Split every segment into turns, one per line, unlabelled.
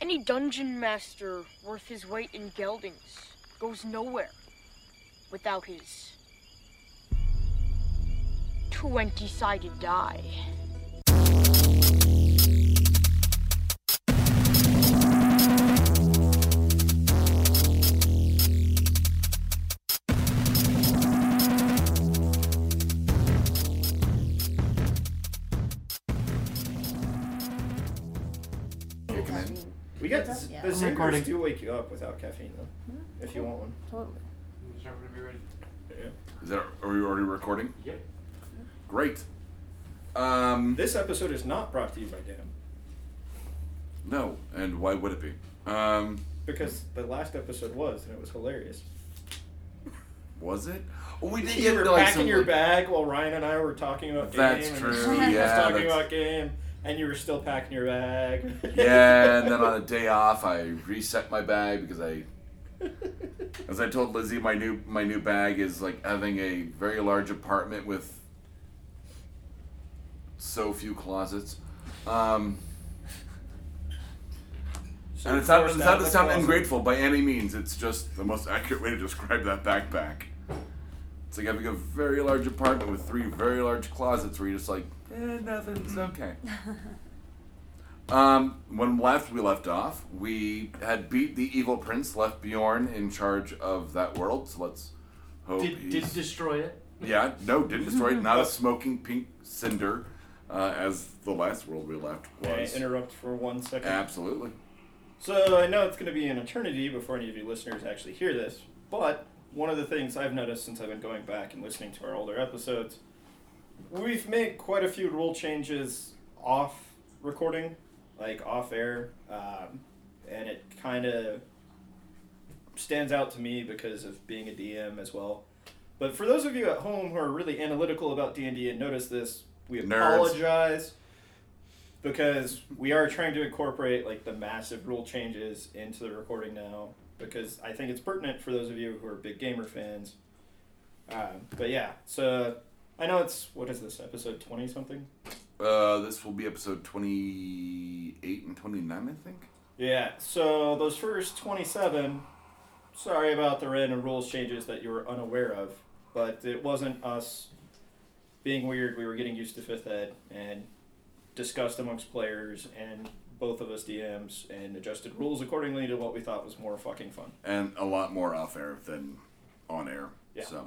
Any dungeon master worth his weight in geldings goes nowhere without his 20 sided die.
Here, come in.
We got
What's up? Yeah.
the
I'm
zingers
recording.
do wake you up without caffeine though, if you want one.
Totally.
Is that, are we already recording?
Yep.
Great. Um,
This episode is not brought to you by Dan
no, and why would it be? Um,
because the last episode was and it was hilarious.
was it? Oh, we did
You
get
were
like
packing
some,
your
like-
bag while Ryan and I were talking about game.
That's
and
true,
Steve was
yeah,
talking
that's-
about game, and you were still packing your bag.
Yeah, and then on a day off, I reset my bag because I, as I told Lizzie, my new my new bag is like having a very large apartment with so few closets. Um,
So
and
you
it's not,
forced
it's
out
not
of
to
the
sound
closet.
ungrateful by any means. It's just the most accurate way to describe that backpack. It's like having a very large apartment with three very large closets where you're just like, eh, nothing's okay. um, when left, we left off. We had beat the evil prince, left Bjorn in charge of that world. So let's hope
Did,
he's
did destroy it.
yeah, no, didn't destroy it. Not a smoking pink cinder, uh, as the last world we left
May I
was.
interrupt for one second?
Absolutely.
So I know it's going to be an eternity before any of you listeners actually hear this, but one of the things I've noticed since I've been going back and listening to our older episodes, we've made quite a few rule changes off recording, like off air, um, and it kind of stands out to me because of being a DM as well. But for those of you at home who are really analytical about D and D and notice this, we
Nerds.
apologize because we are trying to incorporate like the massive rule changes into the recording now because I think it's pertinent for those of you who are big gamer fans. Um, but yeah, so I know it's what is this episode twenty something?
Uh, this will be episode 28 and 29, I think.
Yeah, so those first 27, sorry about the random rules changes that you were unaware of, but it wasn't us being weird. We were getting used to fifth ed and discussed amongst players and both of us DMs and adjusted rules accordingly to what we thought was more fucking fun.
And a lot more off air than on air.
Yeah.
So.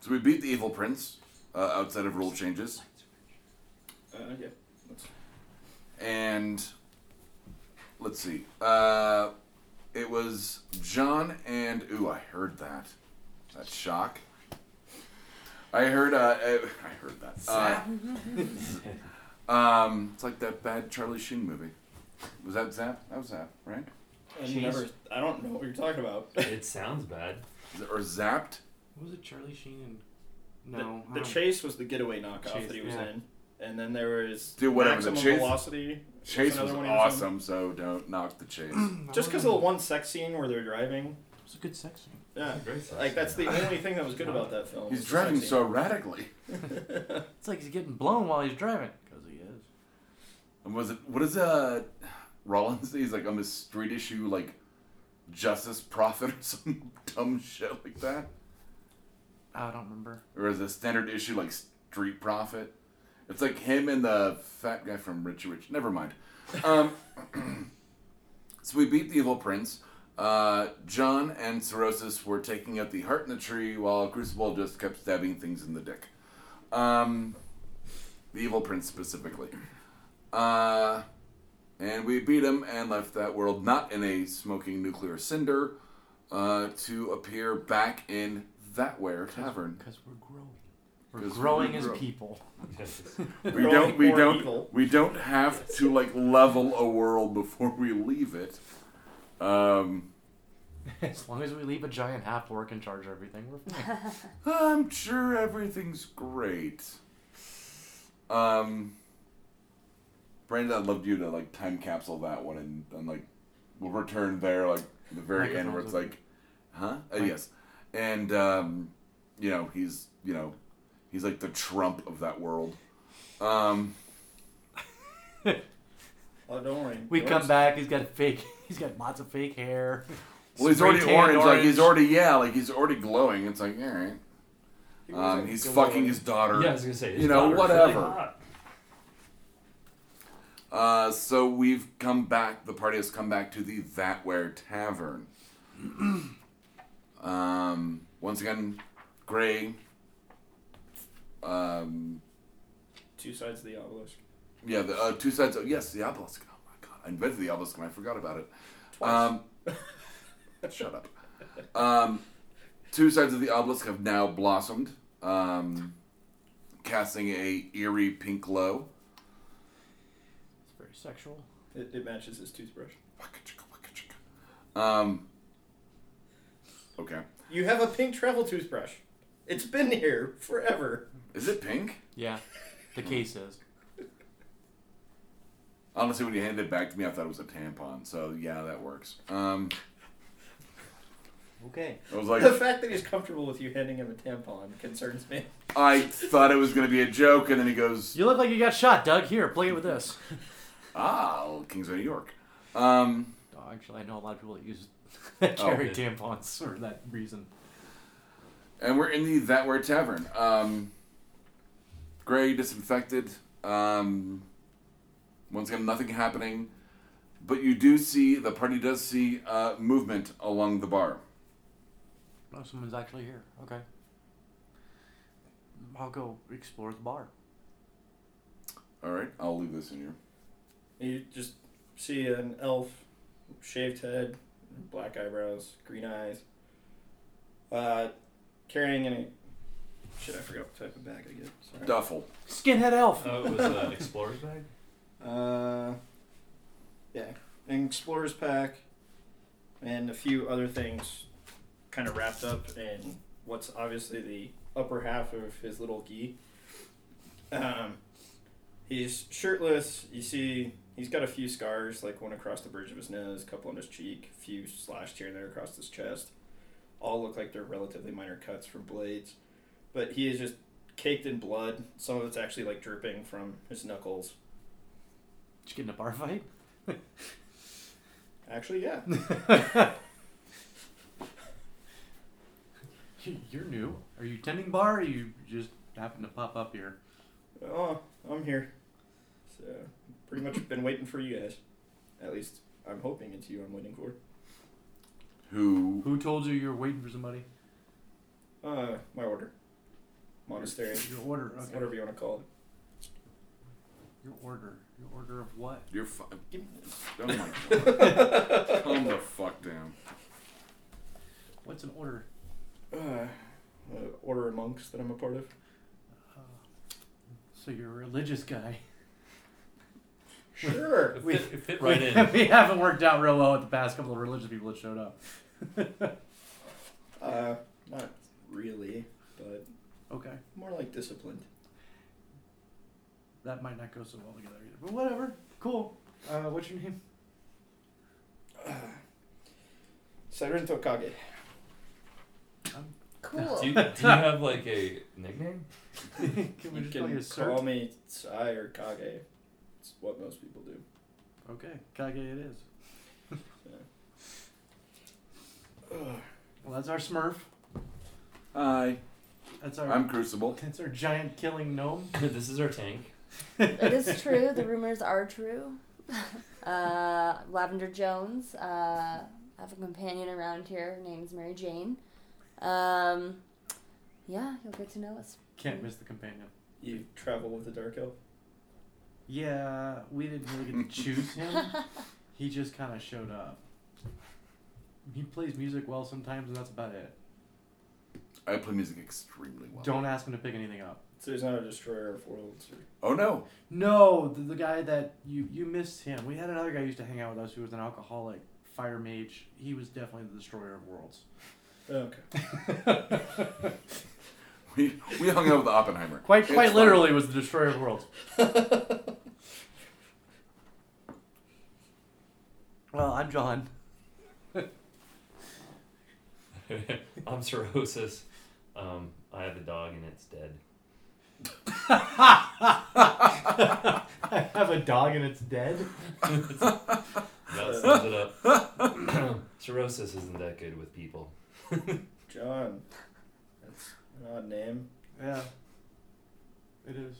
so we beat the evil prince uh, outside of rule changes.
Uh, yeah. That's-
and let's see. Uh, it was John and ooh, I heard that. That shock. I heard. Uh, I I heard that. Uh, um, it's like that bad Charlie Sheen movie. Was that Zap? That was Zap, right?
I
Jeez.
never, I don't know what you're talking about.
It sounds bad.
Is it- Or Zapped?
Was it Charlie Sheen and
The-
no?
the,
I don't-
chase was the getaway knockoff
Chase,
that he was
yeah.
in, and then there was
Dude, whatever, the
maximum
Chase-
velocity. was
Chase
another
was
one he was in.
awesome, so don't knock the chase.
I
Just because of
don't
the
know.
one sex scene where they're driving.
It was a good sex scene.
Yeah.
Great sex
Like, that's the only thing that was good about that film.
He's
was the
driving
sex
so erratically.
scene.
It's like he's getting blown while he's driving. Because he is.
And was it what is uh Rollins? He's like on this street issue like justice prophet or some dumb shit like that,
I don't remember.
or is it standard issue like street prophet? It's like him and the fat guy from Richie Rich. Never mind. Um, so we beat the evil prince. Uh, John and Cirrhosis were taking out the heart in the tree, while Crucible just kept stabbing things in the dick. Um, the evil prince specifically. Uh, and we beat him and left that world not in a smoking nuclear cinder uh, to appear back in that where tavern.
Because we're growing. We're
'Cause we
growing as
grow.
people.
We
Growing
don't we
more
don't
evil.
we don't have to like level a world before we leave it. Um,
as long as we leave a giant half orc in charge of everything, we're fine.
I'm sure everything's great. Um, Brandon, I'd love you to like time capsule that one and, and like we'll return there like the very end where it's like, huh? Uh, yes, and um, you know he's you know he's like the Trump of that world. Um,
Oh, don't worry.
We
Yours-
come back. He's got fake. He's got lots of fake hair.
Well, he's already
Spray-tanned
orange. Like he's already yeah. Like he's already glowing. It's like all right.
He wasn't
Um, he's
good
fucking
looking.
his daughter.
Yeah, I was gonna say. his
you know,
daughter's
whatever.
really hot.
Uh, so we've come back. The party has come back to the Thatware Tavern. um, once again, Gray. Um,
Two sides of the obelisk.
yeah, the uh, two sides. Of, yes, the obelisk. Oh my god, I invented the obelisk and I forgot about it. Um, shut up. Um, two sides of the obelisk have now blossomed, um, casting a eerie pink glow.
It's very sexual.
It, it matches his toothbrush.
Waka-chicka, waka-chicka. Um. Okay.
You have a pink travel toothbrush. It's been here forever.
Is it pink?
Yeah, the case is.
Honestly, when you handed it back to me, I thought it was a tampon. So yeah, that works. Um,
Okay.
I was like,
the fact that he's comfortable with you handing him a tampon concerns me.
I thought it was gonna be a joke, and then he goes,
You look like you got shot, Doug. Here, play it with this.
"Ah, old Kings of New York." Um,
Oh, actually, I know a lot of people that use that
Oh,
carry
good.
tampons for that reason.
and we're in the Thatware Tavern. Um, gray, disinfected. Um, once again, nothing happening, but you do see the party does see uh, movement along the bar.
Oh, someone's actually here. Okay. I'll go explore the bar.
All right, I'll leave this in here.
You just see an elf, shaved head, black eyebrows, green eyes, uh, carrying in a. Shit, I forgot what type of bag I get. Sorry.
Duffel.
Skinhead elf.
Oh, it was uh, explorer's bag.
Uh, yeah, an explorer's pack, and a few other things, kind of wrapped up in what's obviously the upper half of his little gi. Um, he's shirtless. You see, he's got a few scars, like one across the bridge of his nose, a couple on his cheek, a few slashed here and there across his chest. All look like they're relatively minor cuts from blades, but he is just caked in blood. Some of it's actually like dripping from his knuckles.
Did you get in a bar fight?
Actually, yeah.
You- You're new. Are you tending bar or you just happen to pop up here?
oh, I'm here. So, pretty much been waiting for you guys. At least, I'm hoping it's you I'm waiting for.
Who
Who told you you were waiting for somebody?
Uh, my order. Monastery.
Your order. Okay.
Whatever you want to call
Your order. Your order of what?
You're fu-
it.
Oh my god. Calm the fuck down.
What's an order?
Uh, uh, order of monks that I'm a part of.
So you're a religious guy.
Sure.
It
we,
fit, it fit right in.
we haven't worked out real well with the past couple of religious people that showed up.
uh, not really, but
Okay.
more like disciplined.
That might not go so well together either. But whatever. Cool. Uh, what's your name?
Siren Tokage.
Um,
Cool.
Do you, do you have like a nickname?
can we
You
just call you
can
Sir?
call me Sai or Kage. It's what most people do.
Okay. Kage it is. Well, that's our Smurf.
Hi.
That's our.
I'm Crucible.
that's our giant killing gnome.
this is our tank.
it is true. The rumors are true. Uh, Lavender Jones. Uh, I have a companion around here. Her name's Mary Jane. Um, yeah, you'll get to know us.
Can't miss the companion.
You travel with the Dark Elf?
Yeah, we didn't really get to choose him. He just kind of showed up. He plays music well sometimes, and that's about it.
I play music extremely well.
Don't ask him to pick anything up.
So he's not a destroyer of worlds. Or...
Oh no.
No, the, the guy that you you missed him. We had another guy who used to hang out with us who was an alcoholic fire mage. He was definitely the destroyer of worlds.
Okay.
We, we hung out with Oppenheimer.
Quite
It's
quite
fine.
literally was the destroyer of worlds. well, I'm John.
I'm cirrhosis. Um, I have a dog and it's dead.
I have a dog and it's dead.
That sums it up. Cirrhosis isn't that good with people.
John. That's an odd name.
Yeah. It is.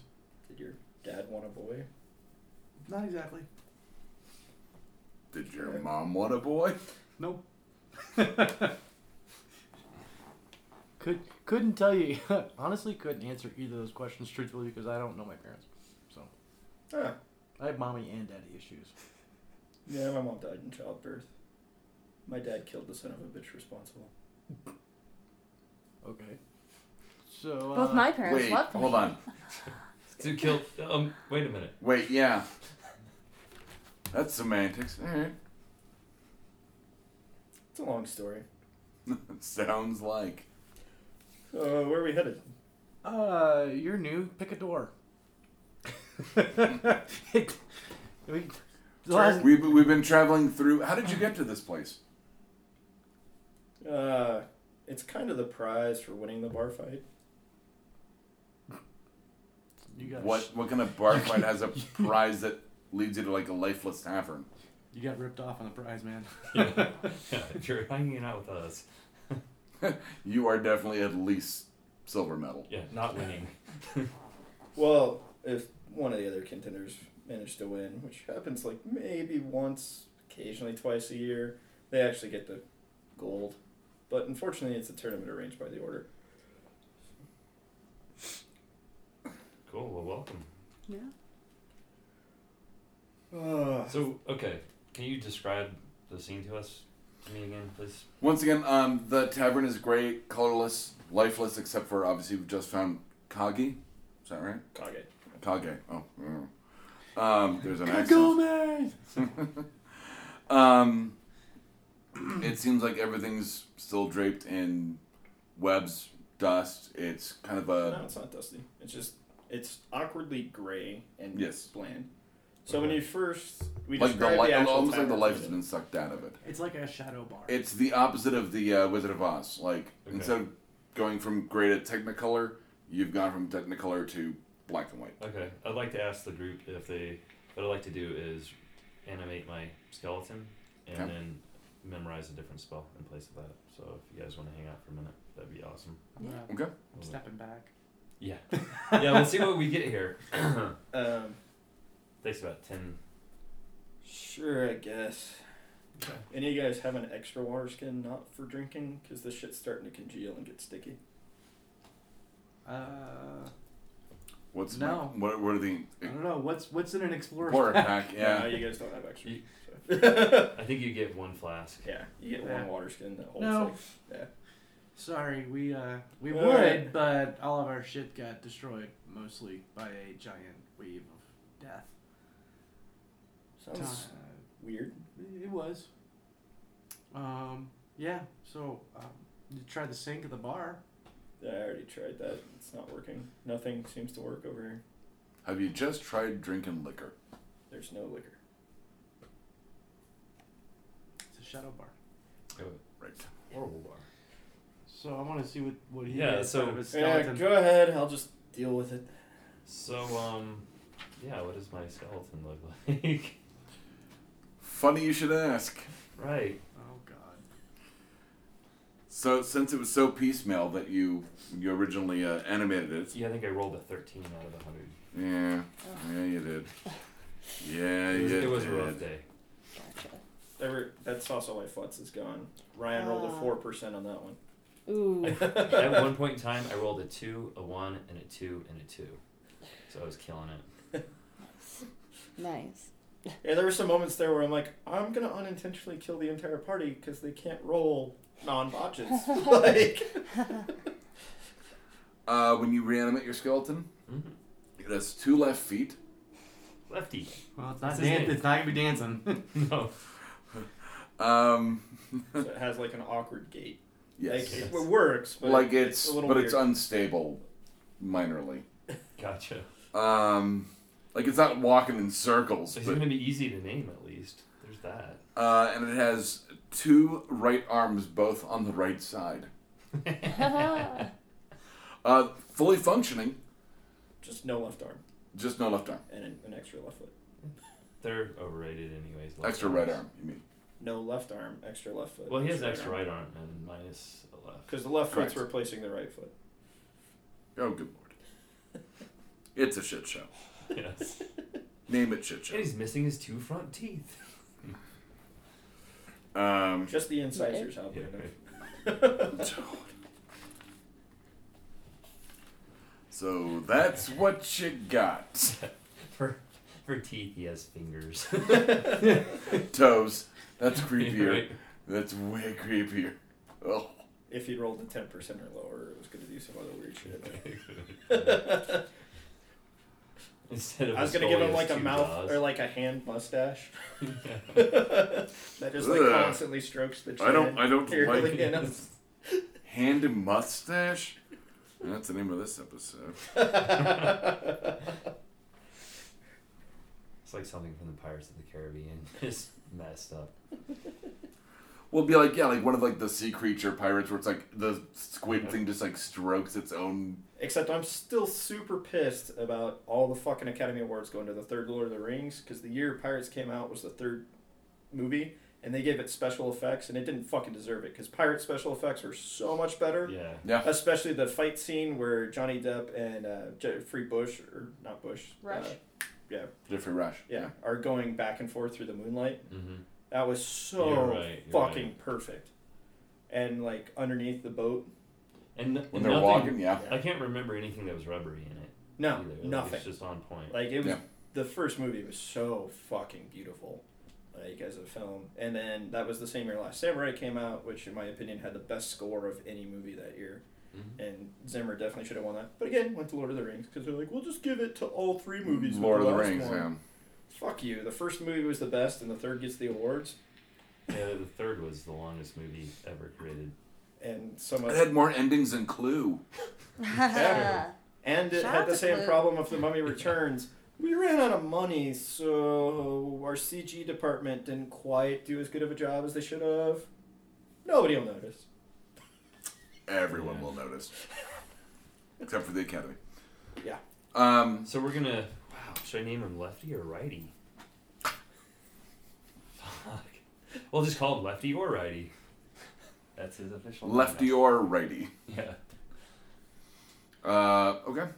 Did your dad want a boy?
Not exactly.
Did your mom want a boy?
Nope. Could couldn't tell you. Honestly, couldn't answer either of those questions truthfully because I don't know my parents. So
Ah,
I have mommy and daddy issues.
yeah, my mom died in childbirth. My dad killed the son of a bitch responsible.
Okay. So
Both
uh,
my parents
Wait,
loved me.
hold on.
To kill. Um, wait a minute.
Wait, yeah. That's semantics. All right.
It's a long story.
Sounds like.
So, where are we headed?
Uh, you're new. Pick a door. It- we- the last-
We've, we've been traveling through. How did you get to this place?
Uh, it's kind of the prize for winning the bar fight.
you got
What what kind of bar fight has a prize that leads you to like a lifeless tavern?
You got ripped off on the prize, man.
Yeah. You're hanging out with us.
You are definitely at least silver medal.
Yeah, not winning.
Well, if one of the other contenders managed to win, which happens like maybe once, occasionally twice a year, they actually get the gold. But unfortunately, it's a tournament arranged by the order.
Cool. Well, welcome.
Yeah.
Uh,
So, okay, can you describe the scene to us, to me again, please?
Once again, um, the tavern is gray, colorless, lifeless, except for obviously we've just found Kagi. Is that right?
Kage.
Kage. Oh. mm. Um, there's an accent.
Gomez.
Um, it seems like everything's still draped in webs, dust. It's kind of
No,
a
it's not dusty. It's just it's awkwardly gray and
Yes.
bland. So when you first we
like the
described
light,
the actual
almost like the
tavern
life has
scene.
been sucked out of it.
It's like a shadow bar.
It's the opposite of the uh, Wizard of Oz. Like
Okay.
instead of going from gray to Technicolor, you've gone from Technicolor to black and white.
Okay, I'd like to ask the group if they. What I'd like to do is animate my skeleton and
Okay.
then memorize a different spell in place of that. So if you guys want to hang out for a minute, that'd be awesome.
Yeah,
Okay.
Uh, I'm stepping back.
Yeah. yeah, let's see what we get here.
Um,
Takes about 10.
sure, I guess.
Okay.
Any of you guys have an extra water skin not for drinking? Because this shit's starting to congeal and get sticky.
Uh,
What's
No.
My, what, what are the
I don't know. What's what's in an explorer?
horror pack?
No,
Yeah.
you guys don't have extra.
You-
so.
I think you get one flask.
yeah, you get
Yeah.
one water skin that holds
No.
like
Sorry, we uh we
All
would,
right.
but all of our shit got destroyed mostly by a giant wave of death.
sounds
Uh,
weird.
it was. Um. Yeah. So, um, you try the sink of the bar.
Yeah, I already tried that. It's not working. Nothing seems to work over here.
Have you just tried drinking liquor?
There's no liquor.
It's a shadow bar.
Right.
Horrible bar.
So I want to see what what he
Yeah,
gets
so-
out of his
Yeah,
skeleton.
go ahead. I'll just deal with it.
So, um, yeah, what does my skeleton look like?
Funny you should ask.
right.
oh God.
So since it was so piecemeal that you you originally uh, animated it,
Yeah, I think I rolled a 13 out of 100.
yeah, yeah, you did. Yeah,
It was,
you
it was a
did.
rough day.
Gotcha.
There were- that's also why Futz is gone. Ryan rolled a
Ah.
four percent on that one.
Ooh.
At one point in time, I rolled a two, a one, and a two, and a two. So I was killing it.
nice.
Yeah, there were some moments there where I'm like, I'm gonna unintentionally kill the entire party because they can't roll non botches. like,
Uh, when you reanimate your skeleton,
Mhm.
it has two left feet,
Lefty.
Well, it's
That's
not
his
dan-
name.
It's not gonna be dancing.
No.
Um,
so it has like an awkward gait.
yes.
Like,
Yes.
it, it works, but
like it's,
a little
but
weird.
it's unstable, minorly.
Gotcha.
Um, like it's not walking in circles,
So he's
but,
going to be easy to name at least. There's that.
uh, and it has two right arms, both on the right side, uh, fully functioning.
Just no left arm
Just no left arm.
and an, an extra left foot.
They're overrated, anyways. left
Extra right
arms.
arm, you mean.
No left arm, extra left foot.
Well, he has extra right arm and minus a left.
Because the left foot's
Correct.
replacing the right foot.
Oh, good lord. It's a shit show.
Yes.
Name it shit
and
show.
he's missing his two front teeth.
Um,
Just the incisors, out
Yeah,
there.
right.
so that's what you got.
For for teeth, he has fingers.
Toes. That's creepier.
Right.
That's way creepier. Oh.
If he rolled a 10% or lower, it was going to do some other weird shit.
Instead of
I was
going
gonna
to
give him like a mouth or like a hand mustache. that just like
Ugh.
constantly strokes the chin.
I don't. I don't
Here,
like
you know?
hand and mustache. That's the name of this episode.
It's like something from the Pirates of the Caribbean. Just messed up.
We'll be like, yeah, like one of like the sea creature pirates, where it's like the squid thing just like strokes its own.
Except I'm still super pissed about all the fucking Academy Awards going to the third Lord of the Rings because the year Pirates came out was the third movie, and they gave it special effects, and it didn't fucking deserve it because Pirate special effects were so much better.
Yeah.
Yeah.
Especially the fight scene where Johnny Depp and uh, Jeffrey Bush, or not Bush,
Rush.
uh, yeah,
Jeffrey Rush.
yeah, are going back and forth through the moonlight.
Mm-hmm.
That was so
You're right, you're
fucking
right.
perfect. And like underneath the boat,
And, and
When they're
nothing-
walking, yeah.
I can't remember anything that was rubbery in it.
no,
either. Like,
nothing.
It's just on point.
Like it was
Yeah.
the first movie was so fucking beautiful, like as a film. And then that was the same year Last Samurai came out, which in my opinion had the best score of any movie that year.
Mhm.
And Zimmer definitely should have won that. But again, went to Lord of the Rings because they're like, we'll just give it to all three movies. with
Lord of the
last
Rings,
one."
man.
Fuck you. The first movie was the best, and the third gets the awards.
Yeah, the third was the longest movie ever created.
And some
It
of
had more endings than Clue.
Yeah. And it
Shout
had
out
the
to
same
Clue.
problem of The Mummy Returns. We ran out of money, so our CG department didn't quite do as good of a job as they should have. Nobody will notice.
Everyone
Yeah.
will notice, except for the Academy.
Yeah.
Um,
So we're gonna. Wow. Should I name him Lefty or Righty? Fuck. We'll just call him Lefty or Righty. That's his official. name
lefty
now.
or righty?
Yeah.
Uh, okay.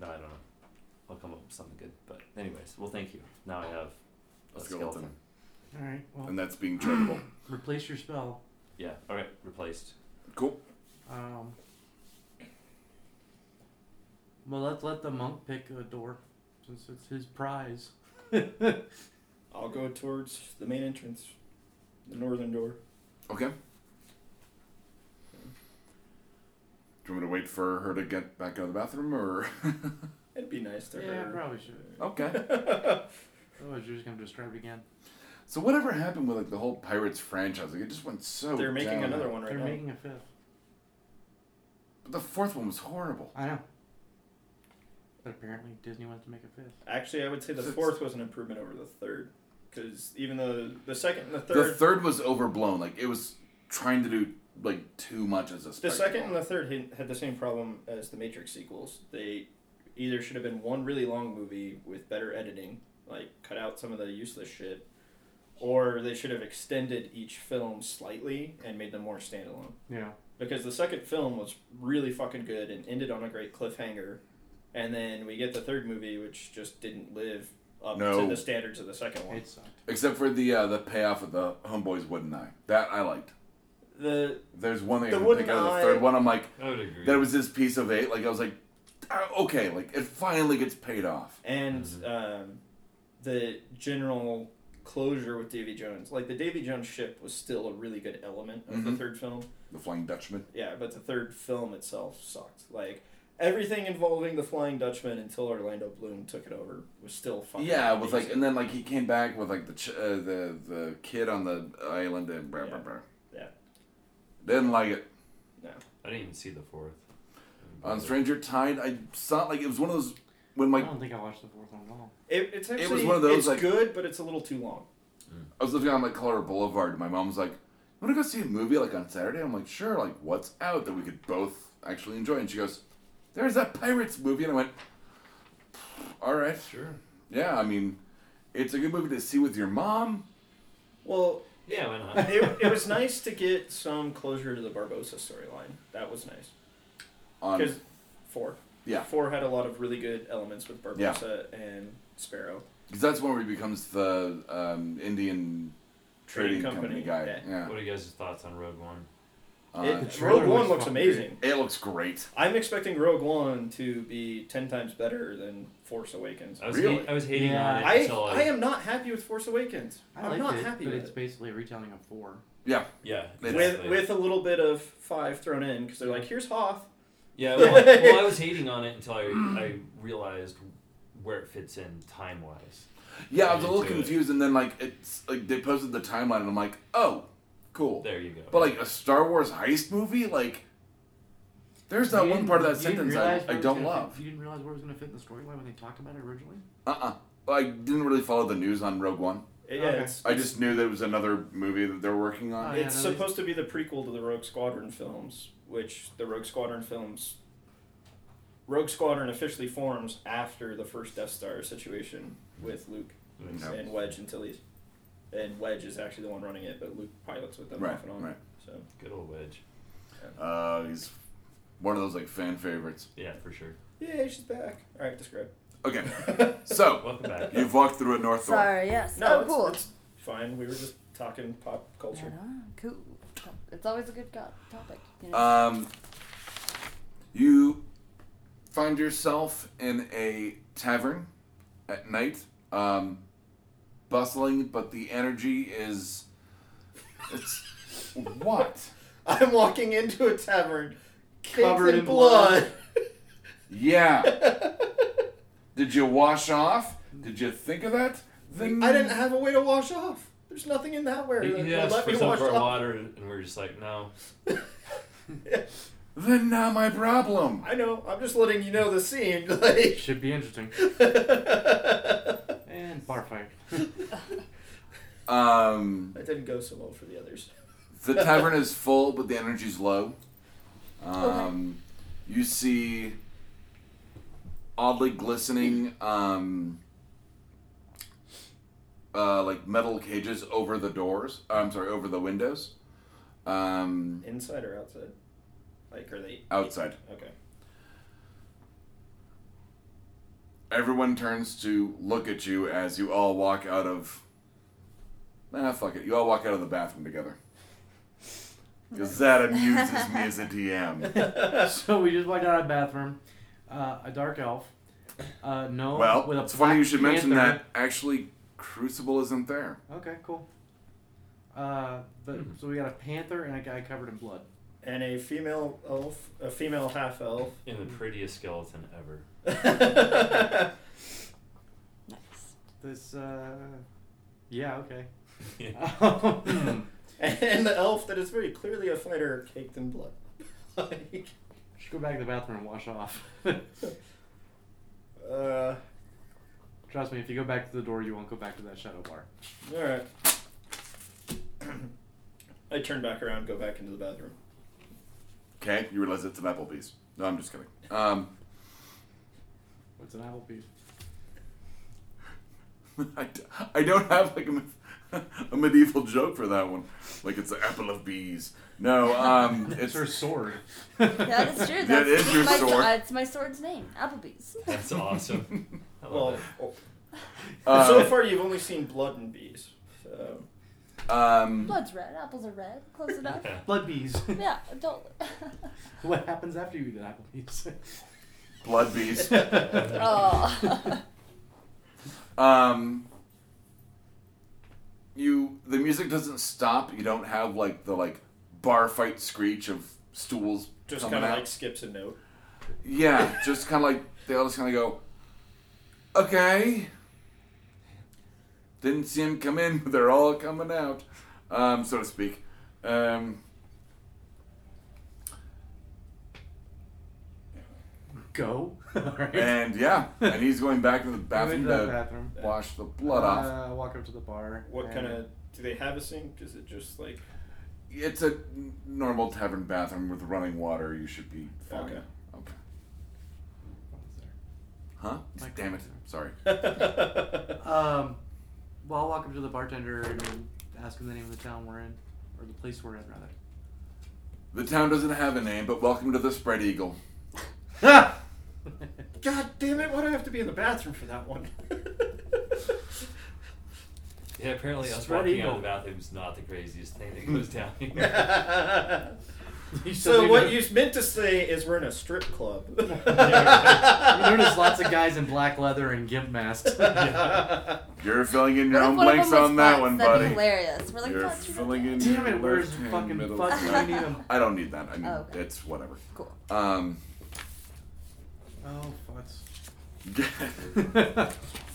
No, I don't know. I'll come up with something good. But anyways, well, thank you. Now I have a
Let's go with
skeleton.
them.
All right. Well,
And that's being charitable.
replace your spell.
Yeah. All right. Replaced.
Cool.
Um. Well, let's let the monk pick a door, since it's his prize.
I'll go towards the main entrance, the northern door.
Okay. Do you want me to wait for her to get back out of the bathroom, or
It'd be nice to
Yeah,
her.
probably should.
okay?
Otherwise, you're just gonna describe it again.
So whatever happened with like the whole Pirates franchise, like it just went so.
They're making
down.
another one right
Oh, They're
now.
making a fifth.
But the fourth one was horrible.
I know. But apparently, Disney wants to make a fifth.
Actually, I would say the
Six.
fourth was an improvement over the third, because even though the second and the third,
The third was overblown. Like it was trying to do like too much as a.
The
Spectacle.
second and the third had- had the same problem as the Matrix sequels. They either should have been one really long movie with better editing, like cut out some of the useless shit, or they should have extended each film slightly and made them more standalone.
Yeah.
Because the second film was really fucking good and ended on a great cliffhanger, and then we get the third movie, which just didn't live up
No.
to the standards of the second one.
It sucked.
Except for the uh, the payoff of the homeboys wouldn't I? That I liked.
The
There's one thing
The
I can
wouldn't
think of. The
I-
third one, I'm like,
I would agree.
that was this piece of eight. Like I was like, ah, okay, like it finally gets paid off.
and
Mm-hmm.
Mhm.
um, the general closure with Davy Jones. Like the Davy Jones ship was still a really good element of the
Mhm.
third film.
The Flying Dutchman.
Yeah, but the third film itself sucked. Like everything involving the Flying Dutchman until Orlando Bloom took it over was still fun.
Yeah, with like, and then like he came back with like the ch- uh, the the kid on the island and blah blah
Yeah.
blah.
Yeah.
Didn't like it.
I didn't even see the fourth.
On Stranger Tide, I saw like it was one of those when like
I don't think I watched the fourth one at all.
it, it's actually
was one of those,
it's
like-
good, but it's a little too long.
I was living on like Colorado Boulevard. And my mom was like, "You want to go see a movie like on Saturday?" I'm like, "Sure." Like, what's out that we could both actually enjoy? And she goes, "There's that pirates movie," and I went, All right.
Sure.
Yeah, I mean, it's a good movie to see with your mom.
Well,
Yeah, why not?
it, it was nice to get some closure to the Barbosa storyline. That was nice.
On
Because four.
Um, Yeah.
Four had a lot of really good elements with Barbosa and Sparrow.
because that's one where he becomes the um, Indian
Trading
trading,
company,
company, guy.
yeah.
Yeah,
What are you guys' thoughts on Rogue One?
Uh,
it,
trailer
Rogue One
was
looks
fucking
amazing.
it looks great.
I'm expecting Rogue One to be ten times better than Force Awakens.
I was
Really?
hate- I was hating on
Yeah.
it
I,
until
I am not happy with Force Awakens.
I
am
liked
not
it,
happy
but
with
it's
it.
basically retelling of four.
Yeah,
Yeah.
With-
exactly.
With with a little bit of five thrown in because they're like, here's Hoth.
Yeah, well, well, I was hating on it until I, I realized where it fits in time wise.
yeah. I was a
Me
little
too.
confused, and then like it's like they posted the timeline, and I'm like, oh, cool.
There you go.
But like a Star Wars heist movie, like there's that
You
one
didn't-
part of that
you didn't
sentence
realize
I,
where
I
it was
don't
gonna fit-
love.
you didn't realize where it was going to fit in the storyline when they talked about it originally?
Uh uh I didn't really follow the news on Rogue One.
Yeah,
Okay.
it's
I just knew there was another movie that they're working on.
Oh, yeah,
it's
no, they-
supposed to be the prequel to the Rogue Squadron films, which the Rogue Squadron films. Rogue Squadron officially forms after the first Death Star situation with Luke
Makes
No.
and Wedge until he's. And Wedge is actually the one running it, but Luke pilots with them
Right,
off and on.
right.
So
Good old Wedge.
Uh, he's one of those like fan favorites.
Yeah, for sure.
yeah, she's back. All right, describe.
Okay, so
Welcome back.
you've walked through a north door.
Sorry, yes.
No,
oh,
it's,
cool.
it's fine. We were just talking pop culture.
Right on. Cool. It's always a good go- topic. You know?
Um, you find yourself in a tavern at night, um, bustling, but the energy is. It's what?
I'm walking into a tavern
Covered in blood.
Yeah. Did you wash off? Did you think of that? Then
I didn't have a way to wash off. There's nothing in that where
He,
that
he
will
asked
let
for
me
some
wash
of our
off.
water, and we are just like, no.
Then not my problem.
I know. I'm just letting you know the scene. Like,
Should be interesting. And bar fight.
Um,
that didn't go so well for the others.
The tavern is full, but the energy's low. Um, You see oddly glistening, um, uh, like metal cages over the doors. uh, I'm sorry, over the windows. Um,
Inside or outside? Like, are they
outside,
Okay.
everyone turns to look at you as you all walk out of. Nah, fuck it. You all walk out of the bathroom together. Because that amuses me as a DM.
so we just walked out of the bathroom. Uh, a dark elf. Uh, no.
Well,
with a
it's funny
black
you should mention
panther.
that. Actually, Crucible isn't there.
Okay, cool. Uh, but so we got a panther and a guy covered in blood.
And a female elf, a female half elf.
In the prettiest skeleton ever.
nice.
This, uh, yeah, okay.
Yeah.
Hmm.
and the elf that is very clearly a fighter caked in blood. like,
should go back to the bathroom and wash off.
uh,
Trust me, if you go back to the door, you won't go back to that shadow bar.
all right. I turn back around, go back into the bathroom.
Okay, you realize it's an Applebee's. No, I'm just kidding. Um,
What's an Applebee's?
I, d- I don't have like a, me- a medieval joke for that one. Like it's the apple of bees. No, um, it's
It's her sword.
Yeah, that's true.
That
That's,
is your
my, uh,
sword.
It's my sword's name, Applebee's.
That's awesome. I love
Well,
it.
oh,
uh,
so far you've only seen blood and bees. So.
um,
Blood's red. Apples are red. Close enough.
Yeah.
Blood bees.
yeah, don't.
what happens after you eat an Applebee's?
blood bees.
oh.
Um, you the music doesn't stop. You don't have like the like bar fight screech of stools
Just
coming
kind of
out.
like skips a note.
Yeah, just kind of like they all just kind of go, okay. Didn't see him come in, but they're all coming out, um, so to speak. Um,
go. Alright.
and yeah, and he's going back to the bathroom
Go into the
to
bathroom.
wash the blood off.
Uh, walk up to the bar.
What
and-
kind of do they have a sink? Is it just like
It's a normal tavern bathroom with running water. You should be fine.
Okay.
Okay.
What was there?
Huh?
Mike-
Damn it. Sorry.
Uh,
Um, well, I'll walk up to the bartender and ask him the name of the town we're in, or the place we're in, rather.
The town doesn't have a name, but welcome to the Spread Eagle.
Ha!
God damn it! Why do I have to be in the bathroom for that one?
Yeah, apparently us
Spread
walking
eagle.
out of the bathroom's not the craziest thing that goes down here.
You
so
said
what
we
you meant to say is we're in a strip club.
know- you notice lots of guys in black leather and gimp masks.
You're filling in your
What if
own
one of
blanks
them was
on that
butts?
one,
That'd
buddy.
Be hilarious. We're like,
You're
"Butts, you're
filling in.
Damn
your
it, where's
left
the
hand
fucking
middle
butts?
finger.
I need 'em.
I don't need that. I mean,
Oh, okay.
it's whatever.
Cool.
Um,
Oh,
get,
fucks.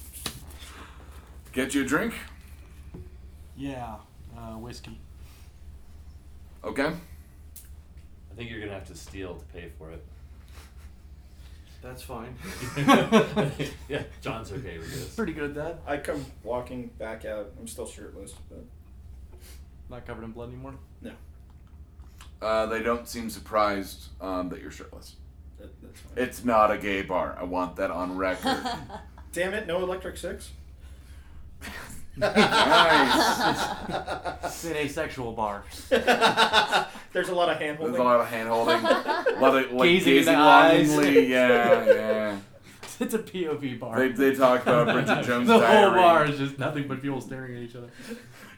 get you a drink,
yeah, uh, whiskey.
okay?
I think you're gonna have to steal to pay for it.
That's fine.
yeah, John's okay with this.
Pretty good at that.
I come walking back out. I'm still shirtless, but
Not covered in blood anymore.
no,
Uh, they don't seem surprised um, that you're shirtless.
that, that's fine.
It's not a gay bar. I want that on record.
Damn it! No electric six.
nice.
It's an asexual bar.
There's a lot of hand
There's
holding.
a lot of hand holding, a lot of like,
Gazing
gazing,
in the eyes.
longingly. Yeah, yeah.
It's a POV bar.
They, they talk about Bridget Jones'
the
diary.
whole bar is just nothing but people staring at each other.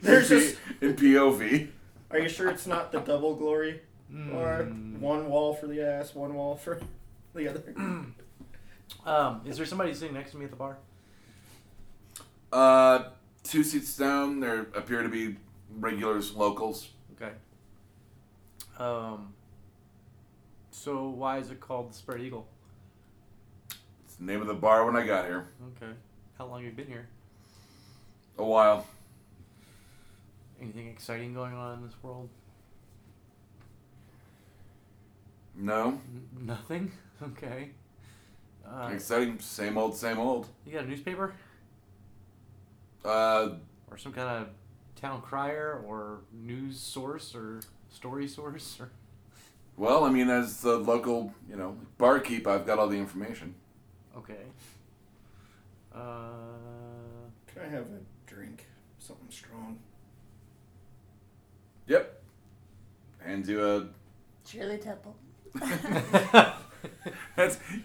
There's
in,
just-
P- in POV.
Are you sure it's not the double glory? Or
Mm.
one wall for the ass, one wall for the other?
Um, is there somebody sitting next to me at the bar?
Uh, two seats down. There appear to be regulars, locals.
Okay. Um. So why is it called the Spread Eagle?
It's the name of the bar when I got here.
Okay. How long have you been here?
A while.
Anything exciting going on in this world?
No.
N- nothing. Okay. Uh,
Exciting. Same old, same old.
you got a newspaper
Uh,
or some kind of town crier or news source or story source or
well, I mean, as the local, you know, barkeep, I've got all the information.
okay. Uh.
Can I have a drink? Something strong.
Yep. Hands you a.
Shirley Temple.
That's.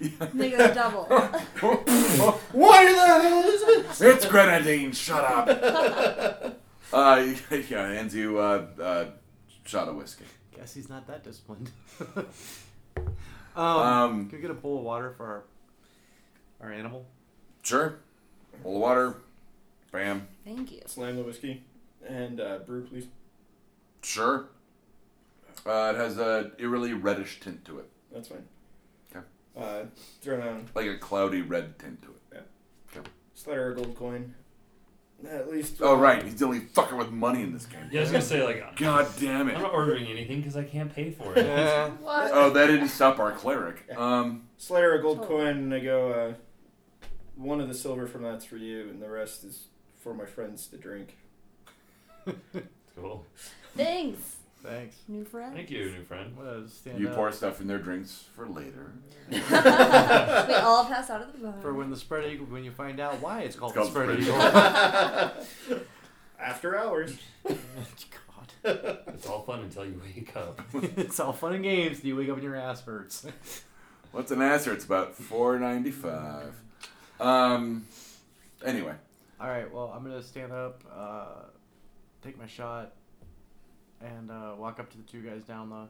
Make it a double.
What the hell is this?
It's grenadine. Shut up. uh, yeah, hands you uh, uh, shot of whiskey.
Guess he's not that disciplined. um,
Um,
can we get a bowl of water for our our animal?
Sure. Bowl of water. Bam.
Thank you.
Slam the whiskey and uh, brew, please.
Sure. Uh, it has a eerily reddish tint to it,
That's fine.
Okay.
Uh, throw down.
like a cloudy red tint to it.
Slide her a gold coin. At least.
Oh right, he's the only fucker with money in this game.
Yeah, I was gonna say like
God damn
I'm
it.
not ordering anything because I can't pay for it.
What?
Oh, that didn't stop our cleric. Um,
Slide her a gold
Oh.
coin and I go, uh, one of the silver from that's for you and the rest is for my friends to drink.
cool.
Thanks,
Thanks.
new friend.
Thank you, new friend.
What a stand
you
up
pour stuff in their drinks for later.
we all pass out of the bar.
for when the spread eagle when you find out why it's called,
It's called
the spread
spread
eagle.
After hours.
God,
It's all fun until you wake up.
it's all fun and games. You wake up and your ass hurts.
What's an answer? It's about four ninety five. Um. Anyway,
all right, well I'm gonna stand up, uh, take my shot, and uh, walk up to the two guys down the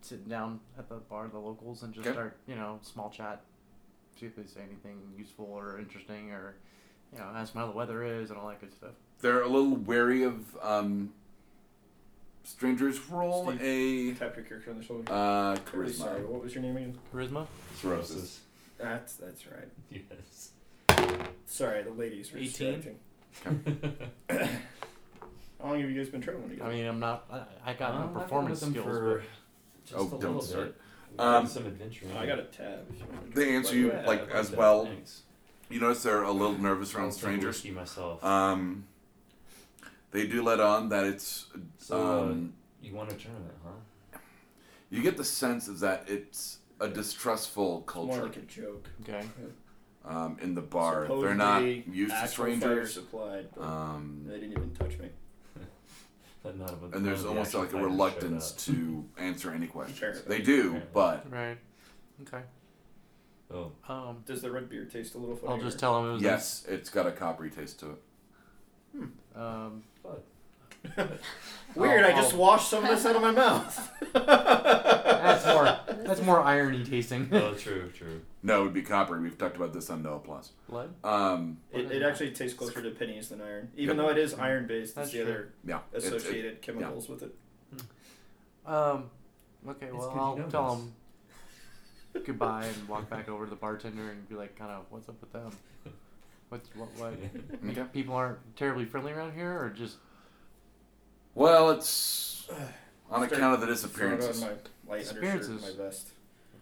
sitting down at the bar, the locals, and just
Okay.
start you know small chat, see if they say anything useful or interesting or. You know, ask them how the weather is and all that good stuff.
they're a little wary of um. Strangers roll
Tap your character on the shoulder.
a uh
Really Sorry,
charisma.
what was your name again?
Charisma?
Cirrhosis.
That's that's right.
Yes.
Sorry, the ladies were
18?
distracting. How long have you guys been traveling together?
I mean, I'm not. I, I got
Um, I've
no
been with
performance
them
skills.
for just
Oh,
a
don't
little
start.
bit. We've had
Um,
some adventure.
I got a tab. if you want to
They
drink,
answer
by
you
the way.
like
I
as
that.
well.
Thanks.
You notice they're a little nervous
I'll
around
take
strangers.
whiskey myself.
Um. They do let on that it's
so uh,
um.
you won a tournament, huh?
You get the sense of that it's a distrustful
It's more
culture.
like a joke.
Okay.
um, in the bar. They're
Supposedly
not used to
actual
strangers.
fire supplied, but
Um,
they didn't even touch me.
But none of them.
and there's
none of the
almost
actual
like a
fighters showed
reluctance
up.
to answer any questions.
Sure.
They do, but
Right. Okay.
Oh,
Um,
Does the red beer taste a little funny?
I'll just tell him it was
yes, it's got a coppery taste to it.
Um,
but
Weird, I
I'll-
just washed some of this out of my mouth.
that's more that's more irony tasting.
oh, true, true.
No, it would be coppery. We've talked about this on Noah Plus.
Blood.
Um,
It, it actually tastes closer to pennies than iron. Even
Yep.
though it is iron based,
That's
it's the
true.
other
yeah, it's- it-
associated chemicals with it.
Um, okay.
It's good
Well,
you
I'll
know
tell
this.
him goodbye and walk back over to the bartender and be like, kind of, what's up with them? What's what what? Like,
Okay.
People aren't terribly friendly around here, or just
Well, it's on
Start
account of the
Throw it on
disappearances.
my light undershirt and
Disappearances.
my vest.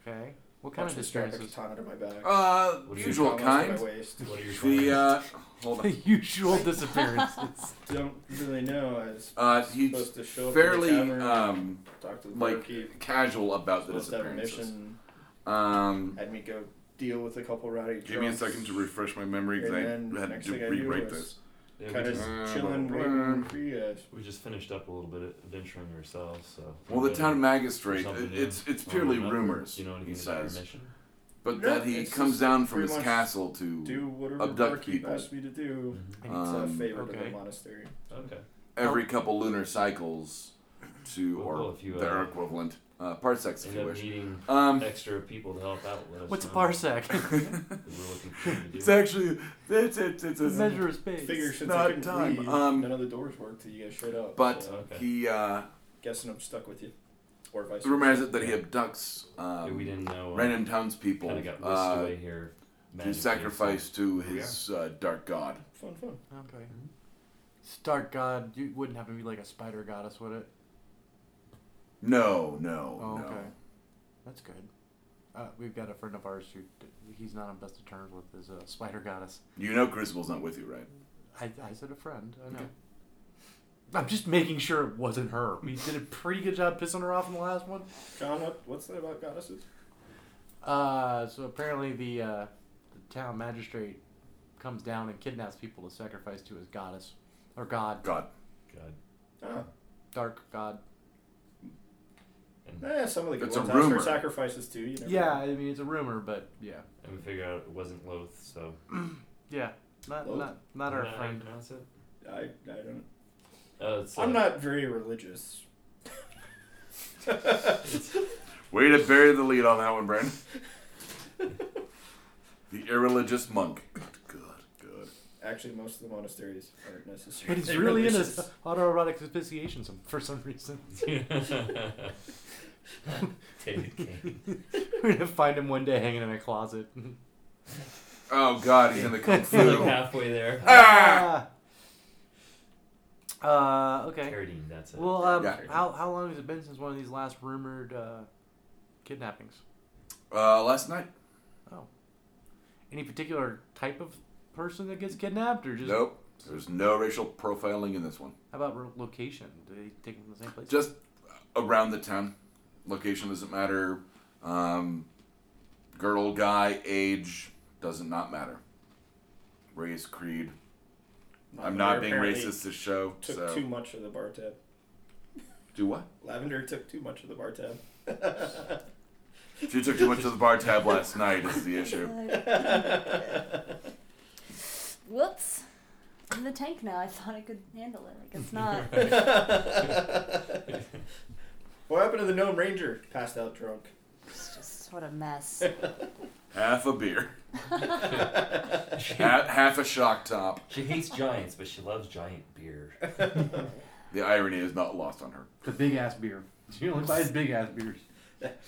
okay. What kind
Watch
of
me strap a
disturbances?
katana to my back.
Uh,
What do you
usual
Almost to my
kind.
waist.
What are your
The
findings?
uh, hold
The
on.
usual disappearances.
Don't really know. I was
Uh,
supposed
he's
to show up
fairly
in the tavern,
um
talk to the
like
barkeep,
casual about the
supposed to have a
disappearances.
mission,
Um,
had me go deal with a couple rowdy
give me a
drunks,
second to refresh my memory
and
because
then
I had
next
to
thing I knew
rewrite
was
this.
Yeah, we
Kind of
just-
chilling, waiting for you guys.
We just finished up a little bit adventuring ourselves. So
Well, the town magistrate,
Something
it-
new.
it's it's purely
Well, we're not-
rumors,
You know,
he
anything about our
says.
mission?
But
No,
that he
it's
comes
just
down from
pretty
his
much
castle to
Do whatever
Abduct
barkeep
people.
asked me to do.
Mm-hmm.
It's a
Um,
favor to
okay.
the monastery.
Okay.
every couple lunar cycles to,
Well,
or
if you, uh,
their equivalent, uh, parsecs if
End
you
up
wish.
needing
Um,
extra people to help out with us.
What's a
uh,
know,
parsec?
'cause We're looking for you to
it's
do.
actually, it's, it's, it's
The
a
measure of space.
Figure since
not
I couldn't
time,
leave,
um,
none of the doors worked till you guys showed up.
But
so
Oh, Okay.
he, uh,
guessing I'm stuck with you, or vice
the rumor
versa.
has it that he abducts
Yeah, we
um,
didn't know. uh,
random townspeople
Kind of got whisked
uh,
away here.
to
magically, so-
sacrifice to
Here we
his uh, dark god.
Fun, fun.
Okay. Stark god, you wouldn't happen to be like a spider goddess, would it?
No, no,
Oh,
no.
okay. That's good. Uh, we've got a friend of ours who d- he's not on best of terms with his uh, spider goddess.
You know Crucible's not with you, right?
I, I said a friend. I know.
Okay.
I'm just making sure it wasn't her. We did a pretty good job pissing her off in the last one.
John, what, what's that about goddesses?
Uh, so apparently the uh, the town magistrate comes down and kidnaps people to sacrifice to his goddess or god,
God.
God.
Ah,
dark god.
And,
eh, some of the good
It's a
ones ask
rumor.
for sacrifices too. You never
Yeah,
know.
I mean it's a rumor, but yeah,
and we figured out it wasn't Loth, so.
yeah, not
Well,
not not our
Is that how you
friend.
pronounce it?
I, I don't.
Oh, it's,
I'm
uh,
not very religious.
Way to bury the lead on that one, Brandon. the irreligious monk. Good, good,
Actually, most of the monasteries aren't necessarily.
But he's really into
religious.
autoerotic asphyxiation some, for some reason.
uh, David Kane.
We're gonna find him one day hanging in a closet.
good. Oh God, he's in the kung
We're like
fu.
halfway there.
ah! Uh, okay.
Paradine, that's it.
Well, um,
Yeah.
how how long has it been since one of these last rumored uh, kidnappings?
Uh, last night?
Any particular type of person that gets kidnapped, or just
Nope. There's no racial profiling in this one.
how about ro- location? Do they take them from the same place?
Just around the town. Location doesn't matter. Um, girl, guy, age doesn't not matter. Race, creed. I'm not
Lavender
being
apparently
racist to show.
Took
so
too much of the bar tab.
do what?
Lavender took too much of the bar tab.
She took too much of the bar tab last night. Is the issue?
Whoops. In the tank now. I thought I could handle it. Like it's not.
What happened to the gnome ranger? Passed out drunk.
It's just what a mess.
Half a beer. half, half a shock top.
She hates giants, but she loves giant beer.
The irony is not lost on her.
the big ass beer. She only buys big ass beers.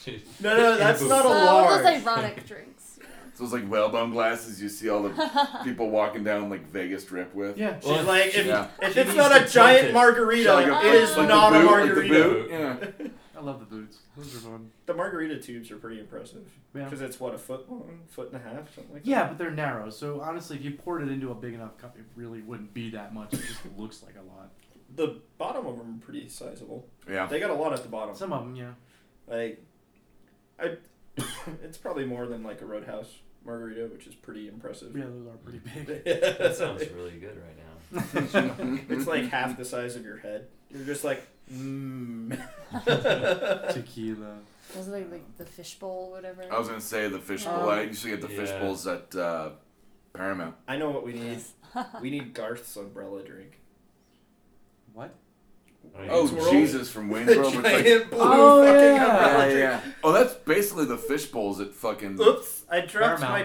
She-
No, no, that's not a
So all those
large.
ironic drinks.
So it's like whalebone glasses you see all the people walking down like Vegas Strip with.
Yeah.
She's like, if,
Yeah.
if
She
it's
needs
not
to
a
tilt
giant
it.
Yeah,
margarita,
like
a-
it is
like the
not a
boot, like the
margarita.
boot. Yeah.
I love the boots. Those are fun.
The margarita tubes are pretty impressive
Yeah.
because it's what a foot long, foot and a half, something like
Yeah, but they're narrow. So honestly, if you poured it into a big enough cup, it really wouldn't be that much. It just looks like a lot.
that. The bottom of them are pretty sizable.
Yeah.
They got a lot at the bottom.
Some of them, yeah.
Like, I, it's probably more than like a roadhouse margarita, which is pretty impressive.
Yeah, those are pretty big.
That sounds really good right now.
it's like half the size of your head. You're just like, mmm.
Tequila.
Those are like, like the fishbowl, whatever.
I was gonna say the
Oh.
fishbowl. I used to get the
Yeah.
fishbowls at uh, Paramount.
I know what we need. We need Garth's umbrella drink.
What?
I mean,
Oh
it's-
Wayne's World.
Jesus, from Wayne's
The
World. Which, like,
giant blue
Oh,
fucking
yeah.
umbrella
yeah,
drink.
yeah. Oh, that's basically the fishbowls at fucking
Oops, I dropped my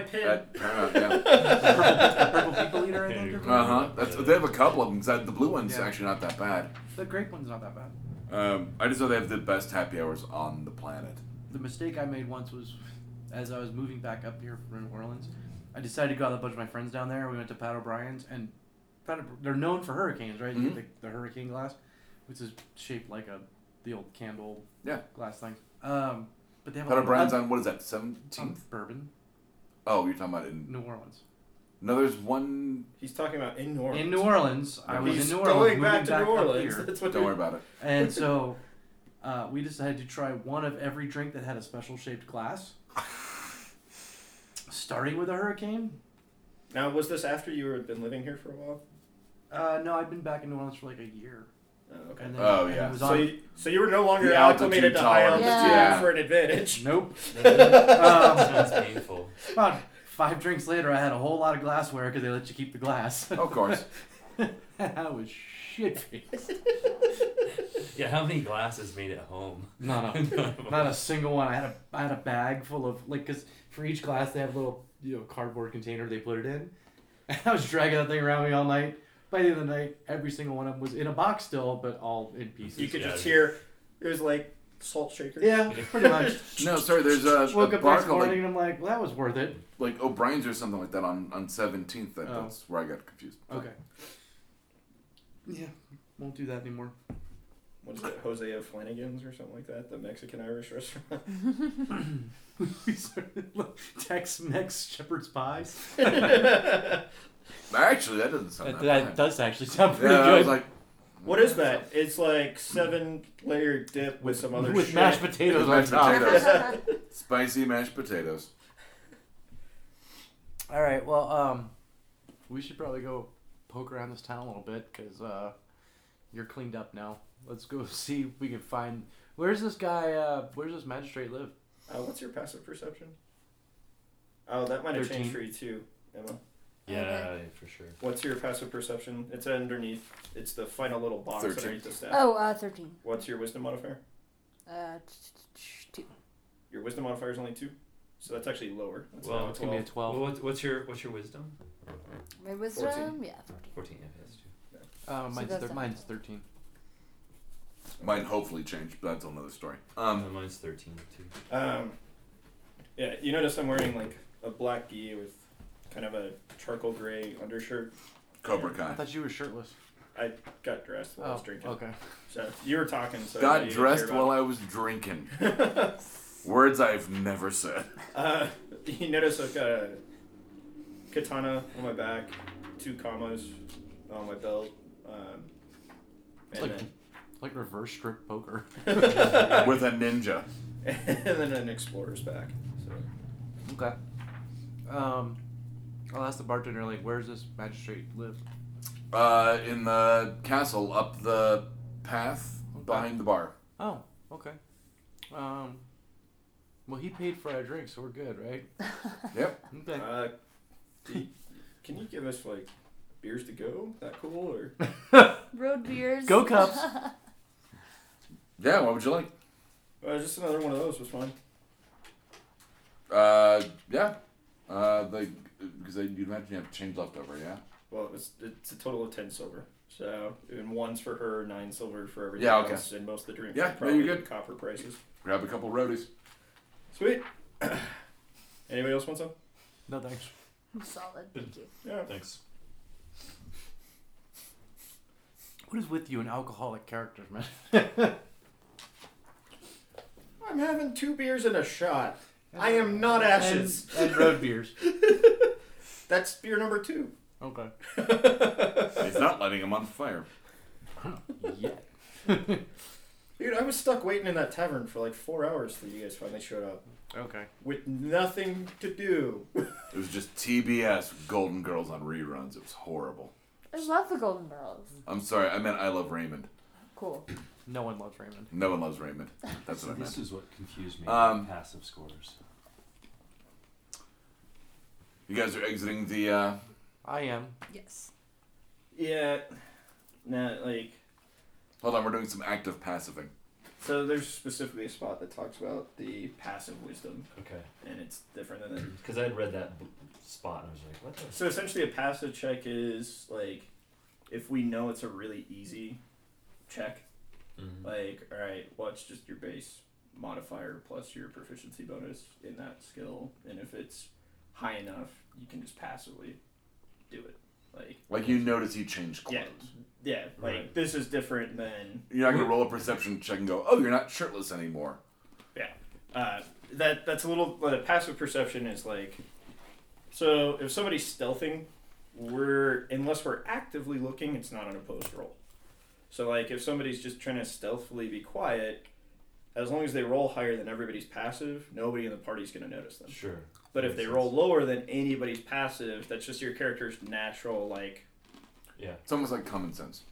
Paramount.
pin.
at Paramount. Yeah.
Purple people eater, I think. or-
Uh huh. That's they have a couple of them. 'cause that- the blue one's
Yeah.
actually not that bad.
The grape one's not that bad.
Um, I just know they have the best happy hours on the planet.
The mistake I made once was, as I was moving back up here from New Orleans, I decided to go out with a bunch of my friends down there. We went to Pat O'Brien's, and Pat, O'B- they're known for hurricanes, right?
Mhm.
The,
Mm-hmm.
the hurricane glass, which is shaped like a the old candle
Yeah.
glass thing. Um, but they have
Pat
a
O'Brien's
on
on what is that?
Um,
Seventeenth.
bourbon,
Oh, you're talking about in.
New Orleans.
No, there's one.
He's talking about in New Orleans.
In New Orleans, I was
He's
in New Orleans,
going back
moving
to New
up
Orleans.
here.
That's what
Don't
we-
worry about it.
And so uh, we decided to try one of every drink that had a special shaped glass. Starting with a hurricane.
Now, was this after you had been living here for a while?
Uh, no, I've been back in New Orleans for like a year.
Oh, okay.
And then,
Oh,
and it
yeah.
was
So
on-
you, so you were no longer
The
acclimated to high
altitude
altitude
tolerance.
Yeah.
for an advantage.
nope.
That sounds painful.
About five drinks later, I had a whole lot of glassware because they let you keep the glass.
Oh, Of course.
I was shit faced.
Yeah, how many glasses made it home?
Not a, not a single one. I had a, I had a bag full of like, cause for each glass they have a little, you know, cardboard container they put it in. And I was dragging that thing around me all night. By the end of the night, every single one of them was in a box still, but all in pieces.
You could
Yeah,
just
dude.
hear it was like salt shaker.
yeah, pretty much.
No, sorry. There's a,
Woke
a
up
bar
next
called
morning and
like,
I'm like, well, that was worth it.
like O'Brien's or something like that on on Seventeenth. That,
Oh.
That's where I got confused.
Okay. Yeah, won't do that anymore.
What is it, Jose of Flanagan's or something like that? The Mexican Irish restaurant.
Tex Mex shepherd's pie.
Actually, that doesn't sound that, bad.
does actually sound
yeah, I was like,
What is that? It's like seven layer dip with some other
with
shit. Uh,
mashed potatoes on
Mashed
top.
potatoes. Spicy mashed potatoes.
All right, well, um, we should probably go poke around this town a little bit because uh, you're cleaned up now. Let's go see if we can find. Where's this guy? Uh, where's this magistrate live?
Uh, what's your passive perception? Oh, that might have changed for you too, Emma.
Yeah,
Okay.
for sure.
What's your passive perception? It's underneath. It's the final little box
Thirteen.
underneath the stat.
Oh, uh, 13.
What's your wisdom modifier?
Uh, t- t- t- two.
Your wisdom modifier is only two, so that's actually lower. That's
Well,
now
Oh, It's gonna be a
12.
Well,
twelve.
what, what's your what's your wisdom?
My wisdom?
Fourteen.
Yeah, 14.
Fourteen. Yeah, that's two.
Uh, mine's,
that's
thir-
not-
mine's thirteen.
Mine hopefully changed, but that's another story. Um,
Uh, mine's thirteen too.
Um, yeah, you notice I'm wearing like a black gi with kind of a charcoal gray undershirt.
Cobra
I
Kai.
thought you were shirtless. Oh,
I got dressed while I was drinking.
okay.
So you were talking. So you
Got
didn't
dressed
hear
while
about
I was drinking. Words I've never said.
it. Uh, you notice I've got a katana on my back, two commas on my belt, um, and,
Like-
then,
Like reverse strip poker.
With a ninja.
and then an explorer's back. So
Okay. Um, I'll ask the bartender, like, where's this magistrate live?
Uh, in the castle, up the path behind the bar.
Oh, okay. Um, well, he paid for our drink, so we're good, right?
Yep.
Okay.
Uh, do you- can you give us like beers to go? That cool or?
Road beers.
Go cups.
Yeah, what would you like?
Uh, just another one of those was fine.
Uh, yeah. Uh, the because you'd imagine you have change left over, yeah?
Well, it's it's a total of ten silver. So and one's for her, nine silver for everything
Yeah, okay.
else, and most of the drinks
Yeah,
are
no,
probably
you're good.
copper prices.
Grab a couple roadies.
Sweet. Anybody else want some?
no thanks.
Solid. Thank you.
Yeah.
Thanks.
What is with you and alcoholic characters, man?
I'm having two beers and a shot. I am not ashes.
And, and road beers.
That's beer number two.
Okay.
He's not lighting him on fire.
Yeah.
Dude, I was stuck waiting in that tavern for like four hours till you guys finally showed up
Okay.
with nothing to do.
It was just TBS Golden Girls on reruns. It was horrible.
I love the Golden Girls.
I'm sorry. I meant I love Raymond.
Cool.
No one loves Raymond.
No one loves Raymond. That's what I meant.
This is what confused me.
Um,
about passive scores.
You guys are exiting the. Uh,
I am.
Yes.
Yeah. Nah, like,
hold on, we're doing some active passiving.
so there's specifically a spot that talks about the passive wisdom,
Okay.
and it's different than the
Because I had read that b- spot and I was like, what the?
So essentially, a passive check is like if we know it's a really easy check,
Mhm.
like, all right, what's just your base modifier plus your proficiency bonus in that skill? And if it's high enough, you can just passively do it. Like,
Like you notice he changed clothes.
yeah, yeah, like
Right.
this is different than
You're not gonna roll a perception check and go, "Oh, you're not shirtless anymore."
uh, that. That's a little uh, passive perception is like so if somebody's stealthing, we're unless we're actively looking, it's not an opposed roll. So like if somebody's just trying to stealthily be quiet, as long as they roll higher than everybody's passive, nobody in the party's gonna notice them.
Sure.
But if
Makes
they
sense.
roll lower than anybody's passive, that's just your character's natural like
Yeah.
It's almost like common sense.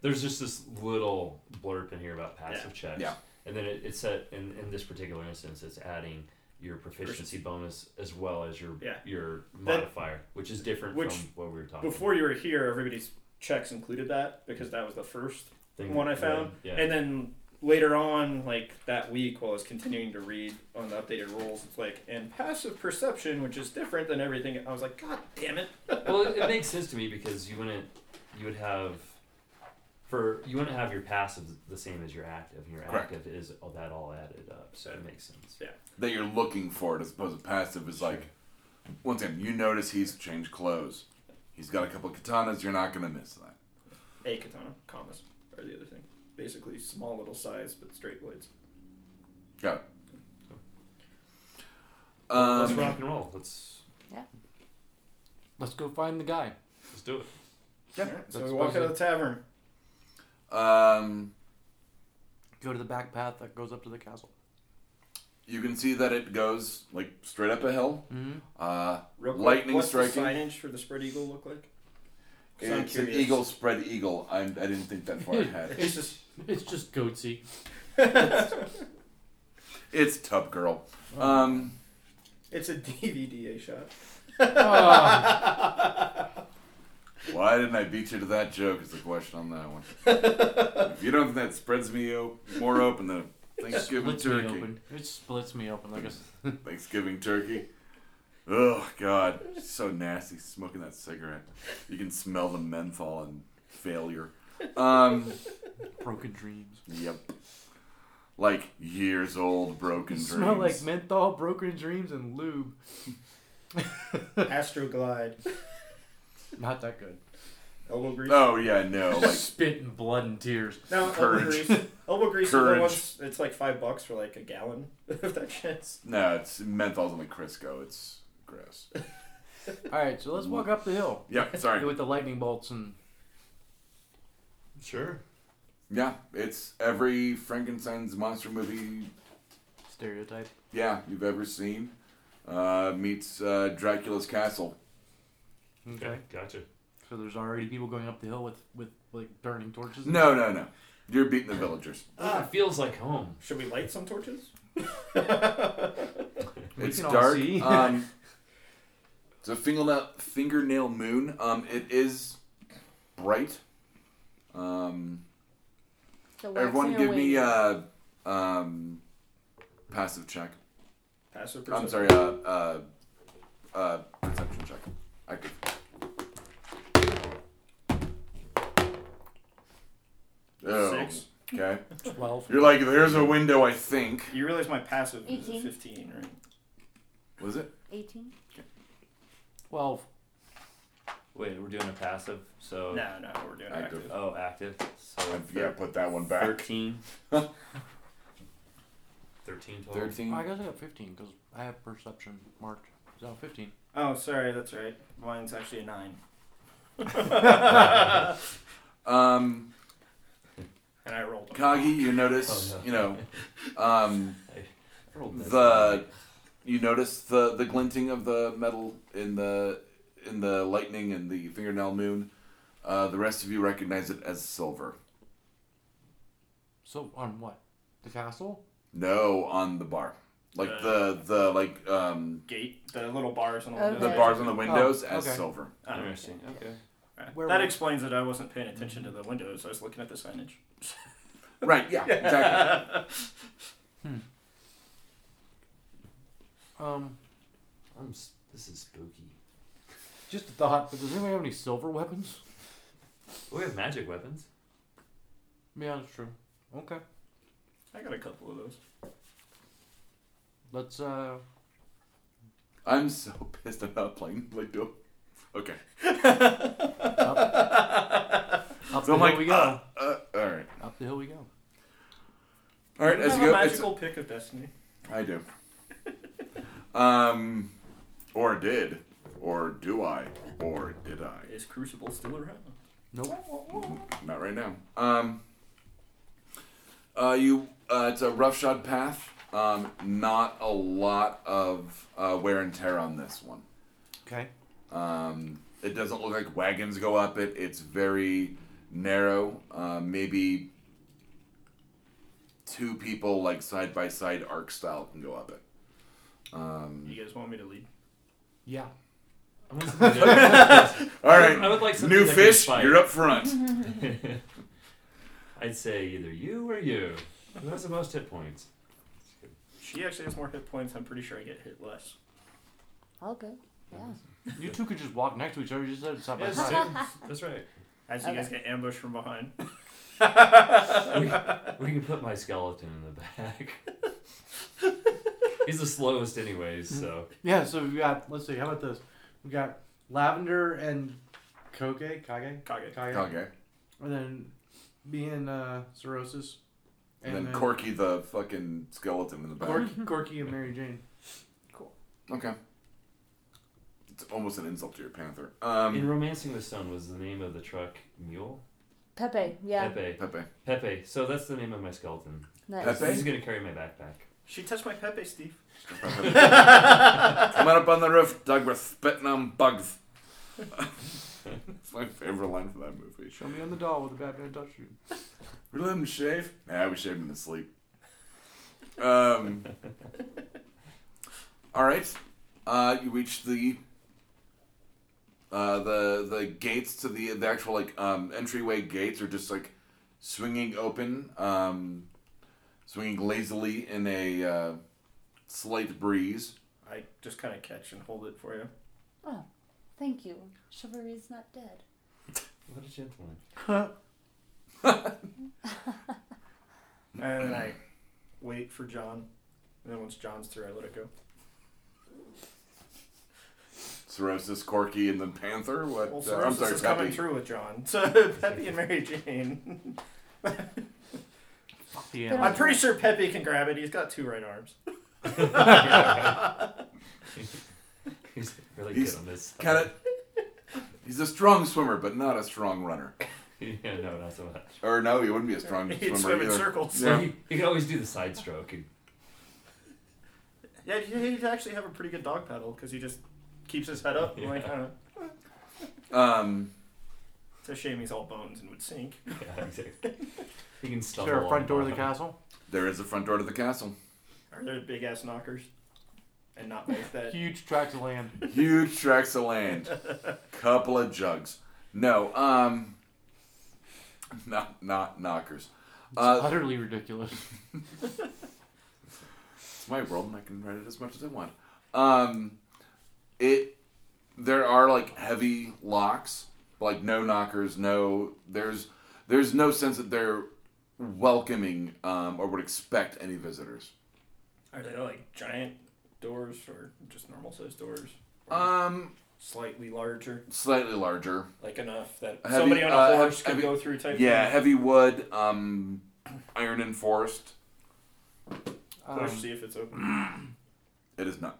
There's just this little blurb in here about passive checks.
Yeah.
And then it, it said in, in this particular instance, it's adding your proficiency bonus as well as your
Yeah.
your modifier, which is different
which-
from what we were talking
before you were here, everybody's checks included that because that was the first
Thing
one I
we read,
found.
Yeah.
And then later on, like that week, while I was continuing to read on the updated rules, it's like, and passive perception, which is different than everything. I was like, God damn it.
well, it, it makes sense to me because you wouldn't you would have for you wouldn't have your passive the same as your active, and your
Correct.
active is all that all added up, so it makes sense.
That you're looking for it as opposed to passive is like, once again, you notice he's changed clothes. He's got a couple of katanas. You're not gonna miss that.
A katana, commas, are the other thing. Basically, small little size, but straight blades.
Got it.
Let's
Um,
rock and roll. Let's
Let's go find the guy.
let's do it.
Alright, so
That's
we walk out of the tavern.
um,
Go to the back path that goes up to the castle.
you can see that it goes like straight up a hill.
Mm-hmm.
Uh,
Real quick,
Lightning
what's
striking.
the signage for the spread eagle look like? 'Cause I'm
it's an
curious.
eagle spread eagle. I'm, I didn't think that far ahead.
It's just
It's just goatsy.
It's Tub Girl. Um,
it's a DVDA shot.
oh,
why didn't I beat you to that joke? Is the question on that one. if you don't think that spreads me o- more open than a Thanksgiving
splits me
turkey,
open. It splits me open like a. s-
Thanksgiving turkey. Oh God, so nasty smoking that cigarette. You can smell the menthol and failure. Um,
Broken dreams.
yep. Like years old broken dreams.
Smell like menthol, broken dreams, and lube.
Astroglide.
Not that good.
Elbow grease.
Oh yeah, no. Like
Spit and blood and tears.
No, elbow
Courage.
grease. Elbow grease is the
Courage.
ones, it's like five bucks for like a gallon of that shit.
no, it's menthol's only Crisco. It's gross.
All right, so let's walk up the hill
Yeah, sorry.
with the lightning bolts and
Sure.
Yeah, it's every Frankenstein's monster movie
stereotype.
yeah you've ever seen uh, meets uh, Dracula's castle.
Okay.
Gotcha.
So there's already people going up the hill with with like burning torches. and-
No, no, no. You're beating the villagers.
it feels like home.
Should we light some torches?
We
it's
can all
dark.
see.
um, it's a fingernail fingernail moon. Um, it is bright. Um,
So waxing
everyone,
or
give me uh,
waning?
a um, passive check.
Passive
I'm
perception.
sorry, uh, uh, uh, perception check. Active. Oh,
Six.
Okay.
Twelve.
You're like, there's a window, I think.
You realize my passive is a
Eighteen.
15, right?
Was it?
18.
Twelve.
Wait, we're doing a passive,
Oh.
so
No, no, we're doing active.
Active.
oh active. So
I yeah, put that one back.
thirteen.
Thirteen total.
13.
Oh, I guess I got fifteen because I have perception marked. So fifteen.
Oh, sorry, that's right. Mine's actually a 9.
Um,
and I rolled. them.
Kagi, you notice,
Oh, no.
you know, um,
I rolled this
the you notice the the glinting of the metal in the in the lightning and the fingernail moon. Uh, the rest of you recognize it as silver.
So on what? The castle?
No, on the bar, like the the like um,
Gate, the little bars on the
Okay.
the
windows.
bars on the windows as
okay.
silver.
Ah,
Interesting. Okay.
alright.
Where
uh, that
were-
explains it. I wasn't paying attention to the windows. I was looking at the signage.
Right? Yeah, exactly.
Um,
I'm, s- this is spooky.
just a thought. But does anyone have any silver weapons?
Oh, we have magic weapons.
Yeah, that's true. Okay.
I got a couple of those.
Let's uh.
I'm so pissed I'm not playing like do. Okay.
Up the
So I'm
hill
like,
we go.
uh, uh, all right,
Up the hill we go.
all right.
You
As
have
you go,
a
it's-
magical pick of destiny.
I do. um, or did, or do I, or did I?
Is Crucible still around?
Nope.
Not right now. Um, uh, you, uh, it's a roughshod path. Um, not a lot of uh, wear and tear on this one.
Okay.
Um, it doesn't look like wagons go up it. It's very narrow. Uh, maybe two people, like side by side, arc style, can go up it.
You guys want me to lead?
Yeah.
I want something different.
All right.
I would like something
New
that can
fish,
fight.
you're up front.
I'd say either you or you. Who has the most hit points?
She actually has more hit points. I'm pretty sure I get hit less.
I'll go. Yeah.
You two could just walk next to each other. You just said side by
Yes,
side.
too. That's right.
As you guys get ambushed from behind.
We can put my skeleton in the back. He's the slowest, anyways. So
Yeah. So we got. Let's see. How about this? We got lavender and Koke, Kage, Kage,
Kage.
Okay.
and then me and uh, Cirrhosis,
And, then, Corky the fucking skeleton in the back.
Corky, Corky and Mary Jane.
Okay. It's almost an insult to your panther.
in
Um,
Romancing the Stone was the name of the truck mule.
Pepe. Yeah.
Pepe.
Pepe.
Pepe. So that's the name of my skeleton.
Nice.
Pepe?
He's gonna carry my backpack.
She touched my Pepe, Steve.
Come on up on the roof, Doug. We're spitting on bugs. it's my favorite line from that movie.
Show me on the doll with the Batman touch you.
We let him shave? Nah, we shaved him to sleep. Um. all right. Uh, you reach the. Uh, the the gates to the the actual like um, entryway gates are just like swinging open, um, swinging lazily in a uh, slight breeze.
I just kind of catch and hold it for you.
Oh, thank you. Chivalry's not dead.
What a gentleman.
And then I wait for John. And then once John's through, I let it go.
Cirrhosis, Corky, and the Panther. What?
Well,
uh, I'm
Cirrhosis
sorry,
is coming
Peppy.
through with John. So Pepe and Mary Jane.
Fuck the
animal.
I'm pretty sure Pepe can grab it. He's got two right arms.
He's really
He's
good on this.
Kind of. He's a strong swimmer, but not a strong runner.
yeah, no, not so much.
Or no, he wouldn't be a strong swimmer
He'd swim in
either.
circles.
Yeah.
He, he could always do the side stroke. And,
Yeah, he- he'd actually have a pretty good dog paddle because he just keeps his head up. and Like, I don't know.
Um,
It's a shame he's all bones and would sink.
yeah, exactly. He can
Is
stumble.
there a front
on
door to the
bottom.
castle?
there is a front door to the castle.
Are there big ass knockers? And not make that.
Huge tracts of land.
Huge tracts of land. Couple of jugs. No, um, not not knockers.
It's
Uh,
utterly ridiculous.
it's my world, and I can write it as much as I want. Um, it there are like heavy locks, like no knockers, no there's there's no sense that they're welcoming um, or would expect any visitors.
Are they like giant doors or just normal sized doors? Or
Um,
slightly larger,
slightly larger.
like enough that
Heavy-
somebody on a
uh,
horse
heavy-
could
heavy-
go through. Type.
Yeah,
Thing.
heavy wood, um, iron enforced.
Um,
Push, see if it's open.
It is not.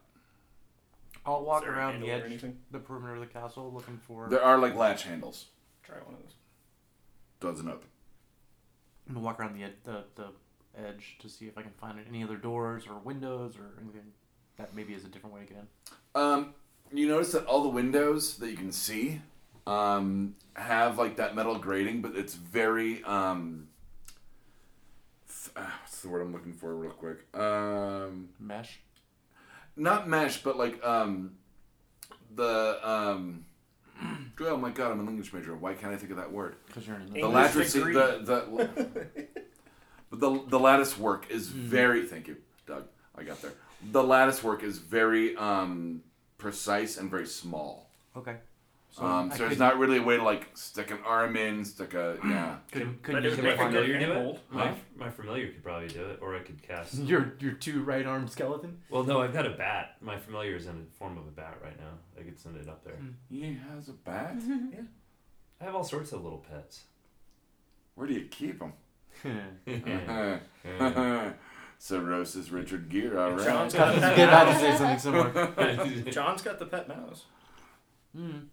I'll walk
Is there a
around
handle
the
or
edge,
anything?
the perimeter of the castle, looking for.
There are like latch handles.
Try one of those.
Doesn't open.
I'm gonna walk around the, ed- the the edge to see if I can find any other doors or windows or anything that maybe is a different way to get in.
Um, you notice that all the windows that you can see um, have like that metal grating, but it's very um, f- ah, what's the word I'm looking for, real quick? Um,
Mesh.
not mesh, but like um, the um, oh my god, I'm an English major. Why can't I think of that word?
Because you're in
The
English
lattice,
degree.
the the, but the the lattice work is very. Thank you, Doug. I got there. The lattice work is very um, precise and very small.
Okay.
Um,
I
so there's
could-
not really a way to like stick an arm in, stick a yeah.
Could-
Could, could
that
you
is
can
make a
find
good-
out-
familiar do it?
hold.
My,
Huh?
my familiar could probably do it, or I could cast.
your your two right arm skeleton?
Well, no, I've got a bat. My familiar is in the form of a bat right now. I could send it up there.
Hmm.
He has a bat.
I have all sorts of little pets.
Where do you keep him?
Yeah.
Cirrhosis Richard Gere, all
John's
right.
got, the
Get out to say something similar.
John's got the pet mouse.
Mm.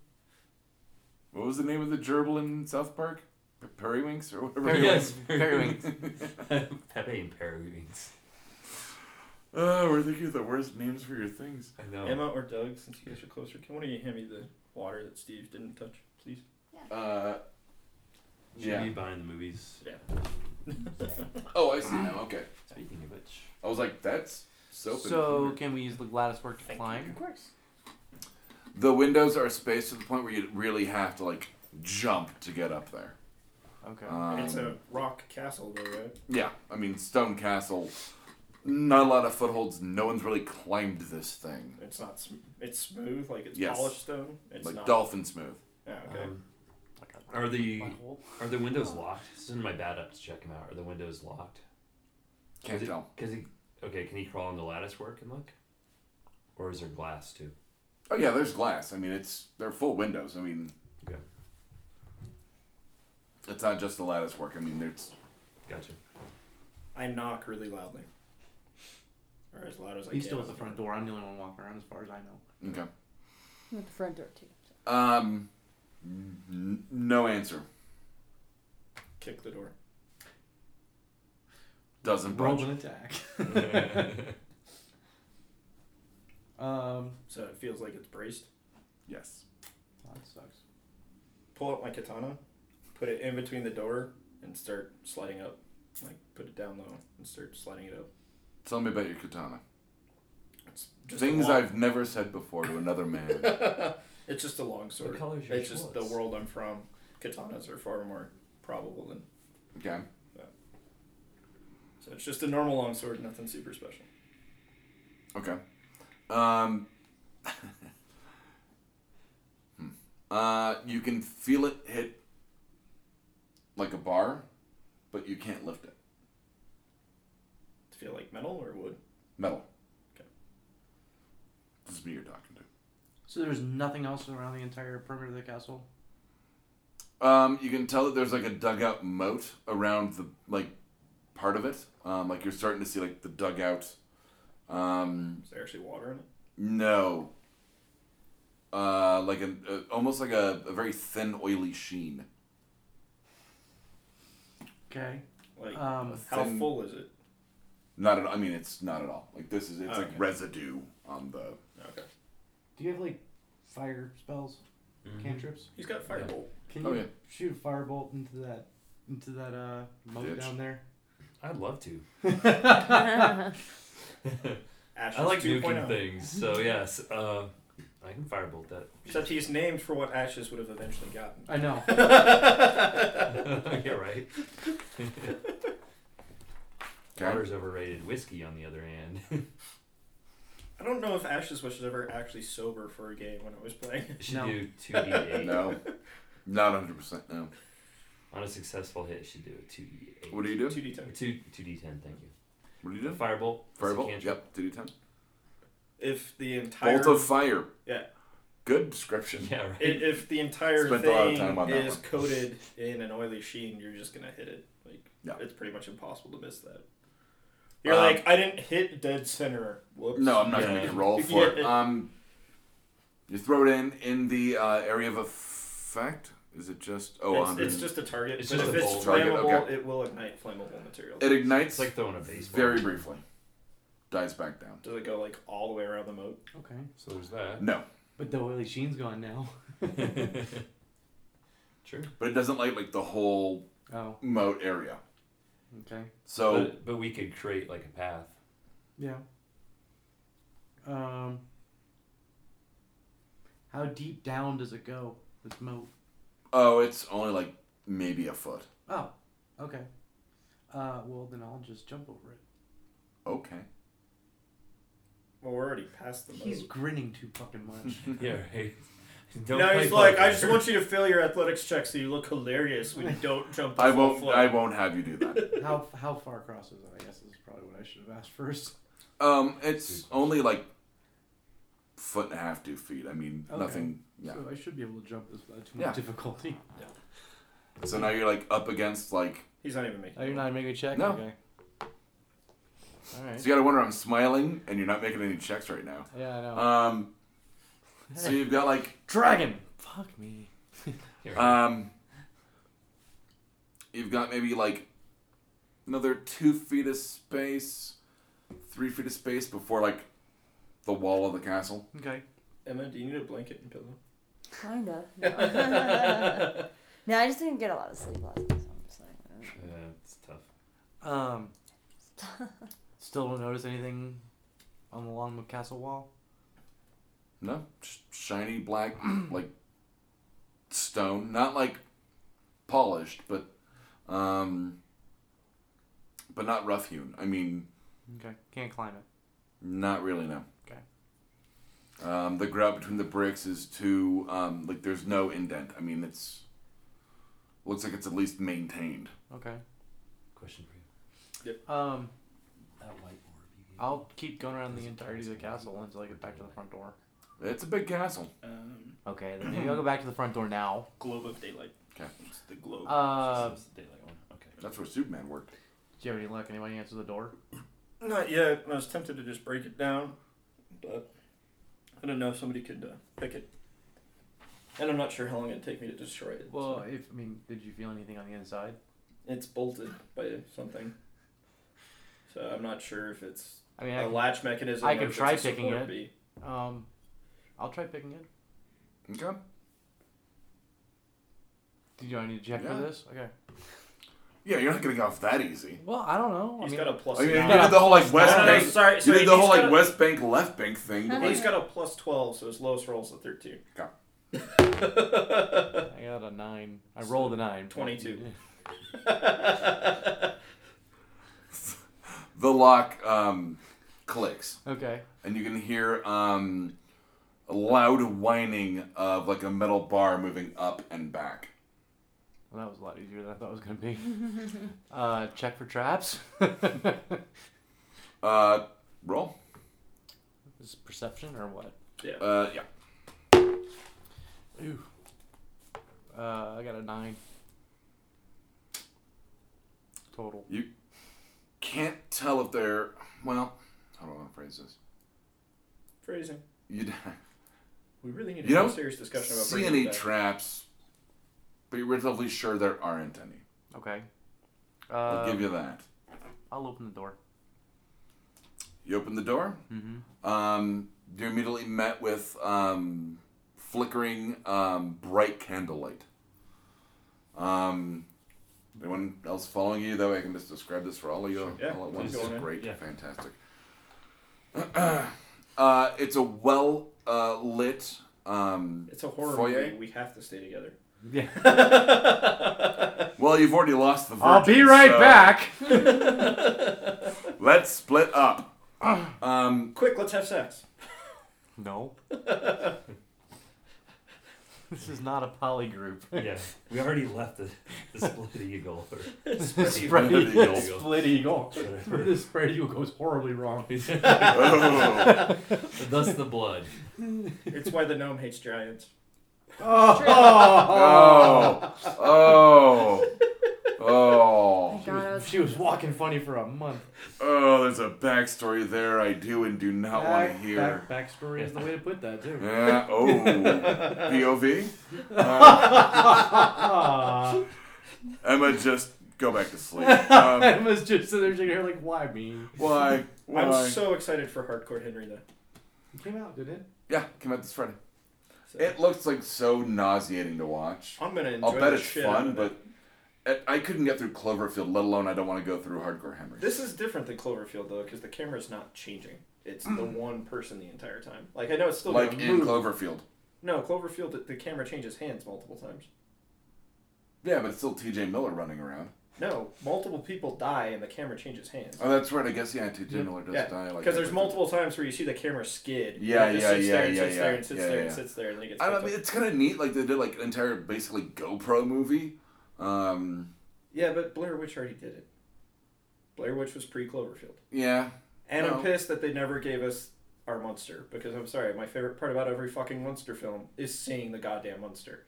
What was the name of the gerbil in South Park? P- Periwinks or whatever. it
Yes.
Periwinks. Periwinks.
Pepe and Periwink's.
was. Oh, we're thinking of the worst names for your things.
I know.
Emma or Doug, since you guys are closer, can one of you hand me the water that Steve didn't touch, please?
Uh,
Should
yeah.
be buying the movies.
Oh, I see now. Okay.
Speaking of which,
I was like, that's soap. and
So
vinegar.
can we use the lattice work to
Thank
climb?
Of course.
the windows are spaced to the point where you really have to like jump to get up there.
Okay.
Um,
it's a rock castle, though, right?
Yeah, I mean stone castle. Not a lot of footholds. No one's really climbed this thing.
It's not. Sm- it's smooth, like it's
Yes.
polished stone. It's
like
not.
dolphin smooth.
Yeah, okay.
um, are the
Butthole.
are the windows locked? Send my bat up to check him out. Are the windows locked?
Can't
Is it-
tell.
Cause he, okay, can he crawl into lattice work and look, or is there glass too?
Oh yeah, there's glass. I mean, it's they're full windows. I mean,
Okay,
it's not just the lattice work. I mean, there's
gotcha.
I knock really loudly, or as loud as I
He's
can.
still at the front door. I'm the only one walking around, as far as I know.
okay.
I'm at the front door too.
Um, n- no answer.
Kick the door.
Doesn't budge.
Roll an attack. um,
So it feels like it's braced.
Yes.
that sucks.
Pull out my katana, put it in between the door, and start sliding up. Like put it down low and start sliding it up.
Tell me about your katana.
It's just a
Things
long-
I've never said before to another man.
It's just a long sword.
color is your
it's just the
swords?
world I'm from. Katanas are far more probable than.
okay.
So it's just a normal long sword, nothing super special.
Okay. Um, hmm. uh, you can feel it hit like a bar, but you can't lift it.
feel like metal or wood.
Metal.
Okay.
This is me you're talking to.
So there's nothing else around the entire perimeter of the castle.
Um, you can tell that there's like a dugout moat around the like part of it. Um, like you're starting to see like the dugout. Um,
Is there actually water in it?
No. Uh, like an uh, almost like a, a very thin, oily sheen.
Okay.
Like,
Uh,
Um,
how
thin-
full is it?
Not at. I mean, it's not at all. Like this is. It's
Okay.
like residue on the.
Okay.
do you have like fire spells,
Mm-hmm.
cantrips?
He's got firebolt.
Can you
Oh, yeah.
shoot a firebolt into that into that uh moat
Ditch.
down there?
I'd love to.
Ashes
I like
2.0.
nuking things, so yes, uh, I can firebolt that.
Except he's named for what Ashes would have eventually gotten.
I know.
yeah, right.
Okay.
Water's overrated. Whiskey, on the other hand,
I don't know if Ashes was ever actually sober for a game when I was playing.
should
No.
do two d eight
No. Not hundred percent. No.
on a successful hit. Should do a two d eight.
What do you do?
2d10.
Two two d ten. Thank you.
What do you do?
Firebolt. is a
Firebolt.
cantrip.
Yep. Did you tell?
If the entire
Bolt of fire.
yeah,
Good description.
Yeah, right.
i- if the entire
Spent a lot of
thing
time on that
is
one.
coated in an oily sheen, you're just gonna hit it. Like
Yeah.
it's pretty much impossible to miss that. You're
Um,
like, I didn't hit dead center. Whoops.
No, I'm not gonna
Yeah.
make a roll for it. Um, you throw it in in the uh, area of effect. Is it just oh
it's,
100?
it's just a target.
It's
but
just
if
a
it's
bolt.
Target,
flammable,
okay.
it will ignite flammable material.
it ignites
It's like throwing a baseball.
very briefly, dies back down.
Does it go like all the way around the moat?
Okay.
So there's that.
No,
But the oily sheen's gone now.
True.
but it doesn't light like the whole
Oh,
moat area.
okay.
So
But, but we could create like a path.
Yeah. Um. How deep down does it go? This moat.
oh, it's only like maybe a foot.
Oh, okay. Uh, well then I'll just jump over it.
Okay.
Well, we're already past the moat.
He's grinning too fucking much.
Mm-hmm.
Yeah, right. Don't
now
play
he's like, I
poker.
just want you to fail your athletics check so you look hilarious when you don't jump. the
I
full
won't.
floor."
I won't have you do that.
how how far across is it? I guess is probably what I should have asked first.
Um, it's only like foot and a half, two feet. I mean,
Okay.
nothing. Yeah.
So I should be able to jump this without too
Yeah.
much difficulty.
So now you're like up against like.
He's not even making.
Oh, you're not making a check.
No.
Okay. All right.
So you gotta wonder. I'm smiling, and you're not making any checks right now.
Yeah, I know.
Um, so you've got like
Uh, Dragon. Fuck me.
Here.
Um, you've got maybe like another two feet of space, three feet of space before like the wall of the castle.
Okay.
Emma, do you need a blanket and pillow?
Kinda. No. no, I just didn't get a lot of sleep last night. So I'm just
Uh,
like,
Yeah, it's tough.
Um. still don't notice anything on the long castle wall.
No, just shiny black like stone, not like polished, but um, but not rough hewn. I mean,
Okay. Can't climb it.
not really. No.
Okay.
Um, the grout between the bricks is too um, like there's no indent. I mean, it's looks like it's at least maintained.
Okay.
Question for you.
Um.
That white orb you gave
I'll keep going around the entirety of the castle until I get back to the front door.
It's a big castle.
Um,
Okay. Then maybe I'll go back to the front door now.
globe of daylight.
'Kay.
It's the globe.
Uh.
It's the daylight one. Okay.
That's where Superman worked.
Do you have any luck? Anybody answer the door?
Not yet. I was tempted to just break it down, but I don't know if somebody could uh, pick it. And I'm not sure how long it'd take me to destroy it.
Well, if I mean, did you feel anything on the inside?
it's bolted by something, so I'm not sure if it's
I mean,
a
I,
latch mechanism.
I
or
could
if it's
try
a
picking
support
it.
Bee.
um, I'll try picking it.
Okay.
Did you I need to check
Yeah.
for this? Okay.
Yeah, you're not gonna get off that easy.
Well, I don't know. I
He's
mean,
got a plus
I mean, you
nine.
got
did the whole like West
No, no, no,
Bank.
uh, sorry,
you
sorry,
did the whole
he's
like
got a-
West Bank, Left Bank thing. but,
He's
like,
got a plus twelve, so his lowest roll is a thirteen.
God.
I got a nine. I rolled a nine.
22.
the lock um, clicks,
Okay.
and you can hear um, a loud whining of like a metal bar moving up and back.
Well, that was a lot easier than I thought it was gonna be. uh, check for traps.
Uh, roll.
Is it perception or what?
Uh, yeah.
Ooh. Uh, I got a nine. Total.
Can't tell if they're well. How do I want to phrase this?
Phrasing.
You'd
We really need
You
to have
don't
a serious discussion about
see
phrasing
any
today.
traps, but you're relatively sure there aren't any.
Okay.
I'll
Uh,
give you that.
I'll open the door.
You open the door.
Mm-hmm.
Um, you're immediately met with um, flickering, um, bright candlelight. Um, anyone else following you? That way I can just describe this for all of you
Yeah,
all at
keep
once. This is
going in.
great.
Yeah.
Fantastic. uh, it's a well uh, lit. Um,
It's a horror
Foyer?
movie. We have to stay together.
Yeah.
well, you've already lost the.
I'll be
virgin,
right
so
back.
Let's split up. Um,
Quick, let's have sex.
No. this is not a poly group.
Yeah. We already left the, the split eagle. Or
Spread
Spread
eagle.
eagle.
Split eagle.
whatever.
this spread eagle goes horribly wrong.
oh.
Thus the blood.
It's why the gnome hates giants.
Oh, oh, oh,
God, I was
She was walking funny for a month.
oh, there's a backstory there I do and do not want to
Back-
hear.
Back, backstory is the way to put that too.
Yeah. Oh. POV. Uh,
Ah,
Emma, just go back to sleep. Um,
Emma's just sitting there shaking her like, why me?
why?
I'm
Why?
so excited for Hardcore Henry though.
It came out, didn't it?
yeah, came out this Friday.
So
It looks like so nauseating to watch.
I'm gonna enjoy
I'll bet
the
it's
shit out
fun,
of
but
it.
I- I couldn't get through Cloverfield, let alone I don't want to go through Hardcore Henry.
this is different than Cloverfield though, because the camera's not changing. It's the one person the entire time. Like I know it's still
Mm. like
gonna
in
move.
Cloverfield.
no Cloverfield, the, the camera changes hands multiple times.
Yeah, but it's still T.J. Miller running around.
No, multiple people die and the camera changes hands.
Oh, that's right. I guess yeah, T.J. Miller does
Yeah,
die. Like
Because there's
every-
multiple times where you see the camera skid. and
Yeah,
it just
yeah,
sits
yeah,
there and
yeah,
sits there
yeah.
and sits
Yeah,
there
yeah,
and
yeah.
sits there and then it gets.
I
picked
don't know,
up.
it's kind of neat. Like they did like an entire basically GoPro movie. Um,
Yeah, but Blair Witch already did it. Blair Witch was pre Cloverfield.
yeah,
And
Oh.
I'm pissed that they never gave us our monster because I'm sorry, my favorite part about every fucking monster film is seeing the goddamn monster.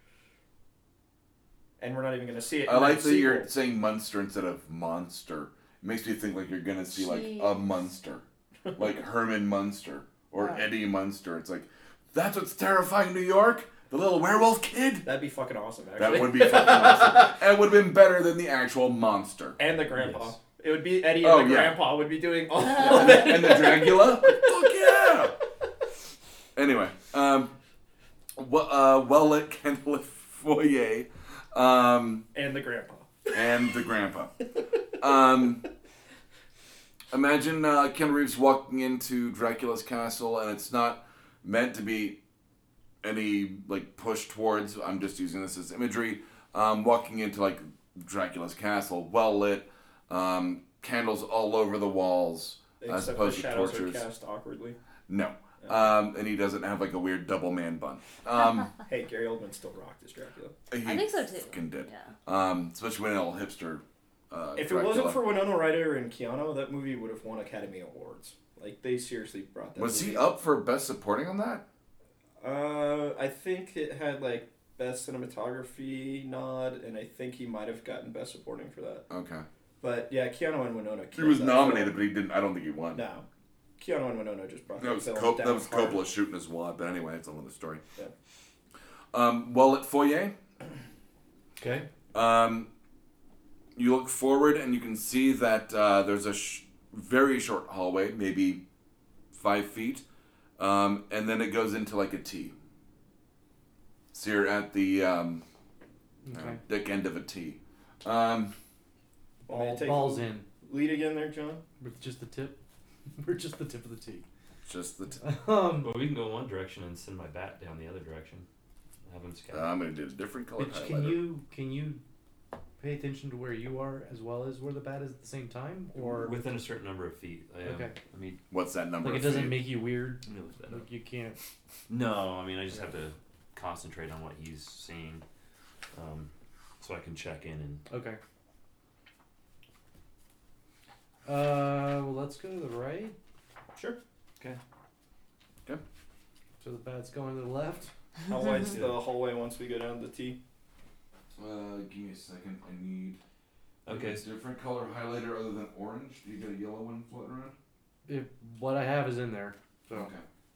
And we're not even gonna see it.
I
in
like that you're
sequel.
saying monster instead of monster. It makes me think like you're gonna see like a
Jeez.
monster, like Herman Munster or
Right.
Eddie Munster. It's like that's what's terrifying New York. The little werewolf kid.
That'd be fucking awesome. Actually,
That would be fucking awesome. That would have been better than the actual monster.
and the grandpa.
Yes.
It would be Eddie and
Oh,
the
yeah.
grandpa would be doing all of
and,
it.
the, and the Dracula. Fuck yeah. Anyway, um, well, uh, well lit candlelit foyer, um,
And the grandpa.
and the grandpa. Um, imagine uh, Ken Reeves walking into Dracula's castle, and it's not meant to be any like push towards. I'm just using this as imagery. Um, walking into like Dracula's castle, well lit, um, candles all over the walls,
Except
as
the
opposed to
shadows
torches.
are cast awkwardly.
No. Um, and he doesn't have like a weird double man bun. Um,
Hey, Gary Oldman still rocked as Dracula.
he
I think so too.
Fucking did.
Yeah.
Um, especially when an old hipster. Uh,
If it
Dracula-
wasn't for Winona Ryder and Keanu, that movie would have won Academy Awards. Like they seriously brought that.
Was he
movie.
up for best supporting on that?
Uh, I think it had like best cinematography nod, and I think he might have gotten best supporting for that.
Okay.
But yeah, Keanu and Winona.
He
killed
was
that
nominated,
film.
but he didn't. I don't think he won.
No, Keanu and Winona just brought
That was,
film
Cop-
down
that was
hard.
Coppola shooting his wad, but anyway, it's another story.
Yeah.
Um, well, at Foyer,
Okay.
um, you look forward and you can see that uh, there's a sh- very short hallway, maybe five feet, um, and then it goes into like a T. So you're at the um,
Okay.
uh, dick end of a T.
Want
Um,
me
Ball,
to take
balls in.
lead again there, John.
With just the tip. We're just the tip of the T.
just the. T-
Um,
Well, we can go one direction and send my bat down the other direction. Have him scout.
uh, I'm gonna do a different color.
Mitch, can
highlighter.
you can you pay attention to where you are as well as where the bat is at the same time, or
Within a certain number of feet. I, uh,
Okay.
I mean,
What's that number?
like it
of
doesn't
feet?
make you weird?
let me look that up.
Like you can't.
No, I mean I just have to concentrate on what he's seeing, um, so I can check in and
Okay. Uh, well, let's go to the right.
Sure.
So the bat's going to the left.
How wide's the hallway once we go down the T?
Uh, give me a second. I need.
Okay.
a different color highlighter other than orange. Do you get a yellow one floating around?
If what I have is in there, so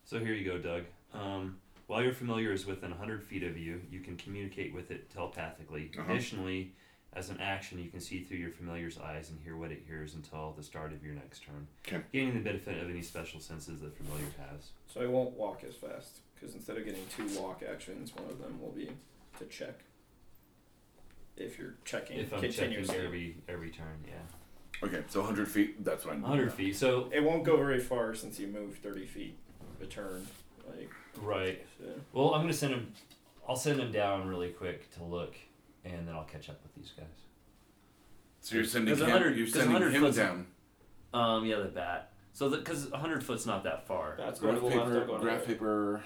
So here you go, Doug. Um, while your familiar is within 100 feet of you, you can communicate with it telepathically.
Uh-huh.
Additionally, as an action, you can see through your familiar's eyes and hear what it hears until the start of your next turn,
'Kay.
gaining the benefit of any special senses the familiar has.
So I won't walk as fast because instead of getting two walk actions, one of them will be to check. If you're checking
If I'm checking
continuously,
every every turn, yeah,
Okay, so 100 feet. That's what I'm.
100 feet. So
it won't go very far since you move thirty feet a turn. Like
right.
so.
Well, I'm gonna send him. I'll send him down really quick to look, and then I'll catch up with these guys.
So you're sending
'Cause
him.
100
you're
'cause
sending
100
him
foot's-
down.
Um, yeah, the bat. So because 100 foot's not that far.
That's going
Graph
to the left.
paper.
I'm going to the
Graph
right.
paper.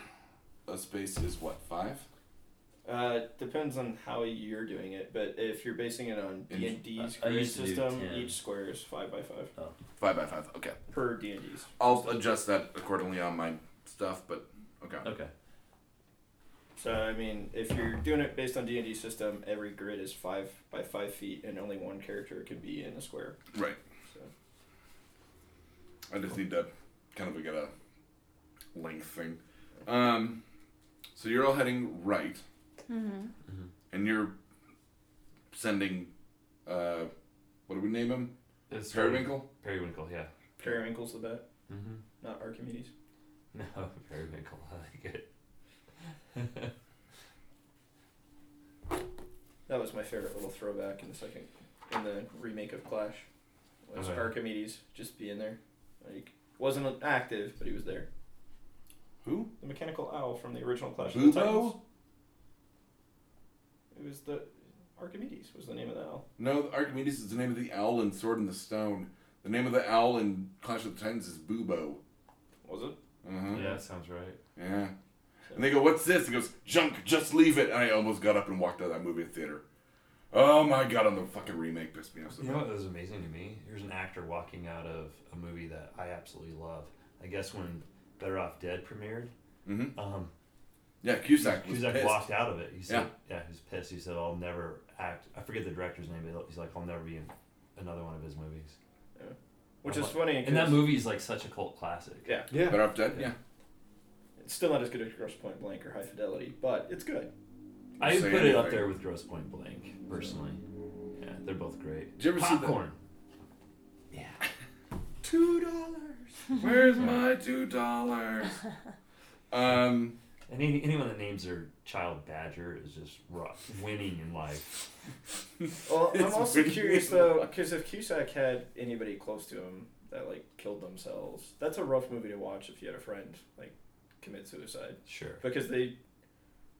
A space is what five?
Uh, depends on how you're doing it, but if you're basing it on D and D's
I
grid
used to do
system,
10.
each square is five by five
Five by five. Okay.
per D and D's.
I'll adjust that accordingly on my stuff, but okay.
Okay.
So I mean, if you're doing it based on D and D system, every grid is five by five feet, and only one character can be in a square.
Right.
So
I just need to kind of get a length thing. Um, so you're all heading right,
Mm-hmm.
and you're sending. Uh, what do we name him?
It's
Periwinkle.
Periwinkle, yeah.
Periwinkle's the bet,
Mm-hmm.
not Archimedes.
No, periwinkle. I like it.
That was my favorite little throwback in the second, in the remake of Clash. Was
Okay.
Archimedes just being there, like wasn't active, but he was there.
Who?
The mechanical owl from the original Clash of the Titans.
Bubo?
It was the Archimedes was the name of the owl.
No, Archimedes is the name of the owl in Sword in the Stone. The name of the owl in Clash of the Titans is Bubo.
Was
Oh
it?
Uh-huh.
Yeah, that sounds right.
Yeah. And they go, "What's this?" He goes, "Junk, just leave it." And I almost got up and walked out of that movie theater. Oh my god! And the fucking remake pissed me off so
You know
bad.
what was amazing to me? Here's an actor walking out of a movie that I absolutely love. I guess when Better Off Dead premiered,
Mhm.
um,
Yeah, Cusack was
Cusack
pissed.
walked out of it. He said, yeah. he was pissed. He said, I'll never act. I forget the director's name, but he's like, I'll never be in another one of his movies.
Which
I'm
is
like-
funny.
And that
'cause
movie is like such a cult classic.
Yeah.
Yeah.
Better off dead.
Yeah.
Yeah.
It's still not as good as Gross Point Blank or High Fidelity, but it's good.
I would
Say
put it up
anything.
there with Gross Point Blank, personally. Yeah, they're both great.
Did you ever see the-
Popcorn. Yeah.
Two dollars. Where's my two dollars? um.
And any, anyone that names their child Badger is just rough, winning in life.
Well, I'm
It's
also
really
curious
weird.
though, because if Cusack had anybody close to him that like killed themselves, that's a rough movie to watch if you had a friend like commit suicide
Sure.
because they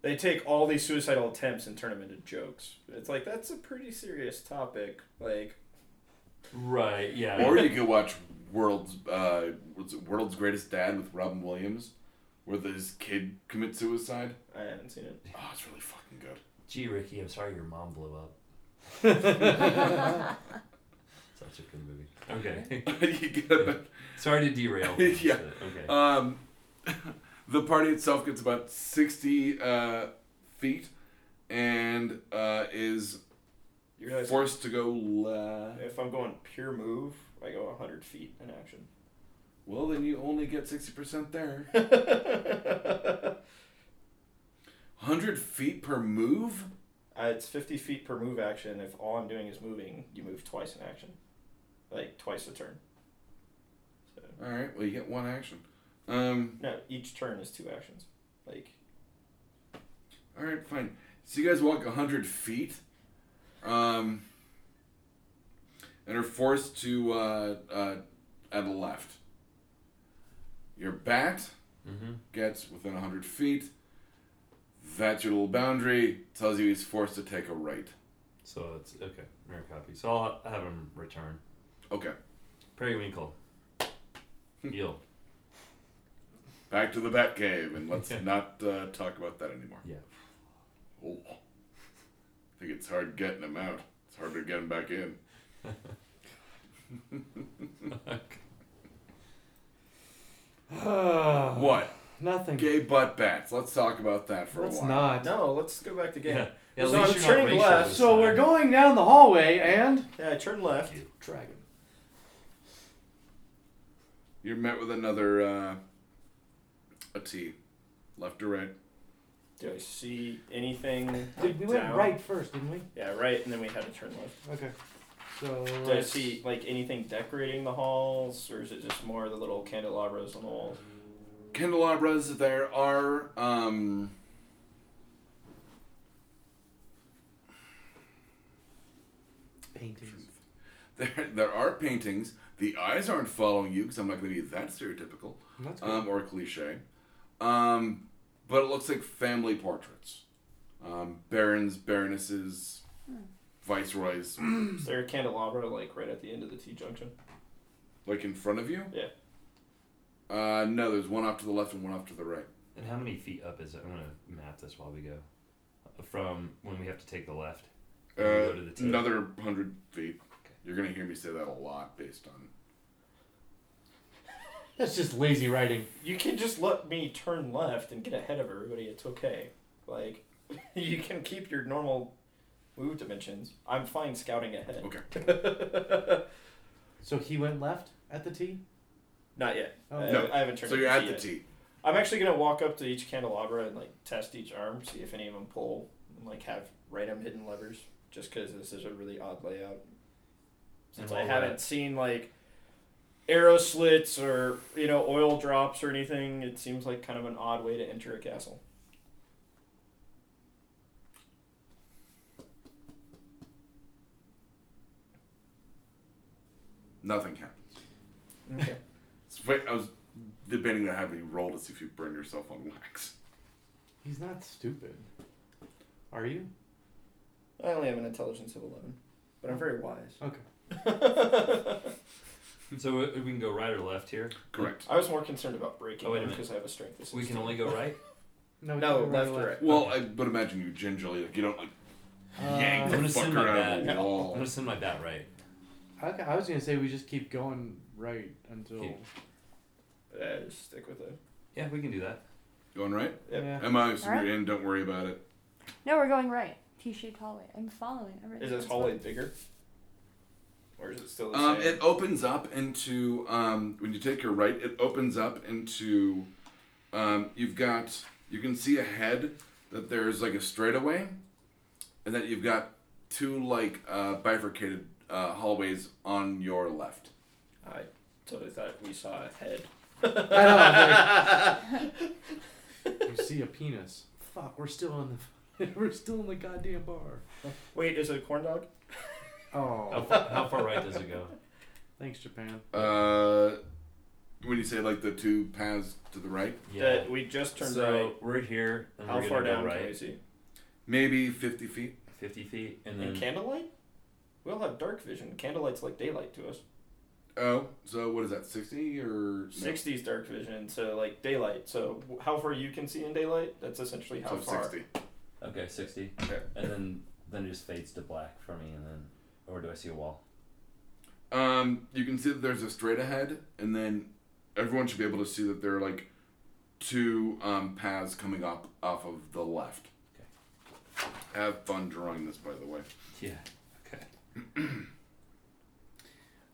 they take all these suicidal attempts and turn them into jokes. It's like that's a pretty serious topic. Like
Right, yeah.
Or you could watch World's uh, what's it, World's Greatest Dad with Robin Williams, where this kid commits suicide.
I haven't seen it.
Oh, it's really fucking good.
Gee, Ricky, I'm sorry your mom blew up. Such a good movie. Okay.
you get a bit-
sorry to derail. things,
Yeah.
but Okay.
Um, the party itself gets about 60 uh, feet and uh, is
You realize
forced to go left.
if I'm going pure move, I go hundred feet in action.
Well, then you only get 60% there. 100 feet per move?
Uh, it's 50 feet per move action. If all I'm doing is moving, you move twice in action. Like twice a turn. So,
All right, well, you get one action. Um,
no, each turn is two actions. Like,
all right, fine. So you guys walk 100 feet um, and are forced to uh, uh, at a left. Your bat
Mm-hmm.
gets within 100 feet. That's your little boundary. Tells you he's forced to take a right.
So it's okay. Mirror copy. So I'll have him return.
Okay,
Periwinkle. Eel.
back to the Bat Cave, and let's not uh, talk about that anymore.
Yeah.
Oh. I think it's hard getting him out. It's hard to get him back in. What?
Nothing.
Gay butt bats. Let's talk about that for
Let's
a while.
not.
no, let's go back to game.
Yeah.
So
At
I'm
least you're
turning
not racial
left,
this
So we're
time.
going down the hallway and
Yeah, I turn left.
dragon.
You're met with another uh, a T, left or right.
Do I see anything?
Dude, we went
down?
right first, didn't we?
Yeah, right, and then we had to turn left.
Okay. So
Do I see, like, anything decorating the halls, or is it just more the little candelabras on the walls?
Candelabras. There are um,
paintings.
there there are paintings. The eyes aren't following you because I'm not going to be that stereotypical.
That's good.
um, or cliche. Um, but it looks like family portraits. Um, barons, baronesses, viceroys,
Is there a candelabra, like, right at the end of the T junction?
like in front of you?
Yeah.
Uh, no, there's one off to the left and one off to the right.
And how many feet up is it? I'm going to map this while we go. From when we have to take the left. Can we
Uh,
go to the tip?
another 100 feet. You're going to hear me say that a lot based on.
That's just lazy writing.
You can just let me turn left and get ahead of everybody. It's okay. Like, you can keep your normal move dimensions. I'm fine scouting ahead.
Okay.
So he went left at the T.
Not yet.
Oh.
I,
No.
I haven't turned.
So you're
it
at
yet.
the T.
I'm actually gonna walk up to each candelabra and like test each arm, see if any of them pull, and like have random hidden levers, just because this is a really odd layout. Since
And
I
all
haven't
that.
seen like arrow slits or you know oil drops or anything, it seems like kind of an odd way to enter a castle.
Nothing happens.
Okay.
So wait, I was debating to have you roll to see if you burn yourself on wax.
He's not stupid. Are you?
I only have an intelligence of eleven, but I'm very wise.
Okay.
So we, we can go right or left here.
Correct.
I was more concerned about breaking
Oh, wait a minute.
because I have a strength. of
We can
16.
only go right.
No, we
no
can go
left or right.
Well, I would imagine you gingerly, like you don't like yank
Uh,
the
I'm gonna send
fucker
my
out of the
bat. I'm
wall.
gonna send my bat right.
Okay, I was gonna say we just keep going right until
Keep-
Yeah, just Uh, stick with it.
Yeah, we can do that.
Going right?
Yep.
yeah.
Am I? So
All right.
you're in. Don't worry about it.
No, we're going right. T-shaped hallway. I'm following. Everything
Is this hallway bigger? Or is it still the
Um,
same?
it opens up into um, when you take your right. It opens up into um, you've got you can see ahead that there's like a straightaway, and that you've got two like uh, bifurcated uh, hallways on your left.
I totally thought we saw a head.
I know, I You see a penis. Fuck, we're still in the we're still in the goddamn bar.
Wait, is it a corn dog?
Oh,
How far, how far right does it go?
thanks Japan.
Uh, when you say like the two paths to the right,
Yeah.
That we just turned
So
right.
we're here. And
How
we're
far
gonna
down
go
can we
right?
see?
maybe fifty feet.
Fifty feet, and
In
then
candlelight? We all have dark vision. Candlelight's like daylight to us.
Oh, so what is that? Sixty or no.
60's dark vision, so like daylight. So w- how far you can see in daylight? That's essentially how
So
far.
sixty.
okay, sixty,
Okay.
and then then it just fades to black for me, and then or do I see a wall?
Um, you can see that there's a straight ahead, and then everyone should be able to see that there are like two um, paths coming up off of the left. Have fun drawing this, by the way.
Yeah. Okay.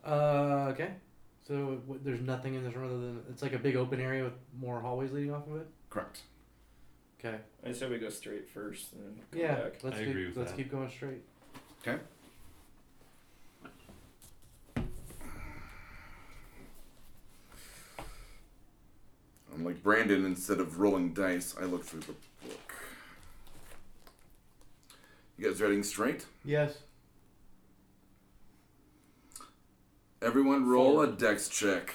Uh, okay. So what, there's nothing in this room other than it's like a big open area with more hallways leading off of it.
Correct.
Okay.
I said we go straight first and then come
Yeah.
back.
Let's
I
keep,
agree with
let's
that.
keep going straight.
Okay. I'm like Brandon, instead of rolling dice, I look through the book. You guys reading straight?
Yes.
Everyone roll a dex check.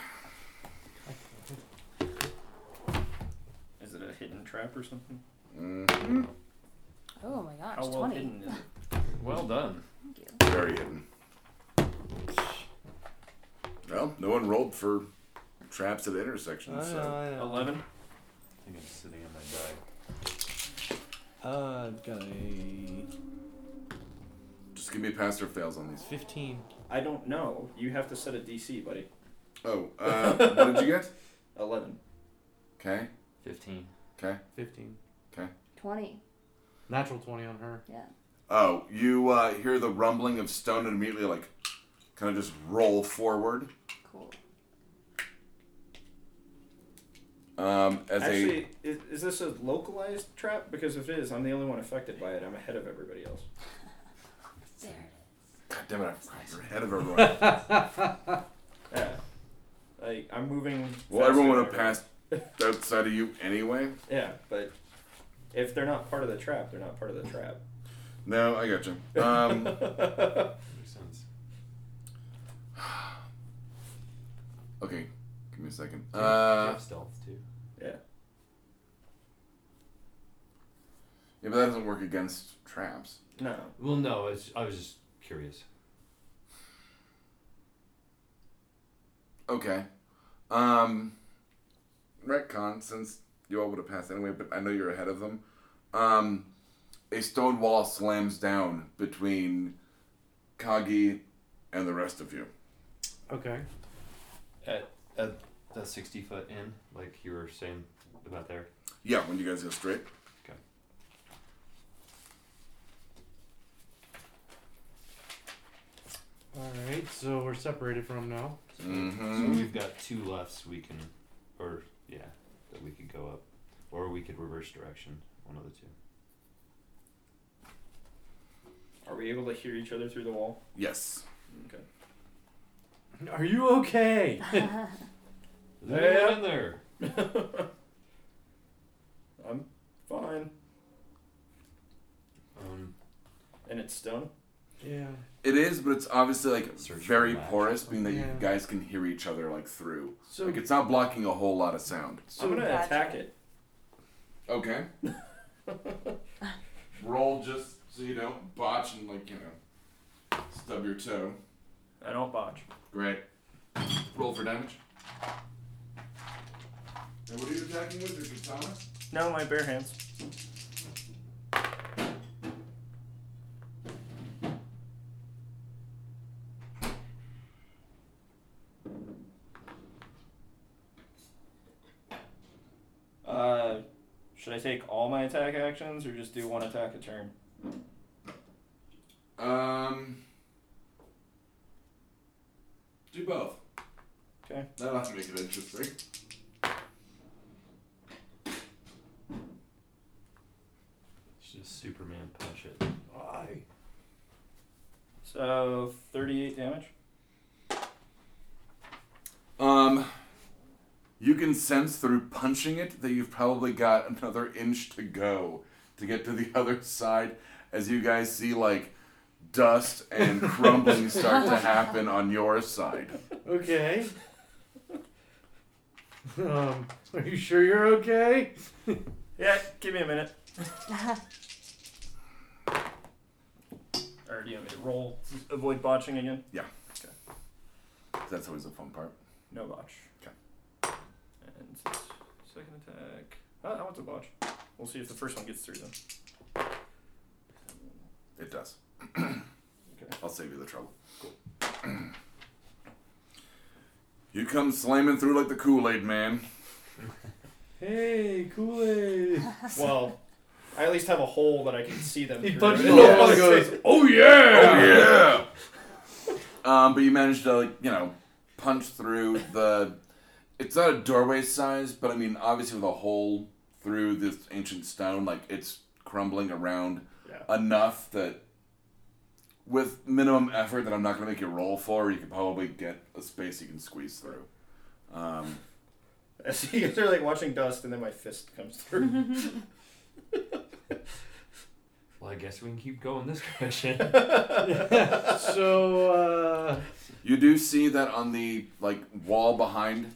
Is it a hidden trap or something?
Mhm.
Oh my gosh,
How well
20.
hidden is it?
Well done.
Thank you.
Very hidden. Well, no one rolled for traps at intersections, so.
I
11?
I think I'm sitting on my bag.
Uh, I've got a
Just give me pass or fails on these.
15.
I don't know. You have to set a DC, buddy.
Oh, uh, what did you get?
11.
Okay,
Fifteen.
okay.
15.
20.
Natural 20 on her.
Yeah.
Oh, you uh, hear the rumbling of stone and immediately, like, kind of just roll forward.
Cool.
Um, as
Actually, is, is this a localized trap? Because if it is, I'm the only one affected by it. I'm ahead of everybody else.
There.
a. God damn it, I forgot you're ahead of everyone.
Yeah. Like, I'm moving.
well,
faster
everyone would
than
have passed outside of you anyway.
Yeah, but if they're not part of the trap, they're not part of the trap.
No, I got you. Um,
Makes sense.
okay, give me a second.
Do you have- do you
Uh,
have stealth too.
yeah.
yeah, but that doesn't work against traps.
No.
Well, no, it's, I was just curious.
Okay. Um, retcon, since you all would have passed anyway, but I know you're ahead of them. Um, a stone wall slams down between Kagi and the rest of you.
Okay.
At, at the 60 foot in, like you were saying about there.
Yeah, when you guys go straight.
Okay.
All right. So we're separated from now.
So
Mm-hmm.
we've got two lefts we can, or yeah, that we could go up, or we could reverse direction. One of the two.
Are we able to hear each other through the wall?
Yes.
Are you okay?
Is there anyone
Yeah.
in there?
I'm fine.
Um,
And it's stone?
yeah.
It is, but it's obviously like
Search for
very
match.
porous, being that
Yeah.
you guys can hear each other like through.
So,
like it's not blocking a whole lot of sound.
so
I'm gonna
Gotcha.
attack it.
Okay. Roll just so you don't botch and like you know stub your toe.
I don't botch.
Great. Roll for damage. And what are you attacking with? Your katana?
No, my bare hands. Uh, should I take all my attack actions or just do one attack a turn?
Um. Do both.
Okay.
That'll have to make it interesting.
should just Superman punch it.
Why?
So, 38 damage.
Um, you can sense through punching it that you've probably got another inch to go to get to the other side as you guys see like dust and crumbling start to happen on your side.
Okay. um, are you sure you're okay?
Yeah, give me a minute. or do you want me to roll? Avoid botching again?
That's always the fun part.
No botch.
'Kay.
And s- second attack. Ah, that one's a botch. We'll see if the first one gets through then.
It does.
Okay.
I'll save you the trouble. Cool. you come slamming through like the Kool-Aid man.
Hey, Kool Aid.
Well, I at least have a hole that I can see them
He
through.
punches
Yeah.
the wall and goes,
Oh yeah! Oh yeah! um, but you managed to like you know punch through the. It's not a doorway size, but I mean obviously with a hole through this ancient stone, like it's crumbling around
Yeah.
enough that with minimum effort that I'm not gonna make you roll for, you could probably get a space you can squeeze through. Um,
As you guys are like watching dust and then my fist comes
Mm-hmm.
through.
Well, I guess we can keep going this direction.
so, uh,
you do see that on the like wall behind,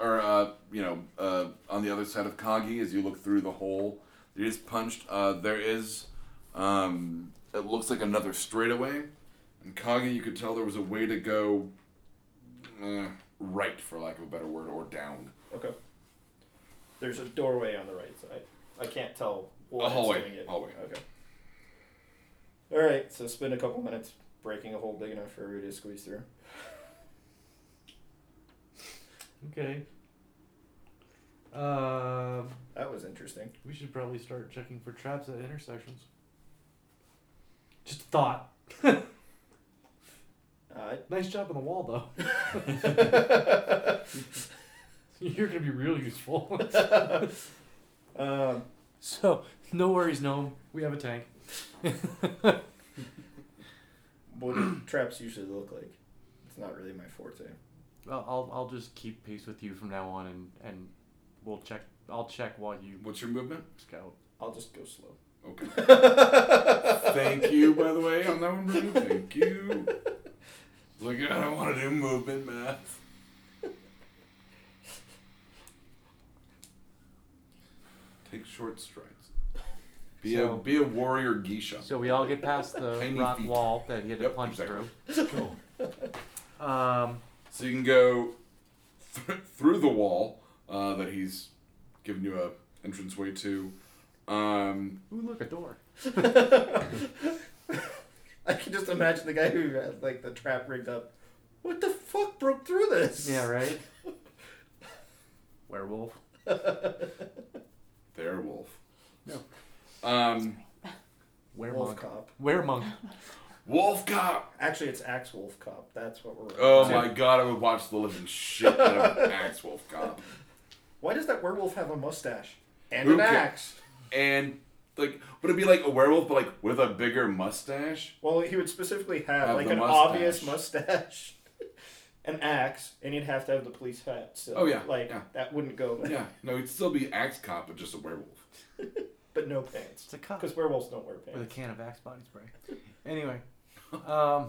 or uh, you know, uh, on the other side of Kagi as you look through the hole that you just punched. Uh, there is, um, it looks like another straightaway, and Kagi you could tell there was a way to go, uh, right for lack of a better word, or down.
okay. There's a doorway on the right side. I can't tell
A
what
hallway.
it's doing it.
Hallway.
Okay. All right. So spend a couple minutes breaking a hole big enough for everybody to squeeze through.
okay. Uh,
That was interesting.
we should probably start checking for traps at intersections. Just a thought.
Uh,
Nice job on the wall, though. You're gonna be real useful.
um,
so, no worries, gnome. We have a tank.
what do traps usually look like? It's not really my forte.
Well, I'll I'll just keep pace with you from now on, and and we'll check. I'll check while you
What's your movement?
scout.
I'll just go slow.
Okay. Thank you, by the way, on that one, Rudy. Thank you. Like, I don't want to do movement math. Take short strides. Be, a,
So-
be a warrior geisha.
So we all get past the
Tiny
rock
feet.
wall that he had to
Yep,
plunge
exactly.
through. Um,
So you can go th- through the wall uh, that he's given you a entranceway to. Um,
ooh, look a door.
I can just imagine the guy who had like the trap rigged up. What the fuck broke through this?
Yeah, right. Werewolf.
werewolf. No. Um,
Weremonk.
Wolf cop.
Weremonk.
Wolf Cop.
Actually, it's Axe Wolf Cop. That's what we're.
Oh
to.
my god, I would watch the living shit out of Axe Wolf Cop.
Why does that werewolf have a mustache and
Who
an
ca-
axe?
And like, would it be like a werewolf, but like with a bigger mustache?
Well, he would specifically have,
Have
like
the
an
mustache.
obvious mustache, an axe, and he'd have to have the police hat. So,
Oh, yeah,
like
yeah.
that wouldn't go.
Yeah, no, it'd still be Axe Cop, but just a werewolf.
But no pants,
It's a cop
because werewolves don't wear
with a
pants.
can of Axe body spray. Anyway, um,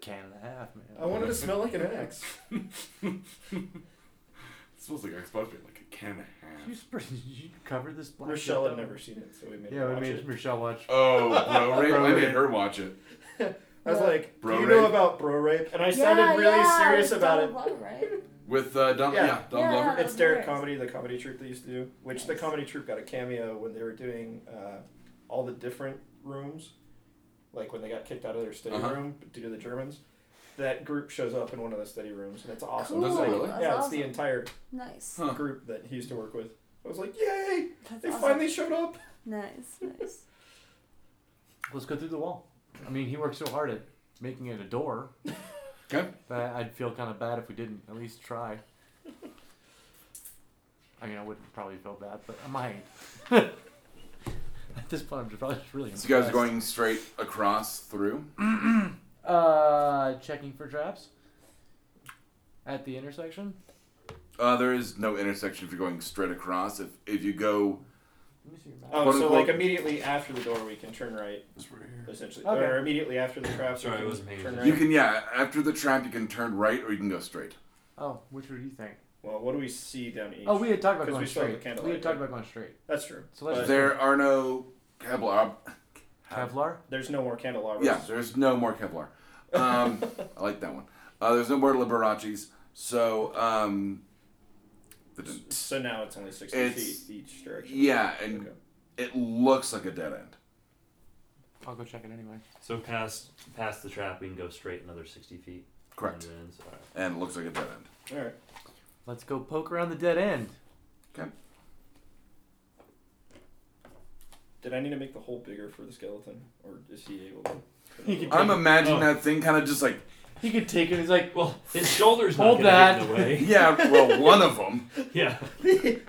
can and a half, man.
I wanted to smell like an axe.
It smells like Axe Body Spray, like a can and a
Did you,
half.
spray, did you cover this black?
Rochelle
stuff?
had never seen it, so we made. her
Yeah, we
watch
made
it.
Rochelle watch.
Oh, bro rape! I
Bro
made
rape.
her watch it.
I was like,
Bro
"Do you
rape.
know about bro rape?" And I sounded really serious about it.
right?
With uh, Don, yeah,
Yeah.
Don
Yeah.
Glover.
It's
That was
Derek
hilarious.
Comedy, the comedy troupe they used to do, which the
Nice.
comedy troupe got a cameo when they were doing uh, all the different rooms, like when they got kicked out of their study
Uh-huh.
room due to the Germans. That group shows up in one of the study rooms, and it's awesome.
Cool.
Does it
Like,
really?
That's
yeah, it's
awesome.
the entire
Nice.
Huh.
group that he used to work with. I was like, yay!
That's
They
awesome.
finally showed up.
Nice, nice.
Let's go through the wall. I mean, he worked so hard at making it a door
Okay.
that I'd feel kind of bad if we didn't at least try. I mean, I wouldn't probably feel bad, but I might. at this point, I'm just probably just really.
So you guys are
impressed.
going straight across through.
Uh, checking for traps at the intersection.
Uh, there is no intersection if you're going straight across. If if you go,
Let me see your map.
Oh,
Quote,
so
unquote.
like immediately after the door, we can turn right, essentially,
Okay.
or immediately after the traps, we
Sorry, I
can
wasn't paying
turn right.
attention.
you can yeah. After the trap, you can turn right or you can go straight.
Oh, which one do you think?
Well, what do we see down each?
Oh, we had talked about
'Cause
going
we still have
straight.
the candlelight,
We had talked
right?
about going straight.
That's true.
So let's
But
There are no uh, Kevlar.
Kevlar.
there's no more candelabras.
Yeah, there's no more Kevlar. Um, I like that one. Uh, there's no more Liberace's. So um, the-
So now it's only 60
It's-
feet each direction.
yeah, and
Okay.
it looks like a dead end.
I'll go check it anyway.
So past past the trap, we can go straight another sixty feet.
Correct.
And then- so, all right.
And it looks like a dead end.
All right.
Let's go poke around the dead end.
Did I need to make the hole bigger for the skeleton, or is he able
You can
to? Uh,
I'm imagining
Oh.
that thing kind of just like
He could take it. He's like,
Well, his shoulder's not
Hold
gonna get in
that.
the way.
yeah, well, one of them.
Yeah.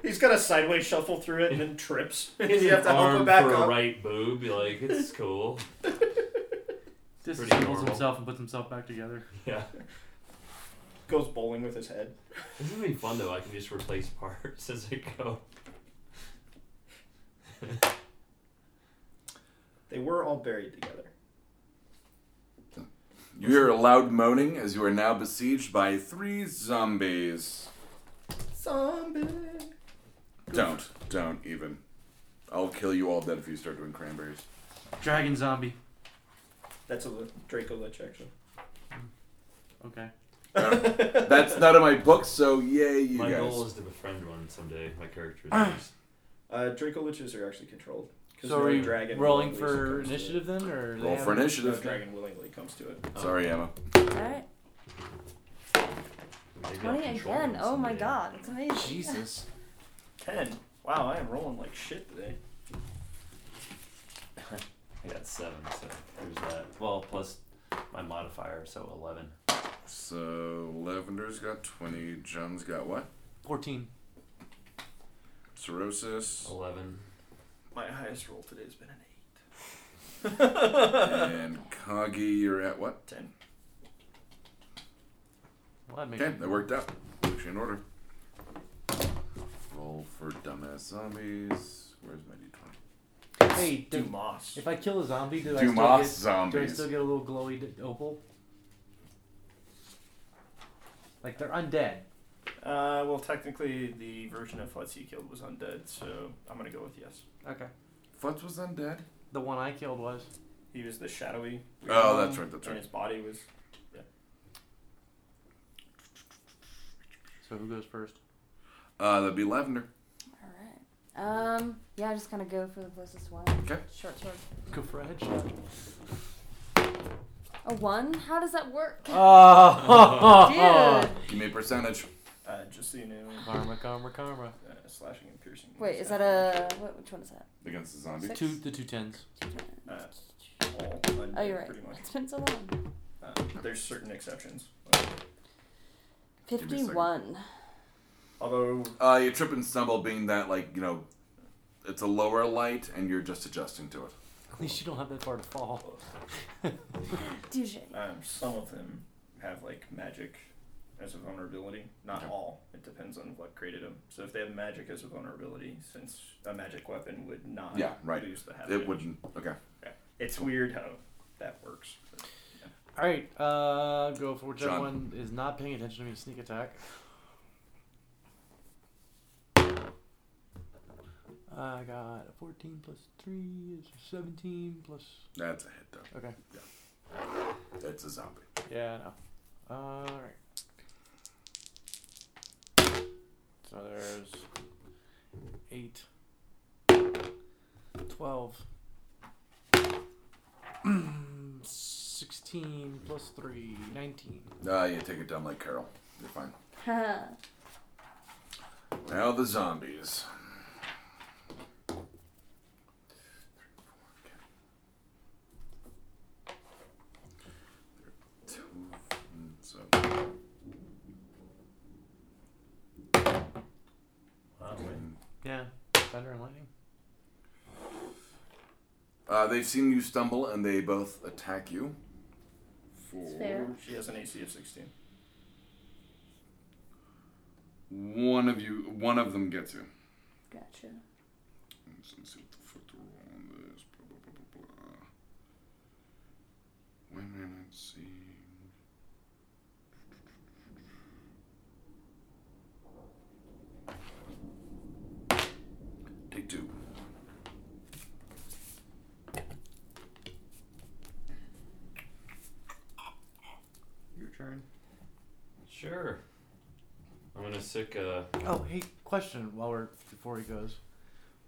He's got a sideways shuffle through it and then trips.
His
you have to help
arm
him back
for
up.
a right boob. you're Like it's cool.
disassembles
normal.
himself and puts himself back together.
Yeah.
Goes bowling with his head.
This is gonna be fun though. I can just replace parts as I go.
They were all buried together.
You hear a loud moaning as you are now besieged by three zombies.
Zombie.
Don't, don't even. I'll kill you all dead if you start doing cranberries.
Dragon zombie.
That's a li- Draco Lich action.
Okay.
That's not in my book, so yay, you
My
guys.
goal is to befriend one someday. My character. is.
Uh, Draco Liches are actually controlled. 'cause
So
no
are we
dragon
rolling
willingly
for
succumbs to it.
initiative then, or they
Roll
have
for
any-
No
initiative.
dragon willingly comes to it.
Sorry, Emma.
Alright.
Maybe I'll
20
control
again.
one
Oh my
someday.
god. It's amazing.
Jesus.
Ten. Wow, I am rolling like shit today.
I got seven, so there's that. Well, plus my modifier, so eleven.
So, Lavender's got 20, John's got what?
14.
Cirrhosis,
Eleven.
My highest roll today has been an eight.
and Kagi, you're at what?
Ten.
Well, that makes
Okay, that worked out. Actually, in order. Roll for dumbass zombies. Where's my d20?
Hey, do-
Dumas.
if I kill a zombie, do I
Dumas
still get, do I
zombies.
still get a little glowy d- opal? Like they're undead.
Uh, well, technically, the version of Futz he killed was undead, so I'm gonna go with yes.
Okay.
Futz was undead.
The one I killed was.
He was the shadowy,
Oh, that's right, that's
and
right.
his body was.
So who goes first?
Uh, that'd be Lavender.
Alright. Um, yeah, I just kind of go for the closest one.
Okay.
Short sword.
Go for a headshot.
A one? How does that work?
Oh,
Dude.
Give me a percentage.
Uh, just so you know,
karma, karma, karma.
uh, slashing and piercing.
Wait, is that a. What, which one is that?
Against the zombie?
Six.
Two, the two tens.
Uh, all undead,
Oh, you're right.
pretty much.
It's been so long.
Uh, there's certain exceptions. Uh,
me a second.
51.
although
Uh, you trip and stumble, being that like you know, it's a lower light, and you're just adjusting to it.
At least you don't have that far to fall.
Douche.
um, some of them have like magic as a vulnerability, not all. It depends on what created them. So if they have magic as a vulnerability, since a magic weapon would not
Yeah, right.
lose the habit,
It wouldn't. Okay.
Yeah. It's weird how that works.
All right, uh, go for whichever
John.
one is not paying attention to me. Sneak attack. I got a 14 plus 3 is 17 plus.
That's a hit though.
Okay.
It's a zombie.
Yeah, no. All right. So there's 8, 12, 16 plus 3, 19.
Uh, you take it down like Carol. You're fine.
Haha.
Now the zombies. Two, mm, So,
Wow.
Yeah. Thunder and lightning.
uh, they've seen you stumble and they both attack you.
For
fair.
she has an AC of sixteen.
One of you, one of them gets you.
Gotcha.
Let's see what the fuck the roll on this. Blah, blah, blah, blah, blah. When we're not seeing. Take two.
Your turn.
Sure. I'm gonna sick uh
Oh, hey, question while we're before he goes.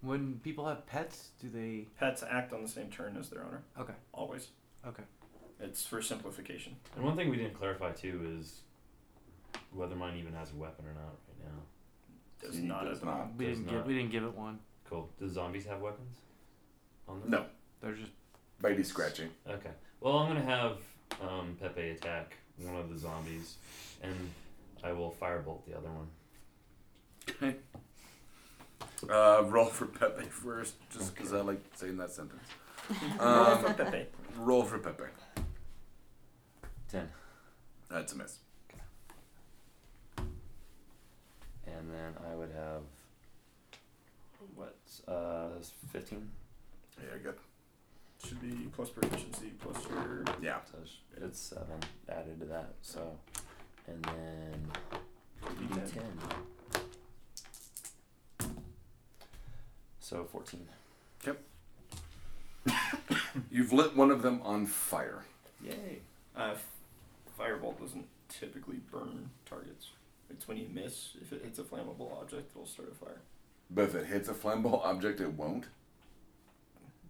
When people have pets, do they
Pets act on the same turn as their owner.
Okay.
Always.
Okay.
It's for simplification.
and one thing we didn't clarify too is whether mine even has a weapon or not right now.
Does
He
not
does
as a
not.
mom.
we
Does
didn't give
not.
we didn't give it one.
Cool. Do zombies have weapons? On them?
No,
They're just
baby scratching.
Okay. Well, I'm gonna have um, Pepe attack one of the zombies, and I will firebolt the other one.
Uh, roll for Pepe first, just because I like saying that sentence.
Roll
Um,
for Pepe.
roll for Pepe.
Ten.
That's a miss.
And then I would have what? Uh, fifteen.
Yeah, good.
Should be plus proficiency plus your
Yeah.
So it's- it's seven added to that. So, and then
D10.
ten. So fourteen.
You've lit one of them on fire.
Yay.
Uh, f- firebolt doesn't typically burn targets. It's when you miss. If it hits a flammable object, it'll start a fire.
But if it hits a flammable object, it won't.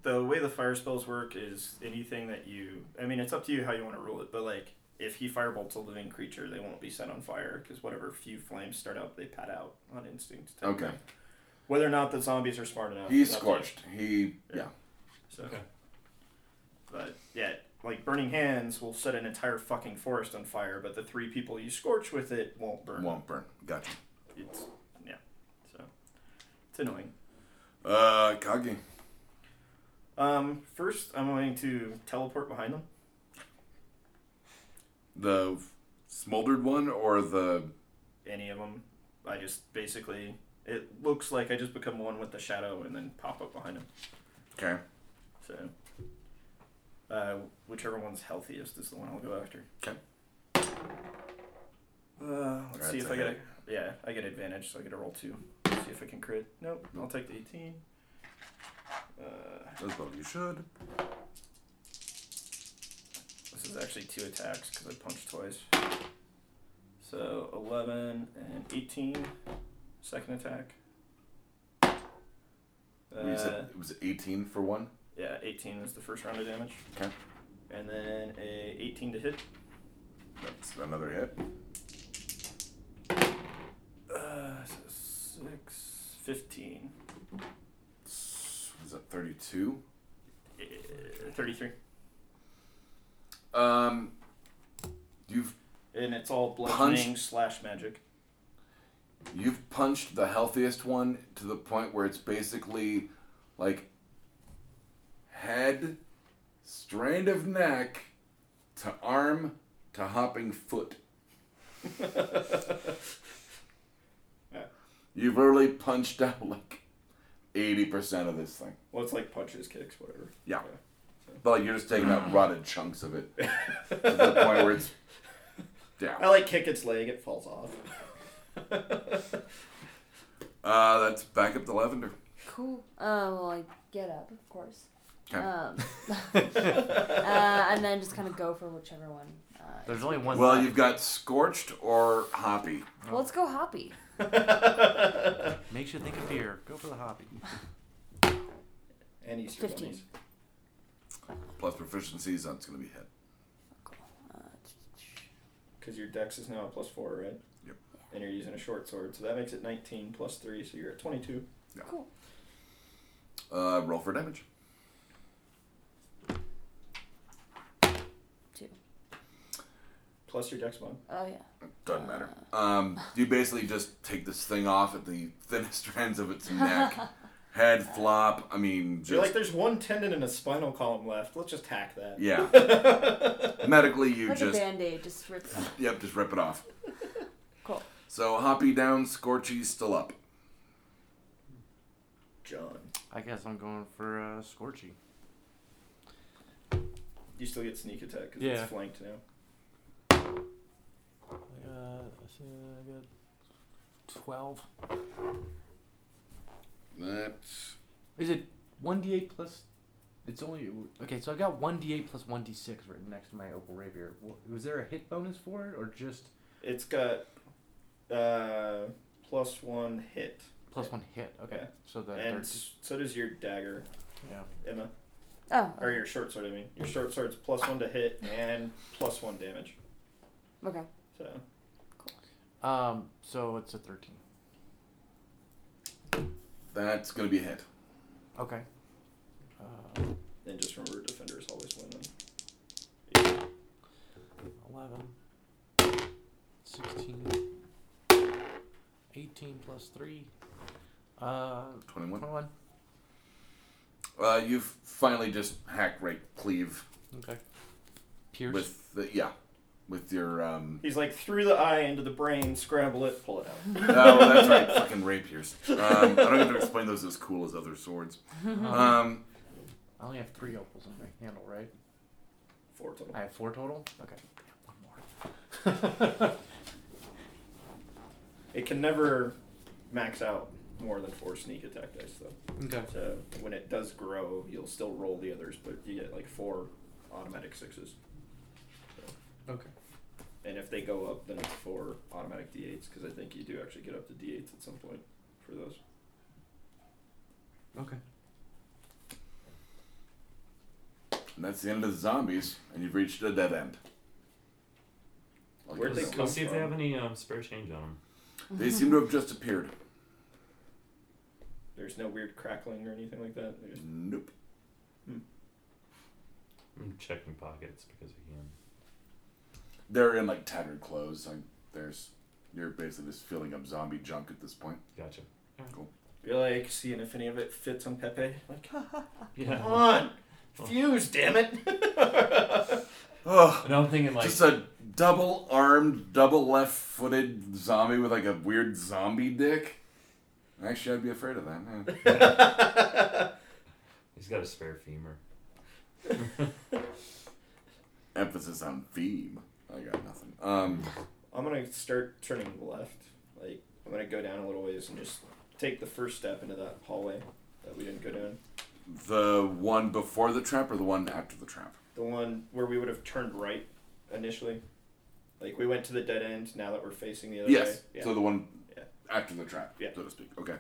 The way the fire spells work is anything that you. I mean, it's up to you how you want to rule it, but like, if he firebolts a living creature, they won't be set on fire because whatever few flames start up, they pat out on instinct.
Okay.
Whether or not the zombies are smart enough.
He's
is up to you.
scorched. He, yeah.
So,
Okay.
But yeah, like burning hands will set an entire fucking forest on fire, but the three people you scorch with it won't burn.
Won't burn. Gotcha.
It's yeah. So it's annoying.
Uh, Kagi.
Um, first I'm going to teleport behind them.
The smoldered one or the.
Any of them. I just basically it looks like I just become one with the shadow and then pop up behind him.
Okay.
So uh, whichever onene's healthiest is the one I'll go after.
'Kay.
Uh, let's
That's
see if
a
I get a,
hit.
yeah, I get advantage, so I get a roll two. Let's see if I can crit. Nope, I'll take the eighteen. Uh,
As well, you should.
This is actually two attacks because I punched twice. So 11 and 18. Second attack.
you
Uh,
said it was 18 for one.
yeah, 18 is the first round of damage.
'Kay.
And then a 18 to hit.
That's another hit.
Uh, so 6, 15,
Was that 32?
uh, 33.
Um, you've
and it's all
Punch.
bludgeoning slash magic.
you've punched the healthiest one to the point where it's basically like head, strand of neck, to arm, to hopping foot. You've really punched out like eighty percent of this thing.
Well, it's like punches, kicks, whatever.
Yeah. But like you're just taking out rotted chunks of it to the point where it's
I
yeah.
like kick its leg; it falls off.
Uh, that's back up to lavender.
Cool. Uh, well, I get up, of course.
'Kay.
Um, uh, and then just kind of go for whichever one. Uh,
There's only one.
Well,
left.
you've got scorched or hoppy.
well, let's go hoppy.
Makes you think of beer. Go for the hobby.
And Easter
15.
bunnies.
plus proficiencies, that's going to be hit.
Because your dex is now a plus four, right?
Yep.
And you're using a short sword, so that makes it 19 plus three, so you're at 22.
Cool.
Uh, roll for damage.
Two.
Plus your dex mod.
Oh yeah.
Doesn't matter.
Uh.
Um, you basically just take this thing off at the thinnest ends of its neck, head flop. I mean,
So you're like,
just
there's one tendon in a spinal column left. Let's just hack that.
yeah. Medically, you
like
just
a band aid, just rips. off.
yep, just rip it off.
Cool.
So hoppy down, scorchy's still up.
John.
I guess I'm going for uh, Scorchy.
You still get sneak attack because
Yeah.
it's flanked now.
I got, I got 12.
That's
Is it 1d8 plus? It's only. Okay, so I've got 1d8 plus 1d6 written next to my Opal Rapier. Wh- Was there a hit bonus for it, or just
It's got uh, plus one hit.
plus one hit? Okay.
Yeah.
So that.
and
they're-
s- so does your dagger,
yeah.
Emma.
Oh.
Uh.
Or your short sword, I mean. Your short sword's plus one to hit and plus one damage.
Okay.
So
Um, so it's a 13.
that's going to be a hit.
Okay. Uh,
then just remember defenders always win. Them.
11, 16, 18 plus 3. Uh,
Twenty-one.
21.
Uh, you've finally just hack right cleave
Okay. Pierce.
with the yeah, with your um.
He's like through the eye into the brain, scramble it, pull it out.
Oh, that's right. Fucking rapiers. Um, I don't have to explain those as cool as other swords. Um,
I only have three opals on my handle, right?
Four total.
I have four total? Okay. One more.
It can never max out more than four sneak attack dice though.
Okay.
So when it does grow, you'll still roll the others, but you get like four automatic sixes.
Okay.
And if they go up, then it's four automatic d8s because I think you do actually get up to d8s at some point for those.
Okay.
and that's the end of the zombies, and you've reached a dead end. I'll
Where'd
give
they
it-
Let's,
come
let's see if they
from?
have any um, spare change on them.
they seem to have just appeared.
There's no weird crackling or anything like that. They just-
Nope.
I'm checking pockets because I can.
They're in like tattered clothes. Like there's, you're basically just filling up zombie junk at this point.
Gotcha.
You're like seeing if any of it fits on Pepe. Like, come
Yeah.
on, fuse, damn it.
Ugh.
And I'm thinking like
just a double-armed, double-left-footed zombie with like a weird zombie dick. Actually, I'd be afraid of that. yeah.
he's got a spare femur.
Emphasis on theme. I got nothing. Um.
I'm gonna start turning left. Like, I'm gonna go down a little ways and just take the first step into that hallway that we didn't go down.
The one before the trap or the one after the trap?
The one where we would have turned right initially. Like, we went to the dead end. Now that we're facing the other way.
Yes.
Yeah.
So the one
Yeah.
after the trap,
Yeah.
so to speak. Okay.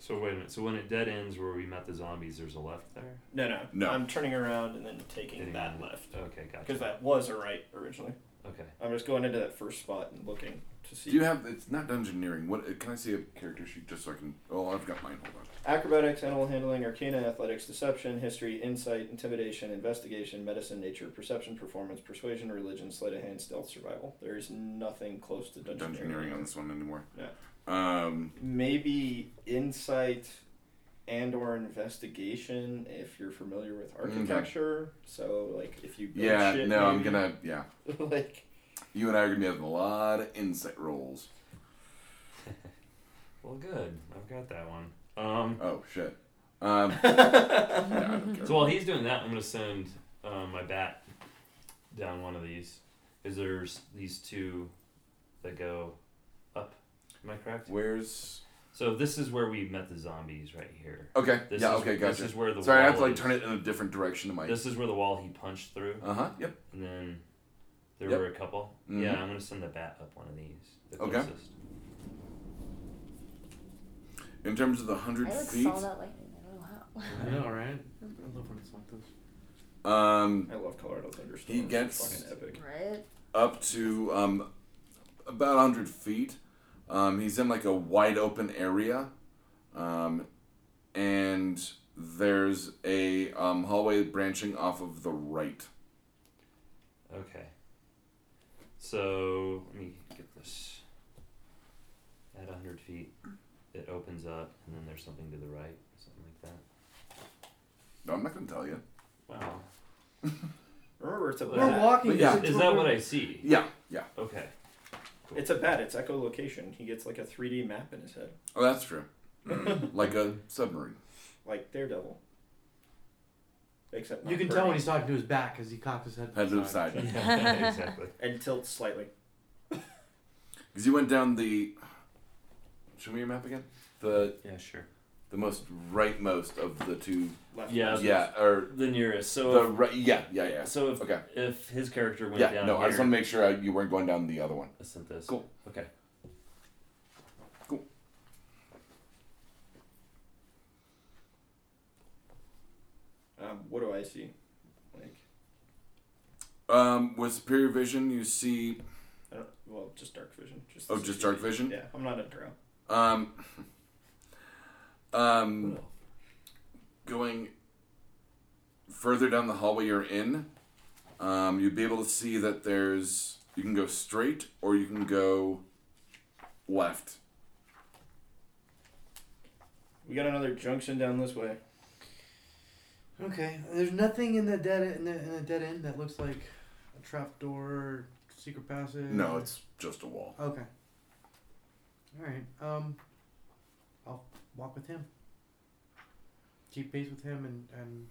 So wait a minute. So when it dead ends where we met the zombies, there's a left there.
no, no,
No.
I'm turning around and then taking
Getting
that
on-
left
Okay, gotcha.
because that was a right originally.
Okay.
I'm just going into that first spot and looking to see.
Do you have? It's not dungeoneering. What? Can I see a character sheet just so I can? Oh, I've got mine. Hold on.
Acrobatics, animal handling, arcana, athletics, deception, history, insight, intimidation, investigation, medicine, nature, perception, performance, persuasion, religion, sleight of hand, stealth, survival. There is nothing close to dungeoneering.
Dungeoneering on this one anymore.
Yeah.
Um,
Maybe insight and or investigation if you're familiar with architecture. So like if you build
Mm-hmm. yeah.
shit,
no, I'm
maybe.
gonna. Yeah.
like
You and I are gonna be having a lot of insight rolls.
Well, good. I've got that one. Um,
Oh shit. Um, yeah, I don't care.
so while he's doing that, I'm gonna send um, my bat down one of these. Is there's these two that go up? Am I correct?
Where's?
So this is where we met the zombies right here.
Okay.
This
yeah.
is-
okay.
this
Gotcha.
is where the
Sorry,
wall
I have to like
is.
turn it in a different direction to my.
This is where the wall he punched through,
Uh huh. Yep.
and then there
Yep.
were a couple.
Mhm.
Yeah, I'm gonna send the bat up one of these. The
Okay.
closest.
In terms of the
I
hundred
like
feet,
saw that lightning. I don't know how.
I know, right? I love when it's like this.
um,
I love Colorado thunderstorms.
He
They're
gets-
fucking epic.
Right?
up to um, about 100 feet. Um, he's in like a wide open area. Um, and there's a um, hallway branching off of the right.
Okay. So let me get this. At hundred feet, it opens up, and then there's something to the right, something like that.
No, I'm not going to tell you.
Wow.
Remember it's a
We're
bat.
walking.
But yeah.
Is that what I see?
Yeah, yeah.
Okay.
It's a bat. It's echolocation. He gets like a 3D map in his head,
Oh, that's true.
Mm-hmm.
like a submarine.
like Daredevil. Except
You
not
can tell when
burning.
he's talking to his back because he cocked his head.
Head to the side.
Yeah, exactly.
and tilts slightly.
Because you went down the. Show me your map again. The
Yeah, sure.
the most rightmost of the two.
Left.
Yeah.
Yeah, or
The nearest.
the
So
right. Yeah, yeah, yeah.
if, so if
Okay.
if his character went
Yeah,
down
no,
here,
I just want to make sure I, you weren't going down the other one.
I sent this.
Cool.
Okay.
Cool.
Um, what do I see? Like,
Um, with superior vision, you see
I don't. Well, just dark vision. Just
Oh,
the
just
60.
dark vision?
Yeah, I'm not a drow.
Um, um, going further down the hallway you're in, um, you'd be able to see that there's you can go straight or you can go left.
We got another junction down this way.
Okay. There's nothing in the dead in the, in the dead end that looks like a trap door, secret passage.
No, it's just a wall.
Okay. All right. Um, I'll walk with him. Keep pace with him and and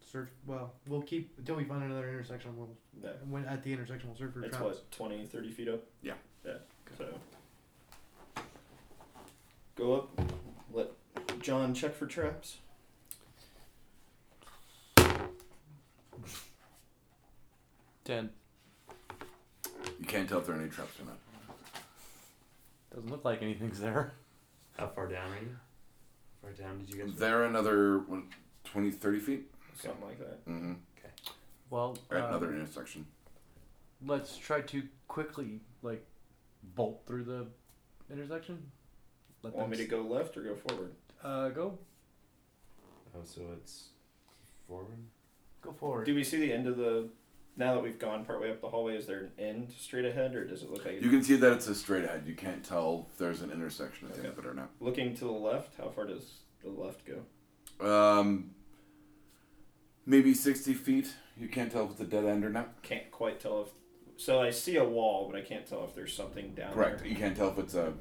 search. Well, we'll keep until we find another intersection. We'll
Yeah.
when at the intersection we'll search for
It's
traps.
what 20, 30 feet up.
Yeah.
Yeah. So go up. Let John check for traps.
Ten.
You can't tell if there are any traps or not.
Doesn't look like anything's there.
How far down are you? How far down did you guys? go?
There another what, 20, 30 feet.
Something like that.
Mm-hmm.
Well,
At
um,
another intersection.
let's try to quickly like bolt through the intersection. Let
Want me
them
to
s-
go left or go forward?
Uh, go.
Oh, so it's forward.
Go forward.
Do we see the end of the? Now that we've gone partway up the hallway, is there an end straight ahead, or does it look like
You can see that it's a straight ahead. You can't tell if there's an intersection at the end of it or not.
looking to the left? How far does the left go?
Um, maybe sixty feet. You can't tell if it's a dead end or not.
Can't quite tell if. So I see a wall, but I can't tell if there's something down
Correct.
there.
You can't tell if it's a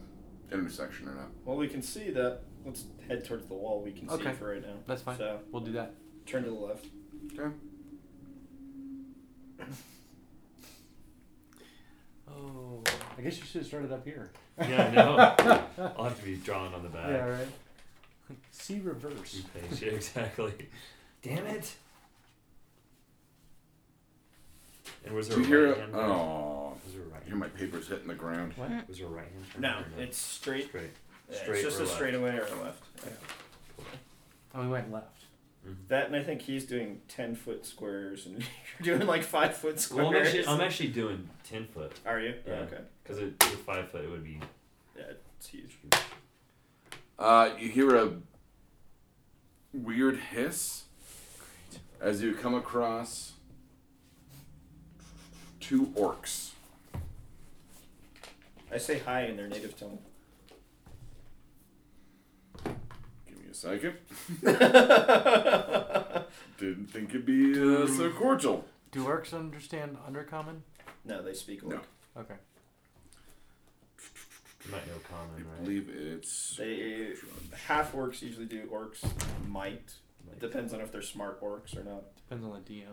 intersection or not.
Well, we can see that. Let's head towards the wall. We can
Okay.
see for right now.
That's fine.
So
We'll do that.
turn to the left.
Okay.
Oh. I guess you should have started up here.
Yeah, I know. I'll have to be drawn on the back.
Yeah. Right. See reverse.
Page, yeah, exactly. Damn it! And was there
you
a
hear?
right hand?
A, oh,
Was there a right
hear
hand?
my papers hitting the ground.
Was there a right hand? turn
No,
or
it's straight.
straight.
It's
Straight
just
or
a
left?
straightaway or a left.
Oh, we went left.
That and I think he's doing ten foot squares and you're doing like five foot
Well,
squares.
I'm actually, I'm actually doing ten foot
Are you?
Yeah.
Okay.
because it with five foot it would be
Yeah, it's huge.
Uh, you hear a weird hiss as you come across two orcs.
I say hi in their native tongue.
Give me a second. Didn't think it'd be uh, so cordial.
Do orcs understand undercommon?
No, they speak orc.
No.
Okay.
not no common,
I
right?
believe it's
They half orcs usually do orcs might. It depends on if they're smart orcs or not.
Depends on the DM.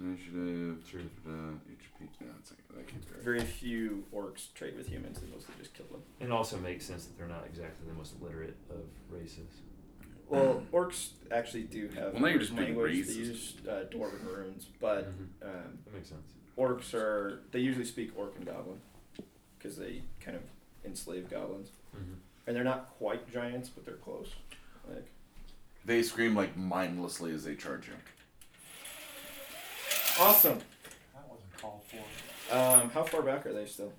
initiative. da-da-da, HP. No, it's like, that can't be right.
Very few orcs trade with humans; they mostly just kill them.
It also makes sense that they're not exactly the most literate of races.
Well, orcs actually do have
Well, now you're just Mm-hmm. being
language. They
racist.
use uh, dwarven runes, but um,
That makes sense.
orcs are they usually speak orc and goblin because they kind of enslave goblins,
Mm-hmm.
and they're not quite giants, but they're close. Like
They scream like mindlessly as they charge you.
awesome.
That wasn't called for.
Um, how far back are they still?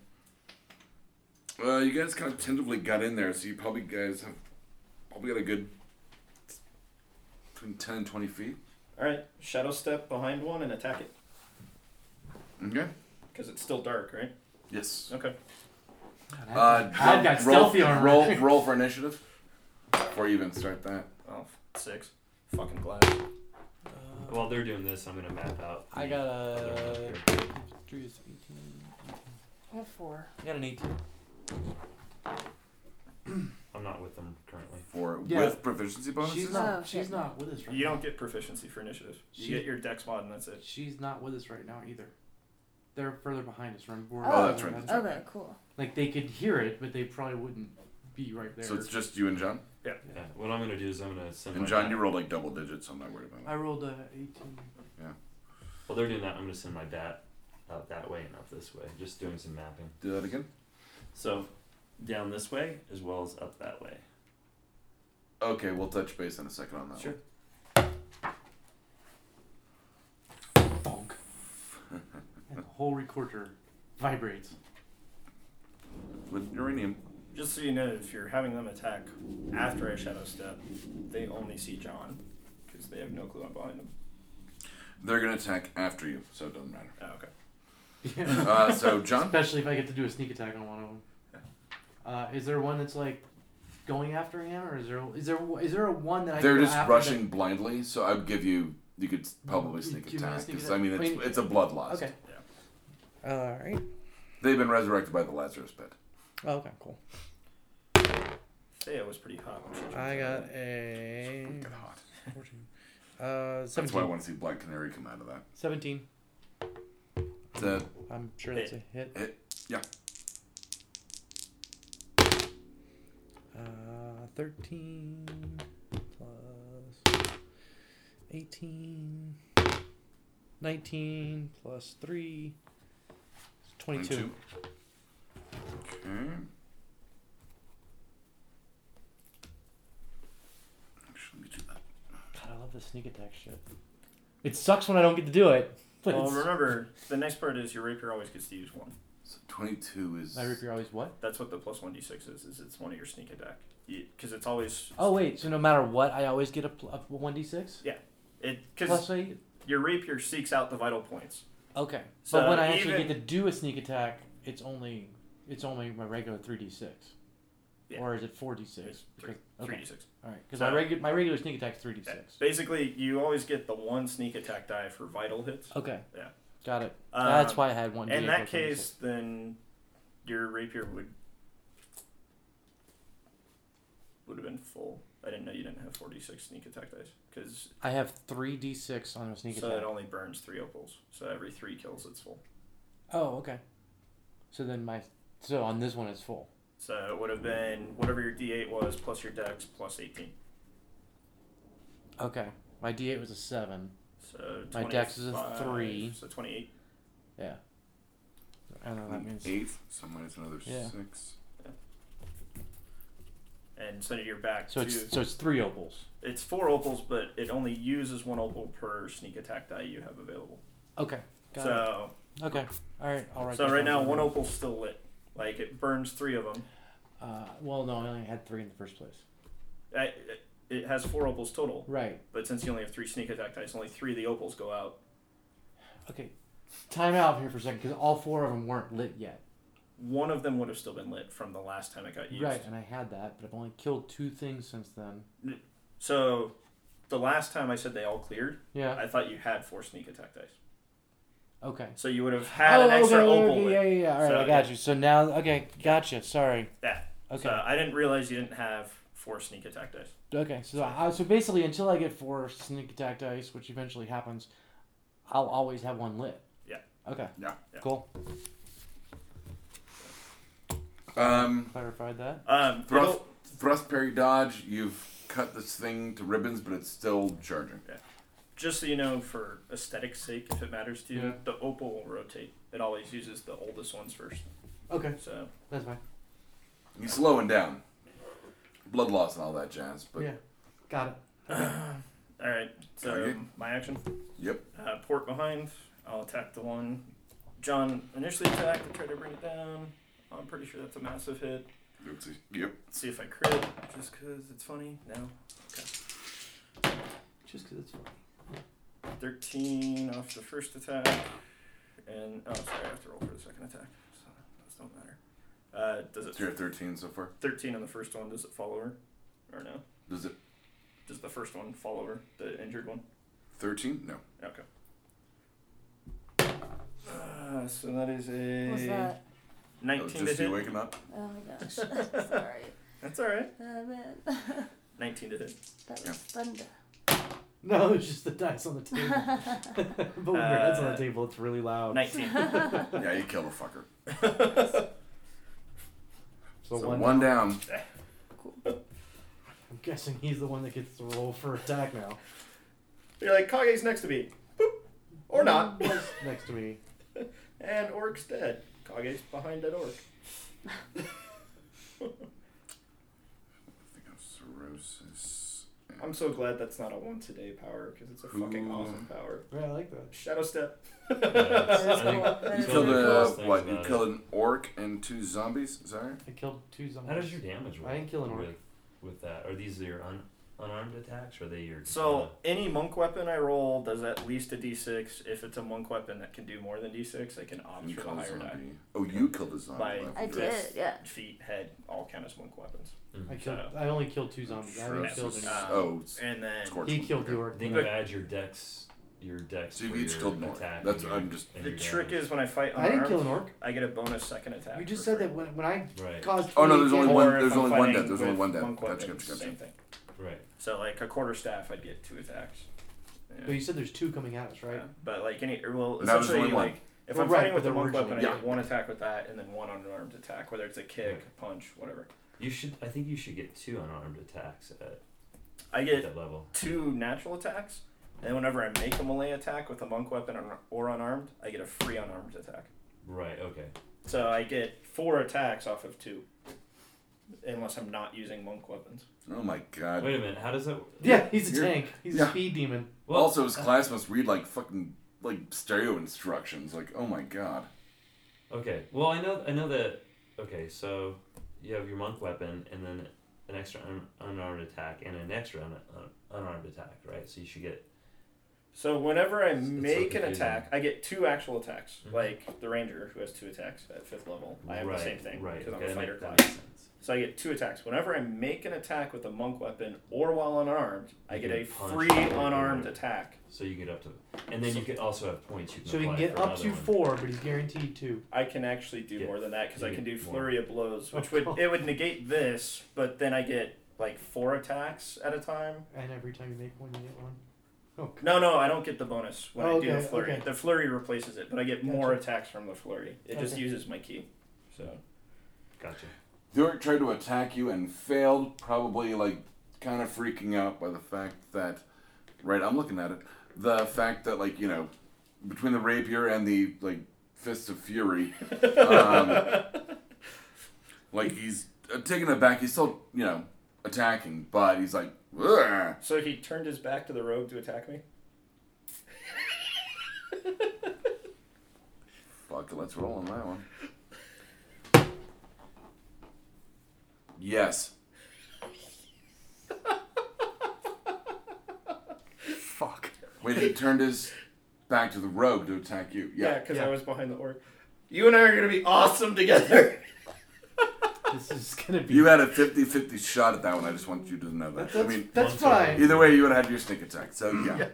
Uh, you guys kind of tentatively got in there, so you probably guys have probably got a good between 10 and 20 feet.
All right, shadow step behind one and attack it
Okay.
because it's still dark, right?
Yes.
Okay.
Uh,
I've got
roll,
stealthy armor.
Roll, roll for initiative before you even start that.
Oh, six. Fucking glad.
Uh,
While they're doing this, I'm gonna map out.
I
the
got
other map
a.
here.
Drew's 18.
I have four.
I got an 18.
I'm not with them currently.
For
Yeah.
with proficiency bonuses.
She's
Oh,
not.
shit.
She's not with us right.
You
now.
don't get proficiency for initiative. You
She-
get your dex mod and that's it.
She's not with us right now either. They're further behind us. Remember? We're
Oh,
that's right, that's
not-
Okay, cool.
Like they could hear it, but they probably wouldn't be right there.
so it's just you and John.
Yeah. What I'm gonna do is I'm gonna send.
And
my
John,
bat-
you rolled like double digits, so I'm not worried about
I rolled a 18.
While they're doing that, I'm gonna send my bat out that way and up this way, just doing some mapping.
it. Do that again.
So, down this way as well as up that way.
Okay, we'll touch base in a second on that.
Sure.
Bonk. and the whole recorder vibrates.
One. With uranium.
Just so you know, if you're having them attack after a shadow step, they only see John because they have no clue I'm behind them.
They're gonna attack after you, so it doesn't matter.
Oh, okay.
Yeah.
Uh, so John,
Especially if I get to do a sneak attack on one of them. Uh, is there one that's like going after him, or is there is there is there a one that I
they're
can go
just
after
rushing blindly, so I'd give you. You could probably
Mm, You
sneak
give me a
attack
sneak
because I
attack.
mean
I
it's
mean-
it's a bloodlust.
That, okay. All right.
They've been resurrected by the Lazarus pit.
Oh, okay. Cool.
Thea was pretty hot. When she jumped
I
in.
got a
Get hot.
14. Uh,
That's why I
17.
want to see Black Canary come out of that.
17.
Oh,
The
I'm sure that's a hit.
Hit. Yeah.
Uh, 13 plus 18. 19 plus 3. It's 22.
Okay. Actually, let me do that.
God, I love the sneak attack shit. It sucks when I don't get to do it. But
Well,
it's,
remember, the next part is your rapier always gets to use one.
So 22 is.
My rapier always what?
That's what the plus one d six is. Is it's one of your sneak attack because it's always
Oh, wait. So no matter what, I always get a, pl- a 1d6?
it
Plus
because
8?
your rapier seeks out the vital points.
Okay.
So
but when I actually
even-
get to do a sneak attack, it's only it's only my regular 3d6.
Yeah.
Or is it 4d6?
It's three
Because-
three
okay.
d six.
All right. Because
So-
my, regu- my regular sneak attack is 3d6.
Basically, you always get the one sneak attack die for vital hits.
Okay.
Yeah.
Got it.
Um,
Oh, That's why I had one.
In
D8
that
plus one D6.
case, then your rapier would would have been full. I didn't know you didn't have 46 sneak attack dice because
I have three d6 on a sneak
so
attack.
it only burns three opals. So every three kills, it's full.
Oh, okay. So then my so on this one it's full.
So it would have been whatever your D8 was plus your dex plus 18.
Okay. My d8 was a seven.
So
My dex is a
25,
three.
So 28.
Yeah. I don't know what that means.
8, so minus another
Yeah.
6.
And and send it your back
So
to.
it's so it's three opals.
it's four opals, but it only uses one opal per sneak attack die you have available.
Okay. Got
so
it. Okay. All right. All right.
so right now one oh opal's still lit. Like it burns three of them.
Uh, well, no, I only had three in the first place.
I, it- it has four opals total,
Right.
but since you only have three sneak attack dice, only three of the opals go out.
Okay. Time out here for a second because all four of them weren't lit yet.
One of them would have still been lit from the last time it got used.
Right. And I had that, but I've only killed two things since then.
So the last time I said they all cleared,
Yeah.
I thought you had four sneak attack dice.
Okay.
So you would have had an
Oh, okay,
extra
okay,
opal.
okay,
lit.
yeah, yeah, yeah. All right,
So-
I got you. So now, okay, gotcha. Sorry.
Yeah.
Okay.
So I didn't realize you didn't have four sneak attack dice.
Okay, so I, so basically, until I get four sneak attack dice, which eventually happens, I'll always have one lit.
Yeah.
Okay.
Yeah.
Yeah.
Cool.
Um,
Clarified that.
Um,
thrust,
it'll-
thrust, parry, dodge. You've cut this thing to ribbons, but it's still charging.
just so you know, for aesthetic's sake, if it matters to you,
Yeah.
the opal will rotate. It always uses the oldest ones first.
Okay,
So
that's fine.
He's slowing down. Blood loss and all that jazz. But
Yeah. Got it.
all right. So
Okay.
my action.
Yep.
Uh, port behind. I'll attack the one. John initially attacked and tried to bring it down. I'm pretty sure that's a massive hit.
Oopsie. Yep.
Let's see if I crit, just because it's funny. No.
Just because it's funny.
13 off the first attack. And, oh, sorry, I have to roll for the second attack. So those don't matter. Uh, does
So you're
it
at 13 so far.
13 on the first one? Does it fall over? Or no?
Does it
Does the first one fall over? The injured one?
13? No.
Okay. Uh, so that is
What was
a
that?
19
Oh,
to
just you
hit.
waking up.
Oh my gosh. Sorry.
That's alright.
Oh man. that
19 to hit.
was
Yeah.
thunder.
No, it's just the dice on the table. but when your head's on
Uh,
the table, it's really loud.
19.
Yeah, you killed a fucker.
So,
So
one,
one down.
I'm guessing he's the one that gets the roll for attack now.
You're like, Kage's next to me. Boop.
Mm-hmm.
Or not.
Next- Next to me.
And orc's dead. Kage's behind that orc.
I think of cirrhosis.
I'm so glad that's not a once a day power because it's a fucking
Ooh.
awesome power.
Yeah, I like that.
Shadow step.
That is
I think-
cool. That
You
is
Those are
killed
the
cool.
a,
coolest things
what? You
about it.
killed an orc and two zombies? Is that right?
I killed two zombies.
How does your damage work?
I didn't kill an orc.
With, with that, are these your un, unarmed attacks? Or are they your? uh,
So any monk weapon I roll does at least a d6. If it's a monk weapon that can do more than d6, I can opt
You
for the
killed a
higher die.
zombie. Oh, you killed a zombie.
By-
left
I
and
did,
right.
Yes.
yeah.
Feet, head, all count as monk weapons.
I killed.
So-
I only killed two zombies. I didn't kill
Cirrhosis.
any.
Uh,
Oh, it's-
And then
Scorch
He
one.
killed the
Okay.
I
orc.
think you add your dex, your dex.
So you've
for
each
your
killed an orc.
attack
That's-
and your-
I'm just-
and
the
your
trick
damage.
is when I fight
I didn't kill an
unarmed,
orc.
I get a bonus second attack.
You just
for
said
free.
that when, when I
Right.
caused.
Oh, no,
28
there's only
damage-
one-
Or if
there's
I'm
only one
fighting
death, there's only
with
one death.
monk
Gotcha,
weapons,
gotcha, gotcha.
Same thing.
Right.
So like a quarter staff, I'd get two attacks. Yeah.
But you said there's two coming at us, right?
Yeah, but like any or, well,
And that was
essentially
only one.
like if
Well,
I'm
right,
fighting
but
with a
they're
monk weapon, I
originally-
get one attack with that, and then one unarmed attack, whether it's a kick, punch, whatever.
You should. I think you should get two unarmed attacks at,
I
at
get
that level.
two natural attacks, and whenever I make a melee attack with a monk weapon or- or unarmed, I get a free unarmed attack.
Right. Okay.
So I get four attacks off of two, unless I'm not using monk weapons.
Oh my god.
Wait a minute. How does that?
Yeah, he's a
You're-
tank. He's a
yeah.
speed demon.
Well,
also, his class must read like fucking like stereo instructions. Like, oh my god.
Okay. Well, I know. I know that. Okay. So you have your monk weapon, and then an extra un, unarmed attack, and an extra un, un- unarmed attack. Right. So you should get.
So whenever I
It's so
make an
confusing.
attack, I get two actual attacks.
Mhm.
Like the ranger who has two attacks at fifth level, I have
right,
the same thing
Right.
because
okay,
I'm a
that
fighter
make-
class.
that makes sense.
So I get two attacks. Whenever I make an attack with a monk weapon or while unarmed, I
You
get
can
a
punch
free
or whatever.
unarmed attack.
So you can get up to, and then you could also have points. You can
So he can
apply
get
for
up to
another one.
four, but he's guaranteed two.
I can actually do
Yeah.
more than that because
You
I can do
get more. Oh,
flurry of blows, which would it would negate this, but then I get like four attacks at a time.
And every time you make one, you get one. Oh, Okay.
No, no, I don't get the bonus when I do the
Okay,
flurry.
okay.
The flurry replaces it, but I get more
Gotcha.
attacks from the flurry. It just
Okay.
uses my key. So
Gotcha.
The orc tried to attack you and failed, probably like kind of freaking out by the fact that, right? I'm looking at it. The fact that like you know, between the rapier and the like fists of fury, um, like he's uh, taken aback. He's still you know attacking, but he's like, "Ugh."
So he turned his back to the rogue to attack me.
fuck it, let's roll on that one. Yes.
Fuck.
Wait, he turned his back to the rogue to attack you.
Yeah,
Yeah.
because I was behind the orc. You and I are gonna be awesome together.
This is gonna be.
You had a 50 50 shot at that one. I just want you to know that. I mean,
That's Mm.
One time.
fine.
either way, you would have had your sneak attack. So, yeah.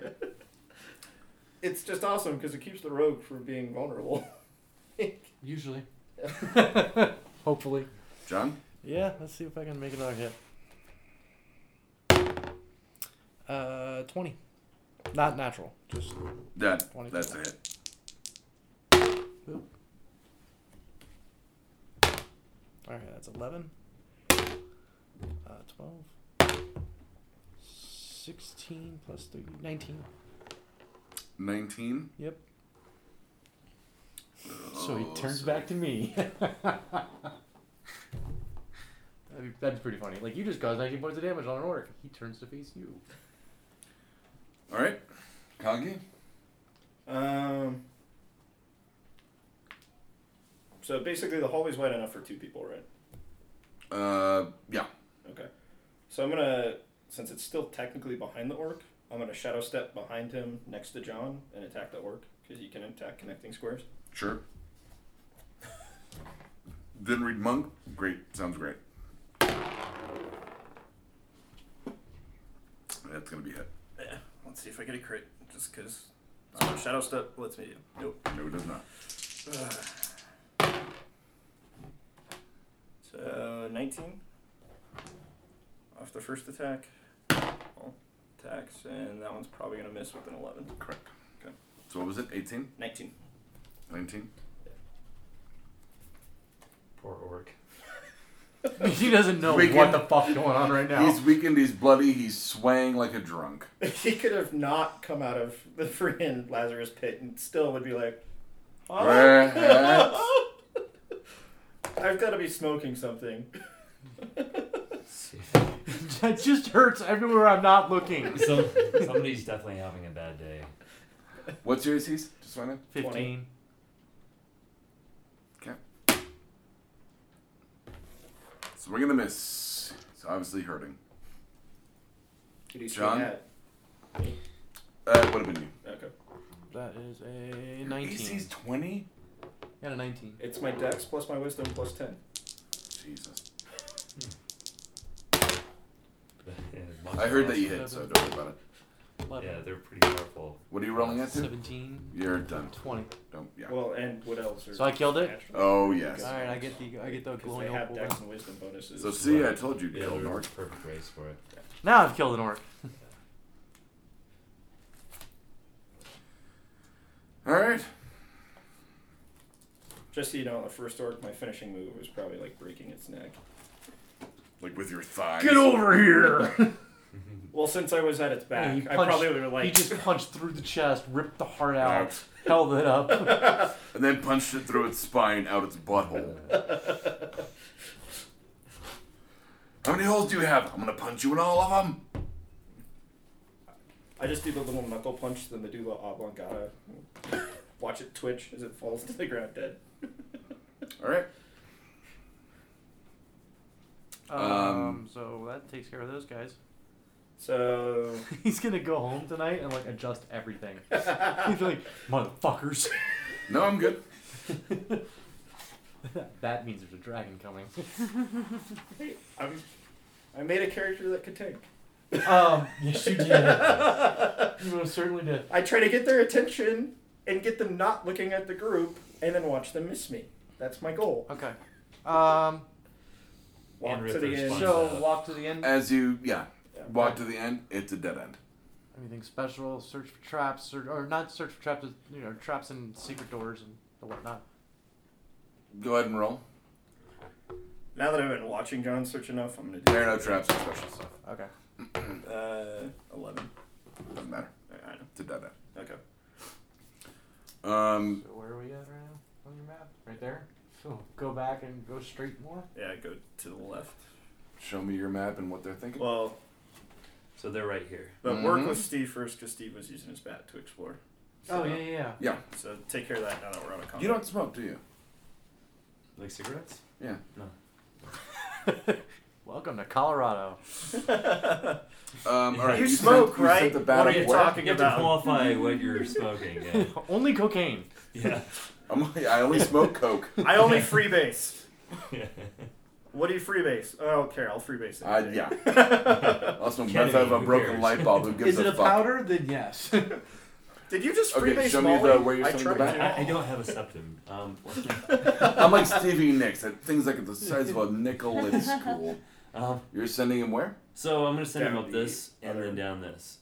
it's just awesome because it keeps the rogue from being vulnerable.
Usually.
Hopefully.
John?
Yeah, let's see if I can make another hit. Uh, 20. Not natural. Just
That,
Twenty.
that's a hit.
all right. That's 11. Uh, 12. 16 plus 3. 19.
19.
Yep. So
Oh,
he turns back to me.
That'd be- That's pretty funny. Like you just caused 19 points of damage on an orc. He turns to face you.
All right. Kagi?
Um. So basically, the hallway's wide enough for two people, right?
Uh, yeah.
Okay. So I'm gonna, since it's still technically behind the orc, I'm gonna shadow step behind him next to John and attack the orc because you can attack connecting squares.
Sure. Didn't read monk? Great. Sounds great. That's going to be a hit.
Yeah. Let's see if I get a crit, just because that's what shadow step lets me do. Nope.
No, it does not.
Uh, So 19 off the first attack. All attacks, and that one's probably gonna miss with an 11.
Correct.
Okay.
So what was it? 18?
19.
19?
Poor orc.
he doesn't know
We
what the
can-
fuck's going on right now.
He's weakened, he's bloody, he's swaying like a drunk.
he could have not come out of the freaking Lazarus pit and still would be like,
Oh.
Perhaps.
I've got to be smoking something.
that just hurts everywhere I'm not looking.
Some, somebody's definitely having a bad day.
What's your ACs? Just find out.
15.
Okay. So we're gonna miss. He's obviously hurting. John? Uh, it would have been you.
Okay.
That is a 19.
AC's 20?
Got a 19.
It's my dex plus my wisdom plus 10.
Jesus.
Yeah,
I heard that you hit, so don't worry about it.
11.
Yeah, they're pretty powerful.
What are you rolling at? Sue?
17.
You're done.
20.
Don't, yeah.
Well, and what else? Are
So I killed it?
natural?
Oh, yes.
All right, I get the I get the
Because they
glowing
have
orb.
dex and wisdom bonuses.
So see, I told you to
Yeah,
kill
they're
Nort.
the perfect race for it.
Now I've killed an orc.
Alright.
Just so you know, on the first orc, my finishing move was probably like breaking its neck.
Like with your thighs.
Get over here!
Well, since I was at its
Yeah,
back,
he
I
punched-
probably would have
He
like.
just punched through the chest, ripped the heart out, held it up.
And then punched it through its spine out its butthole. How many holes do you have? I'm gonna punch you in all of them.
I just do the little knuckle punch, the medulla oblongata. Watch it twitch as it falls to the ground dead.
Alright.
Um,
Um,
so that takes care of those guys.
So
He's gonna go home tonight and like adjust everything. He's like, motherfuckers.
No, I'm good.
that means there's a dragon coming.
I'm, I made a character that could tank.
um, yes, you did. You most certainly did.
I try to get their attention and get them not looking at the group, and then watch them miss me. That's my goal.
Okay. Um,
Walk
And
to the
Ripper's
end.
fun.
so walk to the end.
As you, yeah,
Yeah.
walk to the end, it's a dead end.
Anything special? Search for traps, or, or not search for traps, but, you know, traps and secret doors and whatnot.
Go ahead and roll.
Now that I've been watching John search enough, I'm gonna do
There are no traps or special stuff.
Okay.
uh, eleven.
Doesn't matter.
I know.
It's a dead
Okay.
end. Um,
So where are we at right now Oh, on your map? Right there. So go back and go straight more.
Yeah, go to the left.
show me your map and what they're thinking?
Well,
So they're right here.
but work
Mhm.
with Steve first because Steve was using his bat to explore.
Oh yeah, yeah, yeah.
yeah.
So take care of that now that we're out of combat.
You don't smoke, do you?
Like cigarettes?
Yeah.
Welcome to Colorado.
Um, all right.
You
sent-
smoke,
you
right?
sent the bat
What are
up
you
where?
talking
You have to
about?
qualify what you're smoking. Yeah.
Only cocaine.
yeah.
I'm, I only smoke coke.
I only freebase.
Yeah.
What do you freebase? Oh, I don't care. I'll freebase it.
I, yeah. Also,
Kenny,
meth out of a
who
broken
cares?
light bulb. Who gives
Is it a
fuck?
powder? Then yes.
Did you just
Okay,
freebase
show me
Molly?
the- where you're
I
sending the
tried
bat.
I, I don't have a septum. Um,
I'm like Stevie Nicks. That thing's like the size of a nickel. It's cool.
um,
You're sending him where?
so I'm gonna send him
Down
up
the
this and
other-
then down this.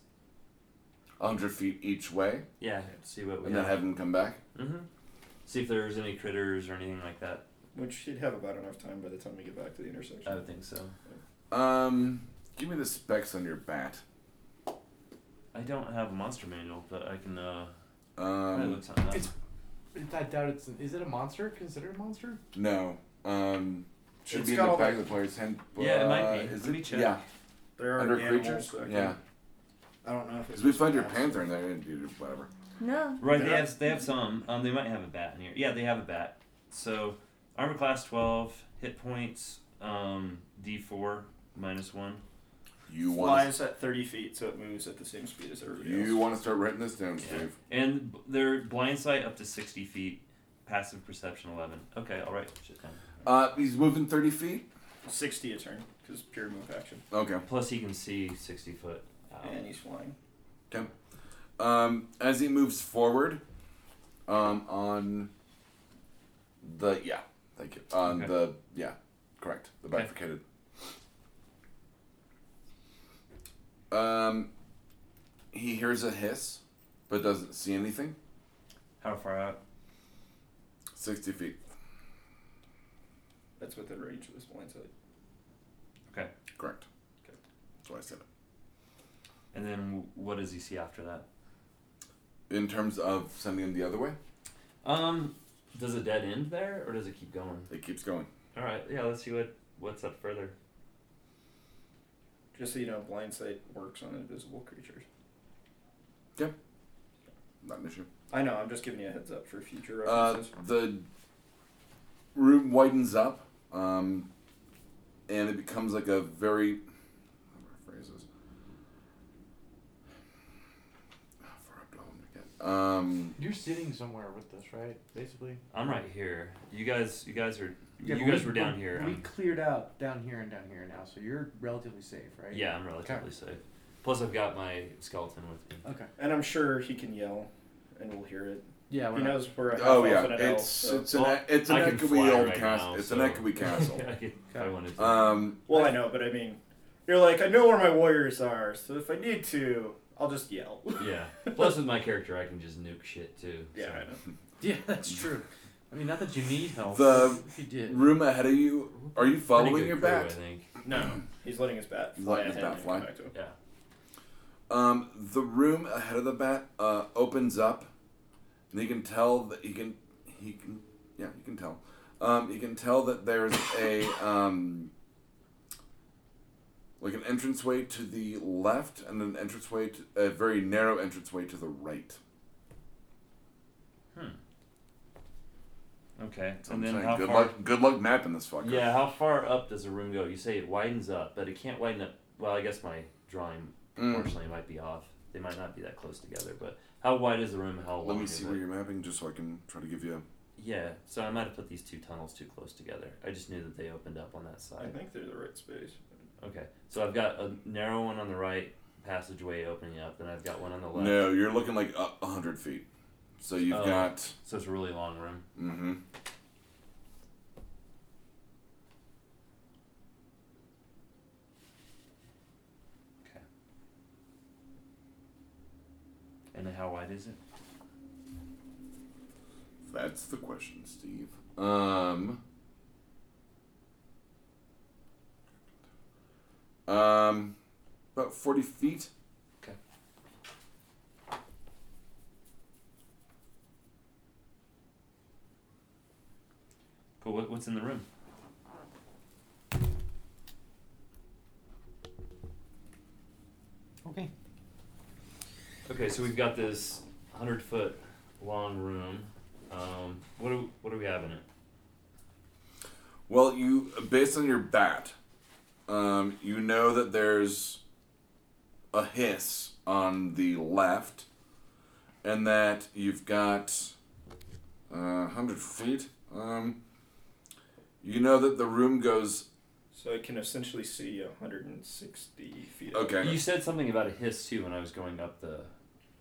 100 feet each way,
Yeah. See what we
and then have him come back.
hmm See if there's any critters or anything like that.
to. Which he'd have about enough time by the time we get back to the intersection.
I would think so.
Um, give me the specs on your bat.
I don't have a monster manual, but I can uh, probably
Um,
look something up.
it's- I doubt it's. Is it a monster? Considered a monster?
no. Um, should
It's
be in
got
the
all
back
the-
of the player's hand.
Yeah, it might
uh,
be.
Is
Let
it?
me check.
Yeah,
there are
under
animals,
creatures.
so I can-
Yeah,
I don't know if it's
because we
just
find your
animals.
panther in there and you- whatever.
No.
Right, they
They're-
have they have some. Um, they might have a bat in here. Yeah, they have a bat. So, armor class twelve, hit points, um, D four minus one.
You want
Flies at 30 feet, so it moves at the same speed as
to,
everybody
you
else.
want to start writing this down, Steve.
And b- their blind sight up to sixty feet, passive perception eleven. Okay, all right, shit down.
Uh, he's moving 30 feet.
60 a turn because pure move action,
Okay.
Plus he can see sixty foot. Out.
and he's flying.
Um, as he moves forward, um, on the yeah, thank you. On
Okay.
the yeah, correct. The
Okay.
bifurcated. Um, he hears a hiss, but doesn't see anything.
How far out?
Sixty feet.
That's within range of this blind sight.
Correct.
Okay.
That's why I said it.
And then w- what does he see after that?
In terms of sending him the other way,
Um, does it dead end there, or does it keep going?
it keeps going.
All right, yeah, let's see what what's up further.
Just so you know, blind sight works on invisible creatures.
Not an issue.
I know, I'm just giving you a heads up for future
Uh,
references.
the room widens up, um, and it becomes like a very. How do I phrase this? How far up do I want to get? Um,
You're sitting somewhere with this, right? Basically.
I'm right here. You guys, you guys are,
Yeah,
you
but
guys
we-
were down
we-
here. um,
We
I'm-
cleared out down here and down here now, so you're relatively safe, right?
Yeah, I'm relatively safe. Plus, I've got my skeleton with
Uh,
me.
Okay.
and I'm sure he can yell, and we'll hear it.
Yeah. We're
He
not,
knows we're a half
oh
elf
yeah,
and an elf,
it's
so-
it's an e,
Well,
it's an
I can
echoey
fly
old
right
castle.
now,
it's
so-
an echoey castle.
I could, if I wanted to.
um,
well, I know, but I mean, you're like, I know where my warriors are, so if I need to, I'll just yell.
yeah. Plus, with my character, I can just nuke shit too.
yeah, I
so.
know.
yeah, that's true. I mean, not that you need help.
The-
but if you did.
room ahead of you. Are you
Pretty
following
good
your
crew,
bat?
I think.
No, he's letting his bat
He's
fly.
letting his
ahead
bat
and
fly.
come back to him.
Yeah.
Um, the room ahead of the bat uh, opens up, and he can tell that he can he can yeah he can tell um, he can tell that there's a um, like an entranceway to the left and an entranceway to, a very narrow entranceway to the right.
Okay.
So
and
I'm
then
saying,
how
good
far?
luck good luck mapping this fucker.
Yeah, how far up does the room go? You say it widens up, but it can't widen up. Well, I guess my drawing,
Mm.
unfortunately, might be off. They might not be that close together. But how wide is the room? How long?
Let me
is
see
it?
where you're mapping, just so I can try to give you.
Yeah. So I might have put these two tunnels too close together. I just knew that they opened up on that
I
side.
think they're the right space.
Mm-hmm.
Okay, so I've got a narrow one on the right, passageway opening up, and I've got one on the left.
No, you're looking like a a hundred feet. So you've
Oh.
got.
So it's a really long room.
Mm-hmm.
And how wide is it?
That's the question, Steve. Um. Um, about forty feet.
Okay. Cool. What, what's in the room? Okay, so we've got this hundred foot long room. Um, what do what do we have in it?
Well, you based on your bat, um, you know that there's a hiss on the left, and that you've got uh, hundred feet. Um, you know that the room goes
So I can essentially see 160 feet.
okay.
You said something about a hiss too when I was going up the,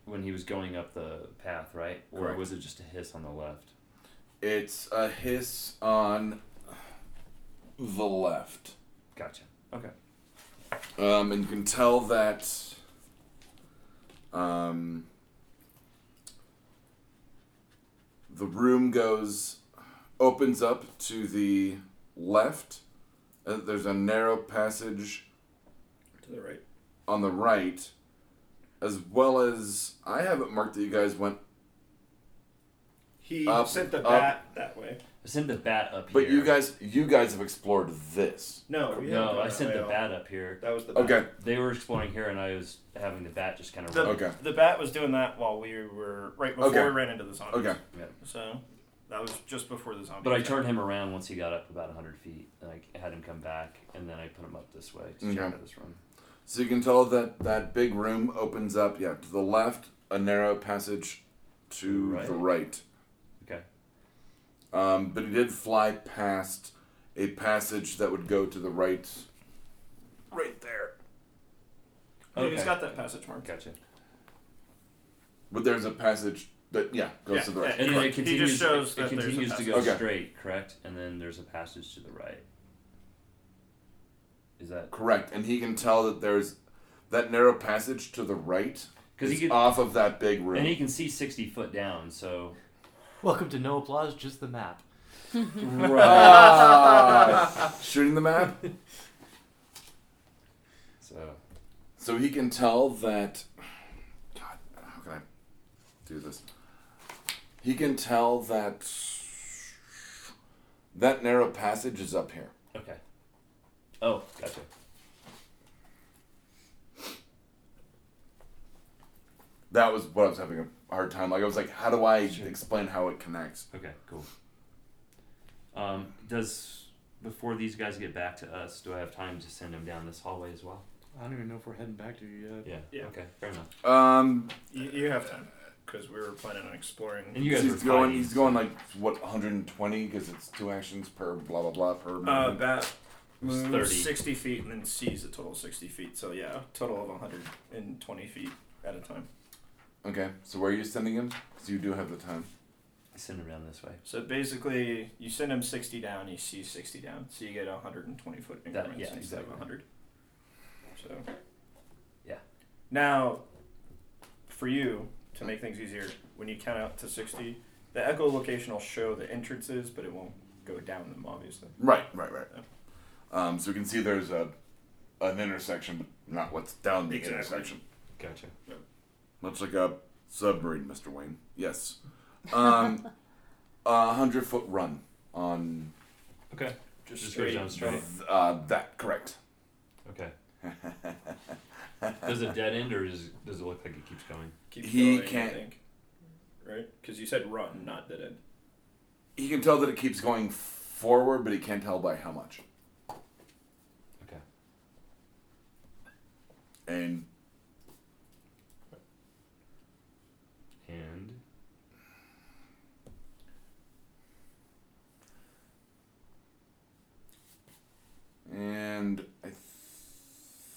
when he was going up the path, right? Or
Correct.
was it just a hiss on the left?
It's a hiss on the left.
Gotcha. Okay.
Um, and you can tell that um, the room goes opens up to the left. Uh, there's a narrow passage
To the right.
on the right, as well as I have it marked that you guys went,
He
Up,
sent the
up.
bat that way.
I sent the bat up
but
here.
you guys you guys have explored this.
No, we haven't
No,
gone
I
that
sent
way
the
at all.
bat up here.
That was the bat.
Okay,
They were exploring here, and I was having the bat just kind of.
The,
Okay.
the bat was doing that while we were right before
Okay.
we ran into the zombies.
okay.
So that was just before the zombie.
But I
attack.
turned him around once he got up about 100 feet, and I had him come back, and then I put him up this way to check
Okay.
out this room.
So you can tell that that big room opens up, yeah, to the left, a narrow passage to
Right.
the right.
Okay.
Um, but he did fly past a passage that would go to the right.
right there.
Okay.
He's got that passage marked.
Gotcha.
But there's a passage that, yeah, goes
Yeah,
to the right.
yeah.
And then it
He just
continues.
shows
it
that there's a
continues to go
passage. Okay.
straight, correct? And then there's a passage to the right. Is that
Correct. And he can tell that there's that narrow passage to the right
because he
is
could
off of that big room.
and he can see 60 foot down, so
Welcome to No Applause, just the map.
Ah, shooting the map?
so
So he can tell that. God, how can I do this? He can tell that that narrow passage is up here.
okay. Oh, gotcha.
That was what I was having a hard time. Like I was like, how do I explain how it connects?
Okay, cool. Um, does before these guys get back to us, do I have time to send them down this hallway as well?
I don't even know if we're heading back to you yet.
Yeah.
Yeah.
Okay. Fair enough.
Um,
You, you have time because we were planning on exploring.
And you guys
he's
are
going.
fighting,
He's
so-
going like what 120 because it's two actions per blah blah blah per.
Uh,
movement.
bat
was
moves
30.
60 feet and then sees a total of 60 feet. So yeah, total of 120 feet at a time.
okay, so where are you sending him? Because you do have the time.
Send them down this way.
So basically, you send him 60 down, you see 60 down. So you get 120 foot increments
yeah,
instead
exactly.
of 100. So.
Yeah.
Now, for you, to make things easier, when you count out to 60, the echolocation will show the entrances, but it won't go down them, obviously.
Right, right, right. Um, so we can see there's a an intersection, but not what's down the
Exactly.
intersection.
Gotcha.
Much like a submarine, Mr. Wayne. Yes. Um, a hundred foot run on
Okay.
Just,
Just go
straight.
down straight.
uh, that. Correct.
Okay. Does it dead end or is, does it look like it keeps going?
Keep
He
going, I
can't-
think. Right? Because you said run, not dead end.
He can tell that it keeps going forward, but he can't tell by how much.
Okay.
And
And
and I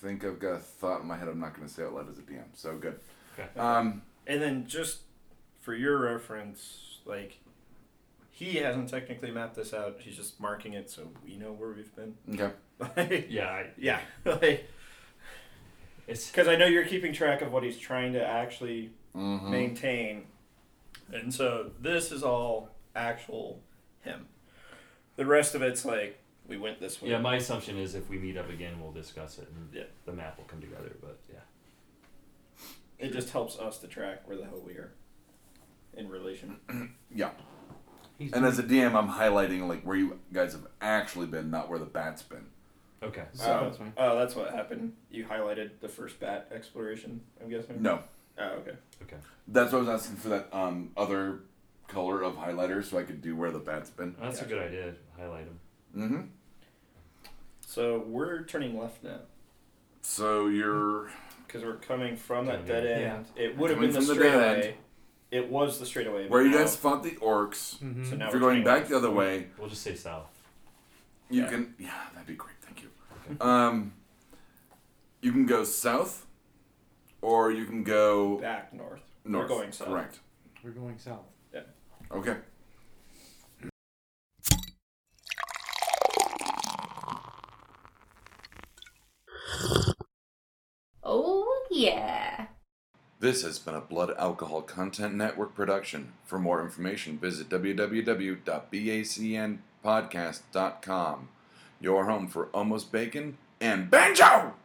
think I've got a thought in my head. I'm not going to say out loud as a DM. So good.
Okay.
Um,
And then just for your reference, like he hasn't technically mapped this out. He's just marking it so we know where we've been.
okay.
Like,
yeah, I,
yeah, like
it's
because I know you're keeping track of what he's trying to actually
Mhm.
Mm-hmm.
maintain, and so this is all actual him. The rest of it's like we went this way.
yeah. My assumption is if we meet up again, we'll discuss it and
Yeah.
the map will come together. But yeah.
it just helps us to track where the hell we are in relation.
Yeah.
He's
And as a DM, I'm highlighting like where you guys have actually been, not where the bat's been.
Okay.
So
oh, that's what happened. You highlighted the first bat exploration. I'm guessing.
no,
Oh, okay.
Okay.
That's why I was asking for that um, other color of highlighter so I could do where the bat's been.
That's a good idea. Highlight them.
Mm-hmm.
So we're turning left now
So you're
because we're coming from that
Coming
dead
in.
end. It would have
Coming
been the
from the dead
straightaway. It was the straightaway. but
where you
Mm-hmm. now-
guys fought the orcs.
So
Mm-hmm.
now
If
we're
you're going
turning
back
left.
the other way,
We'll just say south.
you
Yeah.
can. Yeah, that'd be great. Thank you. Um, you can go south, or you can go
back north.
north.
We're going south.
Correct.
We're going south.
Okay.
Oh, yeah.
This has been a Blood Alcohol Content Network production. For more information, visit www.bacnpodcast.com. Your home for almost bacon and banjo.